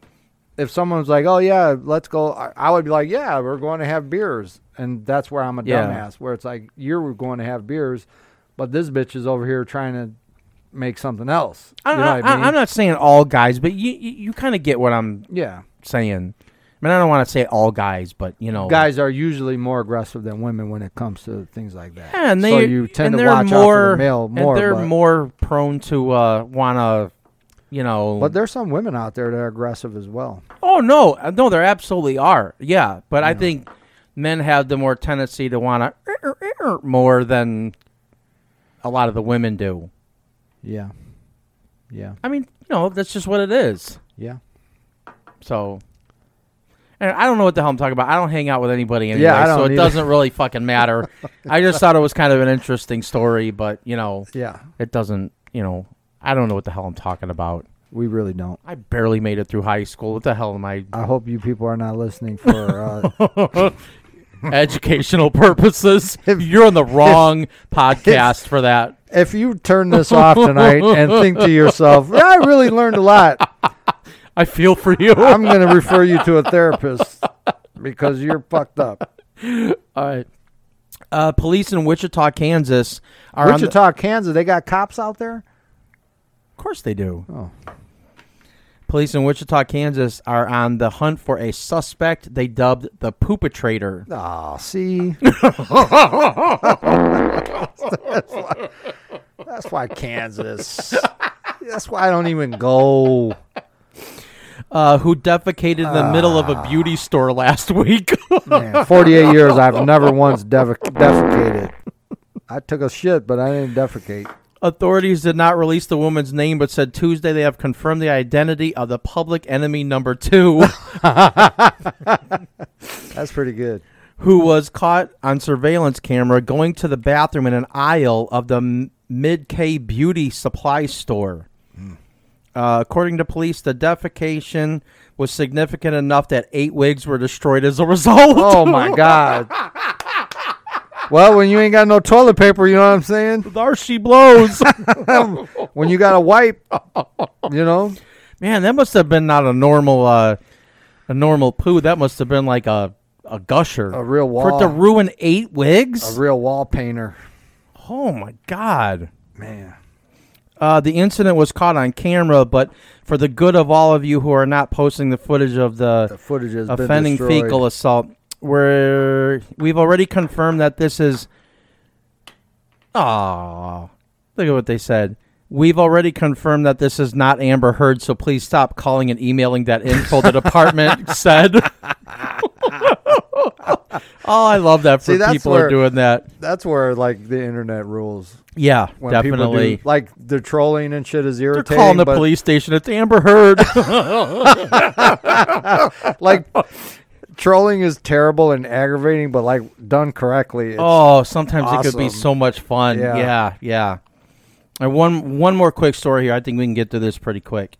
Speaker 3: if someone was like, "Oh yeah, let's go," I, I would be like, "Yeah, we're going to have beers," and that's where I'm a
Speaker 5: Yeah.
Speaker 3: dumbass, where it's like you're going to have beers, but this bitch is over here trying to make something else.
Speaker 5: I,
Speaker 3: you know what I mean?
Speaker 5: am not saying all guys, but you you, you kind of get what I'm
Speaker 3: yeah,
Speaker 5: saying. I mean, I don't want to say all guys, but you know,
Speaker 3: guys are usually more aggressive than women when it comes to things like that.
Speaker 5: Yeah, and they
Speaker 3: so you tend
Speaker 5: and
Speaker 3: to
Speaker 5: they're
Speaker 3: watch out
Speaker 5: more
Speaker 3: for the male more.
Speaker 5: and they're
Speaker 3: but-
Speaker 5: more prone to uh, want to you know.
Speaker 3: But there's some women out there that are aggressive as well.
Speaker 5: Oh no, Uh, no, there absolutely are. Yeah, but I think men have the more tendency to want to more than a lot of the women do.
Speaker 3: Yeah. Yeah.
Speaker 5: I mean, you know, that's just what it is.
Speaker 3: Yeah.
Speaker 5: So, and I don't know what the hell I'm talking about. I don't hang out with anybody anyway,
Speaker 3: I
Speaker 5: so
Speaker 3: don't
Speaker 5: it
Speaker 3: either.
Speaker 5: doesn't really fucking matter. I just thought it was kind of an interesting story, but you know,
Speaker 3: Yeah.
Speaker 5: it doesn't. You know, I don't know what the hell I'm talking about.
Speaker 3: We really don't.
Speaker 5: I barely made it through high school. What the hell am I?
Speaker 3: I hope you people are not listening for uh,
Speaker 5: educational purposes.
Speaker 3: If-
Speaker 5: You're on the wrong podcast for that.
Speaker 3: if you turn this off tonight and think to yourself, "Yeah, I really learned a lot.
Speaker 5: I feel for you.
Speaker 3: I'm going to refer you to a therapist because you're fucked up.
Speaker 5: All right. Uh, police in Wichita, Kansas are on the-
Speaker 3: Wichita, Kansas, they got cops out there?
Speaker 5: of course they do.
Speaker 3: Oh.
Speaker 5: Police in Wichita, Kansas are on the hunt for a suspect they dubbed the poopatrator.
Speaker 3: Oh, see. that's, why, that's why Kansas. That's why I don't even go.
Speaker 5: Uh, who defecated in the middle
Speaker 3: Ah.
Speaker 5: of a beauty store last week.
Speaker 3: Man, 48 years, I've never once def- defecated. I took a shit, but I didn't defecate.
Speaker 5: Authorities did not release the woman's name, but said Tuesday they have confirmed the identity of the public enemy number two.
Speaker 3: That's pretty good.
Speaker 5: who was caught on surveillance camera going to the bathroom in an aisle of the Mid K beauty supply store.
Speaker 3: Hmm.
Speaker 5: Uh, according to police, the defecation was significant enough that eight wigs were destroyed as a result.
Speaker 3: Oh, my God. Well, when you ain't got no toilet paper, you know what I'm saying?
Speaker 5: There she blows.
Speaker 3: When you got a wipe, you know?
Speaker 5: Man, that must have been not a normal, uh, a normal poo. That must have been like a a gusher,
Speaker 3: A real
Speaker 5: for it to
Speaker 3: wall.
Speaker 5: ruin eight wigs.
Speaker 3: A real wall painter.
Speaker 5: oh my god.
Speaker 3: Man.
Speaker 5: Uh, the incident was caught on camera, but for the good of all of you who are not posting the footage of the,
Speaker 3: The footage has been
Speaker 5: offending
Speaker 3: destroyed.
Speaker 5: fecal assault, we're, we've already confirmed that this is. Aw. Look at what they said. We've already confirmed that this is not Amber Heard, so please stop calling and emailing that info the department said. oh, I love that for
Speaker 3: See, that's
Speaker 5: people are
Speaker 3: where-
Speaker 5: doing that.
Speaker 3: That's where like the internet rules.
Speaker 5: Yeah,
Speaker 3: When people
Speaker 5: definitely.
Speaker 3: do, like the trolling and shit is
Speaker 5: They're
Speaker 3: irritating.
Speaker 5: calling the
Speaker 3: but,
Speaker 5: police station. It's Amber Heard.
Speaker 3: Like trolling is terrible and aggravating, but like done correctly, it's,
Speaker 5: Oh, sometimes it could be
Speaker 3: awesome.
Speaker 5: so much fun. Yeah,
Speaker 3: Yeah.
Speaker 5: yeah. And one one more quick story here. I think we can get through this pretty quick.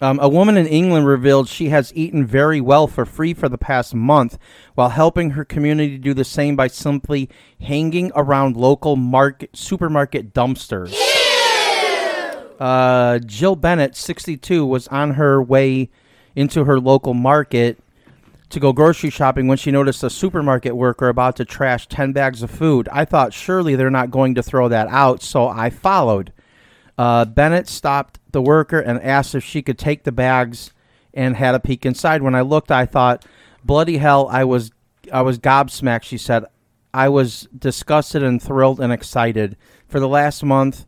Speaker 5: Um, a woman in England revealed she has eaten very well for free for the past month, while helping her community do the same by simply hanging around local market supermarket dumpsters. Uh, Jill Bennett, 62, was on her way into her local market to go grocery shopping when she noticed a supermarket worker about to trash 10 bags of food. I thought, surely they're not going to throw that out, so I followed. Uh, Bennett stopped the worker and asked if she could take the bags and had a peek inside. When I looked, I thought, bloody hell, I was, I was gobsmacked, she said. I was disgusted and thrilled and excited. For the last month,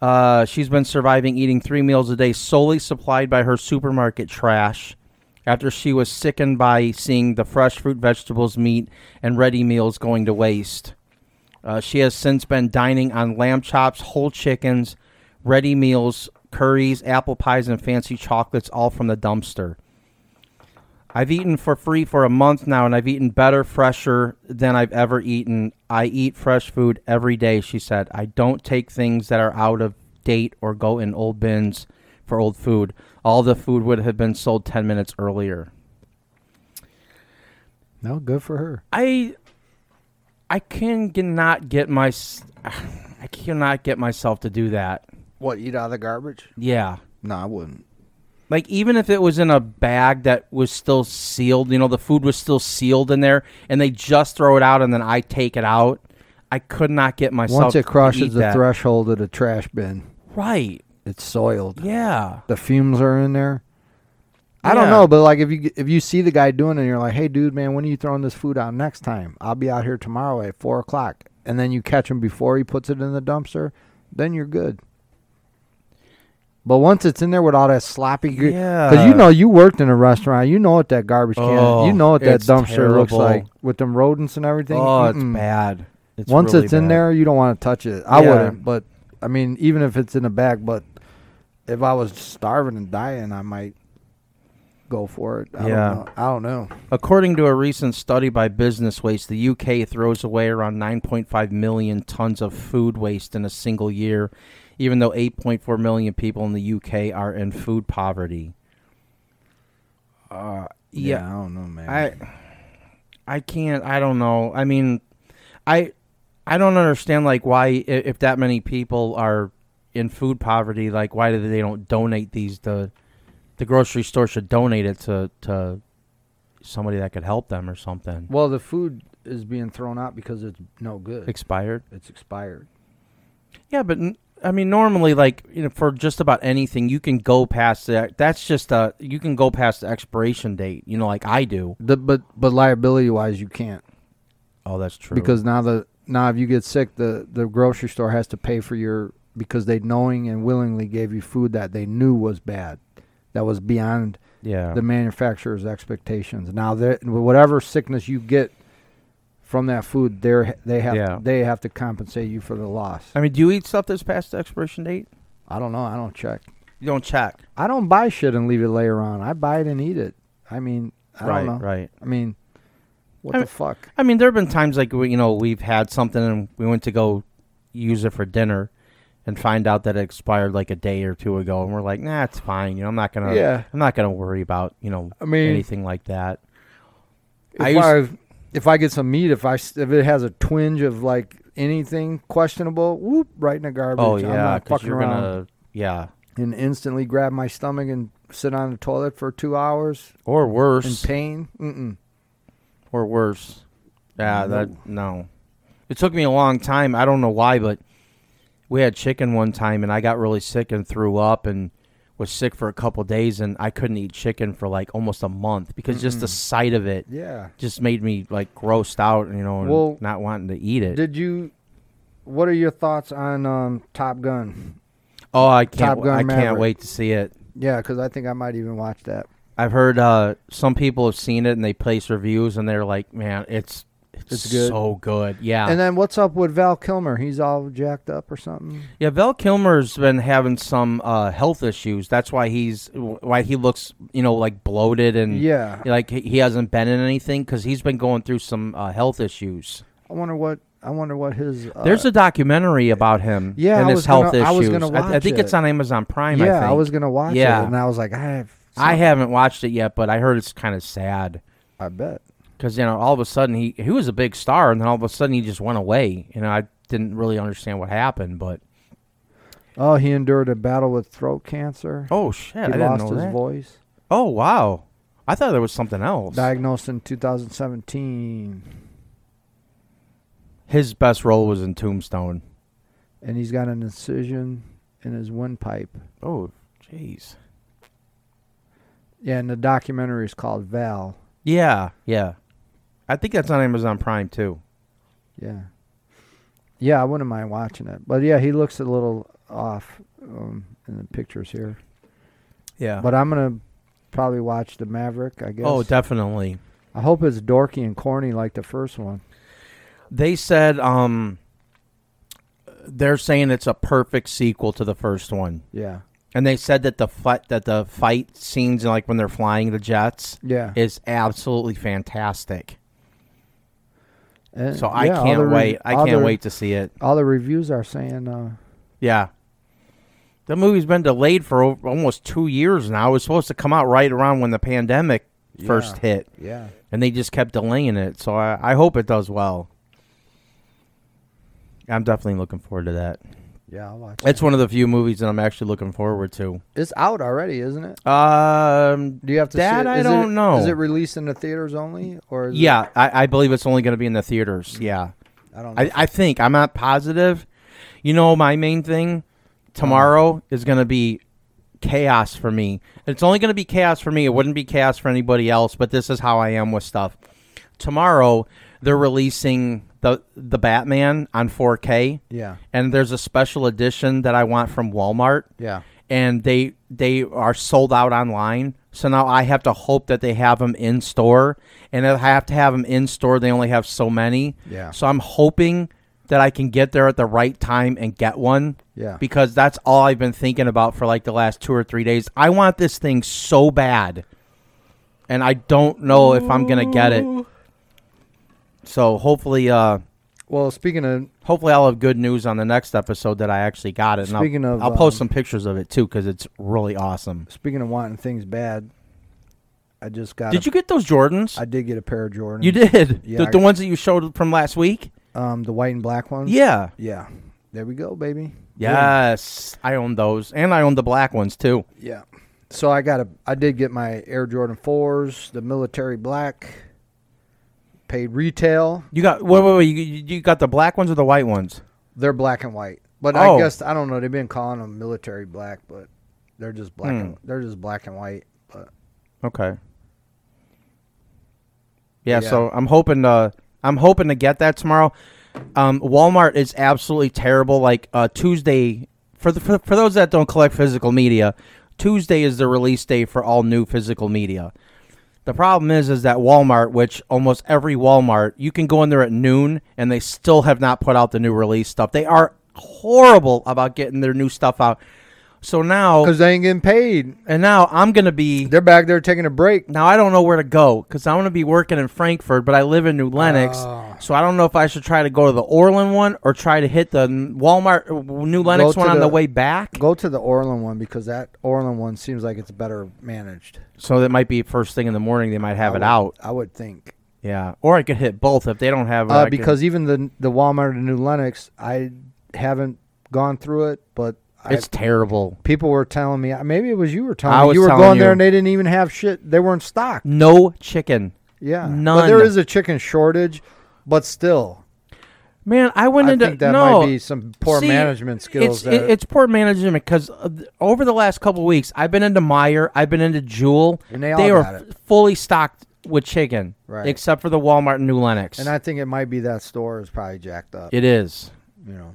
Speaker 5: uh, she's been surviving eating three meals a day solely supplied by her supermarket trash after she was sickened by seeing the fresh fruit, vegetables, meat, and ready meals going to waste. Uh, she has since been dining on lamb chops, whole chickens, ready meals, curries, apple pies, and fancy chocolates, all from the dumpster. I've eaten for free for a month now, and I've eaten better, fresher than I've ever eaten. I eat fresh food every day, she said. I don't take things that are out of date or go in old bins for old food. All the food would have been sold 10 minutes earlier.
Speaker 3: no good for her.
Speaker 5: I I can g- not get my s- I cannot get myself to do that.
Speaker 3: What eat out of the garbage?
Speaker 5: Yeah.
Speaker 3: No, I wouldn't.
Speaker 5: Like even if it was in a bag that was still sealed, you know, the food was still sealed in there and they just throw it out and then I take it out, I could not get myself
Speaker 3: Once it
Speaker 5: to
Speaker 3: crosses
Speaker 5: eat
Speaker 3: the
Speaker 5: that.
Speaker 3: threshold of the trash bin,
Speaker 5: Right.
Speaker 3: it's soiled.
Speaker 5: Yeah.
Speaker 3: The fumes are in there. I
Speaker 5: Yeah.
Speaker 3: don't know, but like if you if you see the guy doing it, and you're like, "Hey, dude, man, when are you throwing this food out next time? I'll be out here tomorrow at four o'clock." And then you catch him before he puts it in the dumpster, then you're good. But once it's in there with all that sloppy, because
Speaker 5: Yeah.
Speaker 3: you know you worked in a restaurant, you know what that garbage can,
Speaker 5: Oh,
Speaker 3: you know what that
Speaker 5: it's
Speaker 3: dumpster looks
Speaker 5: terrible.
Speaker 3: like with them rodents and everything.
Speaker 5: Oh,
Speaker 3: Mm-mm.
Speaker 5: it's bad. It's
Speaker 3: Once
Speaker 5: really
Speaker 3: it's in
Speaker 5: bad.
Speaker 3: there, you don't want to touch it. I
Speaker 5: Yeah.
Speaker 3: wouldn't, but I mean, even if it's in the bag, but if I was starving and dying, I might go for it. I
Speaker 5: Yeah.
Speaker 3: don't know. I don't know.
Speaker 5: According to a recent study by Business Waste, the UK throws away around 9.5 million tons of food waste in a single year, even though 8.4 million people in the UK are in food poverty. Uh,
Speaker 3: Yeah,
Speaker 5: Yeah.
Speaker 3: I don't know, man.
Speaker 5: I I can't I don't know. I mean, I I don't understand like why i- if that many people are in food poverty, like why do they don't donate these to the grocery store should donate it to to somebody that could help them or something.
Speaker 3: well, the food is being thrown out because it's no good.
Speaker 5: Expired.
Speaker 3: it's expired.
Speaker 5: Yeah, but n- I mean, normally, like you know, for just about anything, you can go past that. That's just a you can go past the expiration date. You know, like I do.
Speaker 3: The, but but liability wise, you can't
Speaker 5: Oh, that's true.
Speaker 3: because now the now if you get sick, the the grocery store has to pay for your because they knowing and willingly gave you food that they knew was bad, that was beyond
Speaker 5: yeah,
Speaker 3: the manufacturer's expectations. Now that whatever sickness you get from that food, they they have
Speaker 5: Yeah.
Speaker 3: they have to compensate you for the loss.
Speaker 5: I mean, do you eat stuff that's past the expiration date?
Speaker 3: I don't know. I don't check.
Speaker 5: You don't check.
Speaker 3: I don't buy shit and leave it later on. I buy it and eat it. I mean, I
Speaker 5: right,
Speaker 3: don't know.
Speaker 5: right.
Speaker 3: I mean, what
Speaker 5: I
Speaker 3: the
Speaker 5: mean-
Speaker 3: fuck?
Speaker 5: I mean, there have been times like we, you know we've had something and we went to go use it for dinner, and find out that it expired like a day or two ago, and we're like, nah, it's fine. You know, I'm not gonna.
Speaker 3: Yeah.
Speaker 5: I'm not gonna worry about you know
Speaker 3: I mean-
Speaker 5: anything like that.
Speaker 3: If
Speaker 5: I
Speaker 3: I,
Speaker 5: used-
Speaker 3: if I get some meat, if I s- if it has a twinge of like anything questionable, whoop, right in the garbage.
Speaker 5: Oh
Speaker 3: I'm
Speaker 5: yeah,
Speaker 3: not
Speaker 5: because
Speaker 3: fucking
Speaker 5: you're
Speaker 3: around
Speaker 5: gonna yeah.
Speaker 3: and instantly grab my stomach and sit on the toilet for two hours
Speaker 5: Or worse.
Speaker 3: in pain. Mm-mm.
Speaker 5: or worse. Yeah, that no. It took me a long time. I don't know why, but we had chicken one time, and I got really sick and threw up, and was sick for a couple days, and I couldn't eat chicken for like almost a month because just the sight of it
Speaker 3: Yeah.
Speaker 5: just made me like grossed out, you know, and
Speaker 3: Well,
Speaker 5: not wanting to eat it.
Speaker 3: Did you? What are your thoughts on um, Top Gun?
Speaker 5: oh, I can't!
Speaker 3: Top Gun
Speaker 5: I can't
Speaker 3: Maverick.
Speaker 5: wait to see it.
Speaker 3: Yeah, because I think I might even watch that.
Speaker 5: I've heard uh, some people have seen it and they place reviews, and they're like, "Man, it's it's,
Speaker 3: It's good.
Speaker 5: so good." Yeah,
Speaker 3: And then what's up with Val Kilmer? He's all jacked up or something.
Speaker 5: Yeah, Val Kilmer's been having some uh, health issues. That's why he's why he looks, you know, like bloated and
Speaker 3: Yeah.
Speaker 5: like he- he hasn't been in anything because he's been going through some uh, health issues.
Speaker 3: I wonder what I wonder what his. Uh,
Speaker 5: There's a documentary about him
Speaker 3: Yeah,
Speaker 5: and
Speaker 3: I
Speaker 5: his
Speaker 3: was
Speaker 5: health
Speaker 3: gonna-
Speaker 5: issues.
Speaker 3: I was gonna
Speaker 5: I- I
Speaker 3: watch
Speaker 5: think
Speaker 3: it.
Speaker 5: it's on Amazon Prime. I,
Speaker 3: yeah.
Speaker 5: think.
Speaker 3: I was gonna watch
Speaker 5: Yeah.
Speaker 3: it, and I was like, I have.
Speaker 5: I haven't watched it yet, but I heard it's kind of sad
Speaker 3: I bet.
Speaker 5: because you know all of a sudden he he was a big star and then all of a sudden he just went away. You know, I didn't really understand what happened, but
Speaker 3: Oh, he endured a battle with throat cancer.
Speaker 5: oh shit,
Speaker 3: he
Speaker 5: I didn't
Speaker 3: lost
Speaker 5: know
Speaker 3: his
Speaker 5: that.
Speaker 3: voice.
Speaker 5: Oh wow, I thought there was something else.
Speaker 3: Diagnosed in 2017,
Speaker 5: His best role was in Tombstone.
Speaker 3: and he's got an incision in his windpipe.
Speaker 5: Oh, jeez.
Speaker 3: Yeah, and the documentary is called Val.
Speaker 5: Yeah, yeah. I think that's on Amazon Prime too.
Speaker 3: Yeah. Yeah, I wouldn't mind watching it. But yeah, he looks a little off um, in the pictures here.
Speaker 5: Yeah.
Speaker 3: But I'm going to probably watch The Maverick, I guess.
Speaker 5: oh, definitely.
Speaker 3: I hope it's dorky and corny like the first one.
Speaker 5: They said um they're saying it's a perfect sequel to the first one.
Speaker 3: Yeah.
Speaker 5: And they said that the fight that the fight scenes like when they're flying the jets
Speaker 3: Yeah.
Speaker 5: is absolutely fantastic.
Speaker 3: And-
Speaker 5: So I
Speaker 3: yeah, all the
Speaker 5: can't
Speaker 3: re-
Speaker 5: wait. I
Speaker 3: all
Speaker 5: can't
Speaker 3: the-
Speaker 5: wait to see it.
Speaker 3: All the reviews are saying uh,
Speaker 5: Yeah. The movie's been delayed for over, almost two years now. It was supposed to come out right around when the pandemic first
Speaker 3: Yeah.
Speaker 5: hit,
Speaker 3: Yeah.
Speaker 5: and they just kept delaying it. So I, I hope it does well. I'm definitely looking forward to that.
Speaker 3: Yeah, I'll watch it.
Speaker 5: It's one of the few movies that I'm actually looking forward to.
Speaker 3: It's out already, isn't it?
Speaker 5: Um,
Speaker 3: Do you have to see
Speaker 5: That
Speaker 3: it?
Speaker 5: I
Speaker 3: Is it-
Speaker 5: don't know.
Speaker 3: Is it released in the theaters only or is it-
Speaker 5: yeah, I, I believe it's only going to be in the theaters. Yeah,
Speaker 3: I don't know.
Speaker 5: I, I think I'm not positive. You know, my main thing
Speaker 3: Uh-huh.
Speaker 5: tomorrow is going to be chaos for me. It's only going to be chaos for me. It wouldn't be chaos for anybody else. But this is how I am with stuff. Tomorrow they're releasing the the Batman on 4K,
Speaker 3: yeah.
Speaker 5: and there's a special edition that I want from Walmart.
Speaker 3: Yeah.
Speaker 5: and they they are sold out online. So now I have to hope that they have them in store, and if I have to have them in store, they only have so many.
Speaker 3: Yeah.
Speaker 5: So I'm hoping that I can get there at the right time and get one.
Speaker 3: Yeah.
Speaker 5: Because that's all I've been thinking about for like the last two or three days. I want this thing so bad, and I don't know if I'm gonna get it. So hopefully, uh,
Speaker 3: Well, speaking of
Speaker 5: hopefully I'll have good news on the next episode that I actually got it. And
Speaker 3: Speaking
Speaker 5: I'll,
Speaker 3: of,
Speaker 5: I'll post
Speaker 3: um,
Speaker 5: some pictures of it too because it's really awesome.
Speaker 3: speaking of wanting things bad, I just got.
Speaker 5: Did
Speaker 3: a-
Speaker 5: you get those Jordans?
Speaker 3: I did get a pair of Jordans.
Speaker 5: you did
Speaker 3: Yeah,
Speaker 5: the,
Speaker 3: I-
Speaker 5: the ones that you showed from last week.
Speaker 3: Um, the white and black ones.
Speaker 5: Yeah.
Speaker 3: Yeah. There we go, baby.
Speaker 5: Yes, I own those, and I own the black ones too.
Speaker 3: Yeah. So I got a I did get my Air Jordan 4s, the military black, paid retail.
Speaker 5: You got wait, wait, wait. You, you you got the black ones or the white ones?
Speaker 3: They're black and white. But
Speaker 5: Oh.
Speaker 3: I guess I don't know, they've been calling them military black, but they're just black and
Speaker 5: Hmm.
Speaker 3: they're just black and white, but
Speaker 5: Okay. Yeah,
Speaker 3: Yeah.
Speaker 5: so I'm hoping to I'm hoping to get that tomorrow. Um, Walmart is absolutely terrible. Like uh, Tuesday for the for, for those that don't collect physical media, Tuesday is the release day for all new physical media. The problem is is that Walmart, which almost every Walmart, you can go in there at noon and they still have not put out the new release stuff. They are horrible about getting their new stuff out. So now
Speaker 3: cuz they ain't getting paid.
Speaker 5: and now I'm gonna be
Speaker 3: They're back there taking a break.
Speaker 5: now I don't know where to go because I want to be working in Frankfurt, but I live in New Lenox,
Speaker 3: Ah.
Speaker 5: so I don't know if I should try to go to the Orland one or try to hit the n- Walmart uh, New Lenox
Speaker 3: to
Speaker 5: one on the
Speaker 3: the-
Speaker 5: way back.
Speaker 3: Go to the Orland one because that Orland one seems like it's better managed.
Speaker 5: So that might be first thing in the morning. They might have
Speaker 3: Oh.
Speaker 5: it out.
Speaker 3: I would think.
Speaker 5: Yeah, or I could hit both if they don't have it. I
Speaker 3: Uh,
Speaker 5: could-
Speaker 3: because even the the Walmart and New Lenox, I haven't gone through it, but I,
Speaker 5: it's terrible.
Speaker 3: people were telling me uh, maybe it was you were telling
Speaker 5: I
Speaker 3: me
Speaker 5: was
Speaker 3: you were
Speaker 5: telling
Speaker 3: going
Speaker 5: you.
Speaker 3: there and they didn't even have shit. They weren't stocked.
Speaker 5: No chicken.
Speaker 3: Yeah,
Speaker 5: None.
Speaker 3: But there is a chicken shortage, but still,
Speaker 5: Man, I went
Speaker 3: I
Speaker 5: into
Speaker 3: think that
Speaker 5: no.
Speaker 3: might be some poor
Speaker 5: See,
Speaker 3: management skills.
Speaker 5: It's,
Speaker 3: that-
Speaker 5: it- it's poor management because over the last couple weeks, I've been into Meyer, I've been into Jewel,
Speaker 3: And they all
Speaker 5: are
Speaker 3: got it.
Speaker 5: f- fully stocked with chicken,
Speaker 3: Right.
Speaker 5: except for the Walmart and New Lenox.
Speaker 3: and I think it might be that store is probably jacked up.
Speaker 5: it is.
Speaker 3: you know,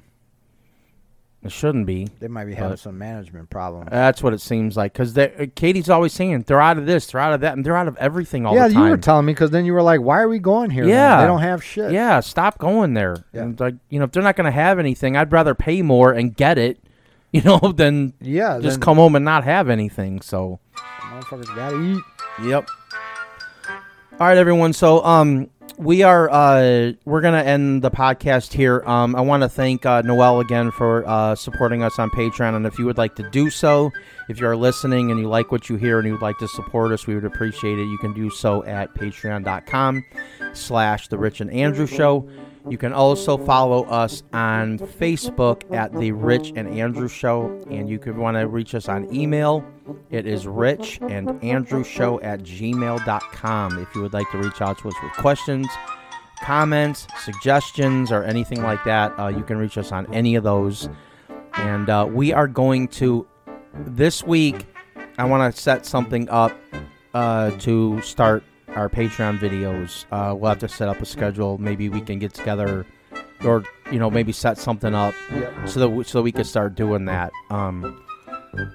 Speaker 5: It shouldn't be.
Speaker 3: they might be having
Speaker 5: But-
Speaker 3: some management problems.
Speaker 5: That's what it seems like because Katie's always saying they're out of this, they're out of that, and they're out of everything all
Speaker 3: yeah,
Speaker 5: the
Speaker 3: you
Speaker 5: time.
Speaker 3: were telling me because then you were like, "Why are we going here? then?
Speaker 5: Yeah.
Speaker 3: they don't have shit.
Speaker 5: yeah, stop going there.
Speaker 3: Yeah.
Speaker 5: And, like you know, if they're not going to have anything, I'd rather pay more and get it, you know, than
Speaker 3: yeah.
Speaker 5: just
Speaker 3: then
Speaker 5: come home and not have anything. So.
Speaker 3: motherfuckers gotta eat.
Speaker 5: Yep. All right, everyone. So, um, we are uh, we're gonna end the podcast here. Um, I want to thank uh, Noel again for uh, supporting us on Patreon, and if you would like to do so, if you are listening and you like what you hear and you would like to support us, we would appreciate it. You can do so at Patreon.com/slash The Rich and Andrew Show. You can also follow us on Facebook at The Rich and Andrew Show, and you could want to reach us on email. It is Rich and Andrew Show at gmail.com if you would like to reach out to us with questions, comments, suggestions, or anything like that. Uh, you can reach us on any of those. And uh, we are going to, this week, I want to set something up uh, to start our Patreon videos. Uh, we'll have to set up a schedule. Maybe we can get together or, you know, maybe set something up so that we, so that we could start doing that. Um,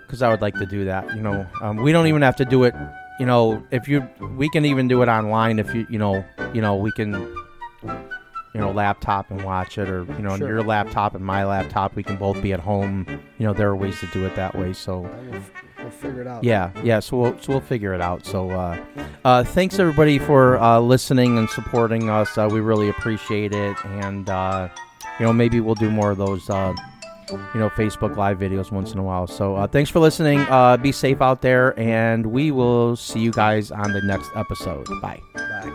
Speaker 5: because I would like to do that. You know, um, we don't even have to do it. You know, if you, we can even do it online. If you, you know, you know, we can, you know, laptop and watch it, or you know, on
Speaker 3: Sure.
Speaker 5: your laptop and my laptop, we can both be at home. You know, there are ways to do it that way. So.
Speaker 3: We'll, we'll figure it out.
Speaker 5: Yeah, yeah. So we'll, so we'll figure it out. So, uh, uh, thanks everybody for uh, listening and supporting us. Uh, we really appreciate it, and uh, you know maybe we'll do more of those, uh, you know, Facebook Live videos once in a while. So uh, thanks for listening. Uh, be safe out there, and we will see you guys on the next episode. Bye.
Speaker 3: Bye.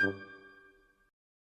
Speaker 7: you.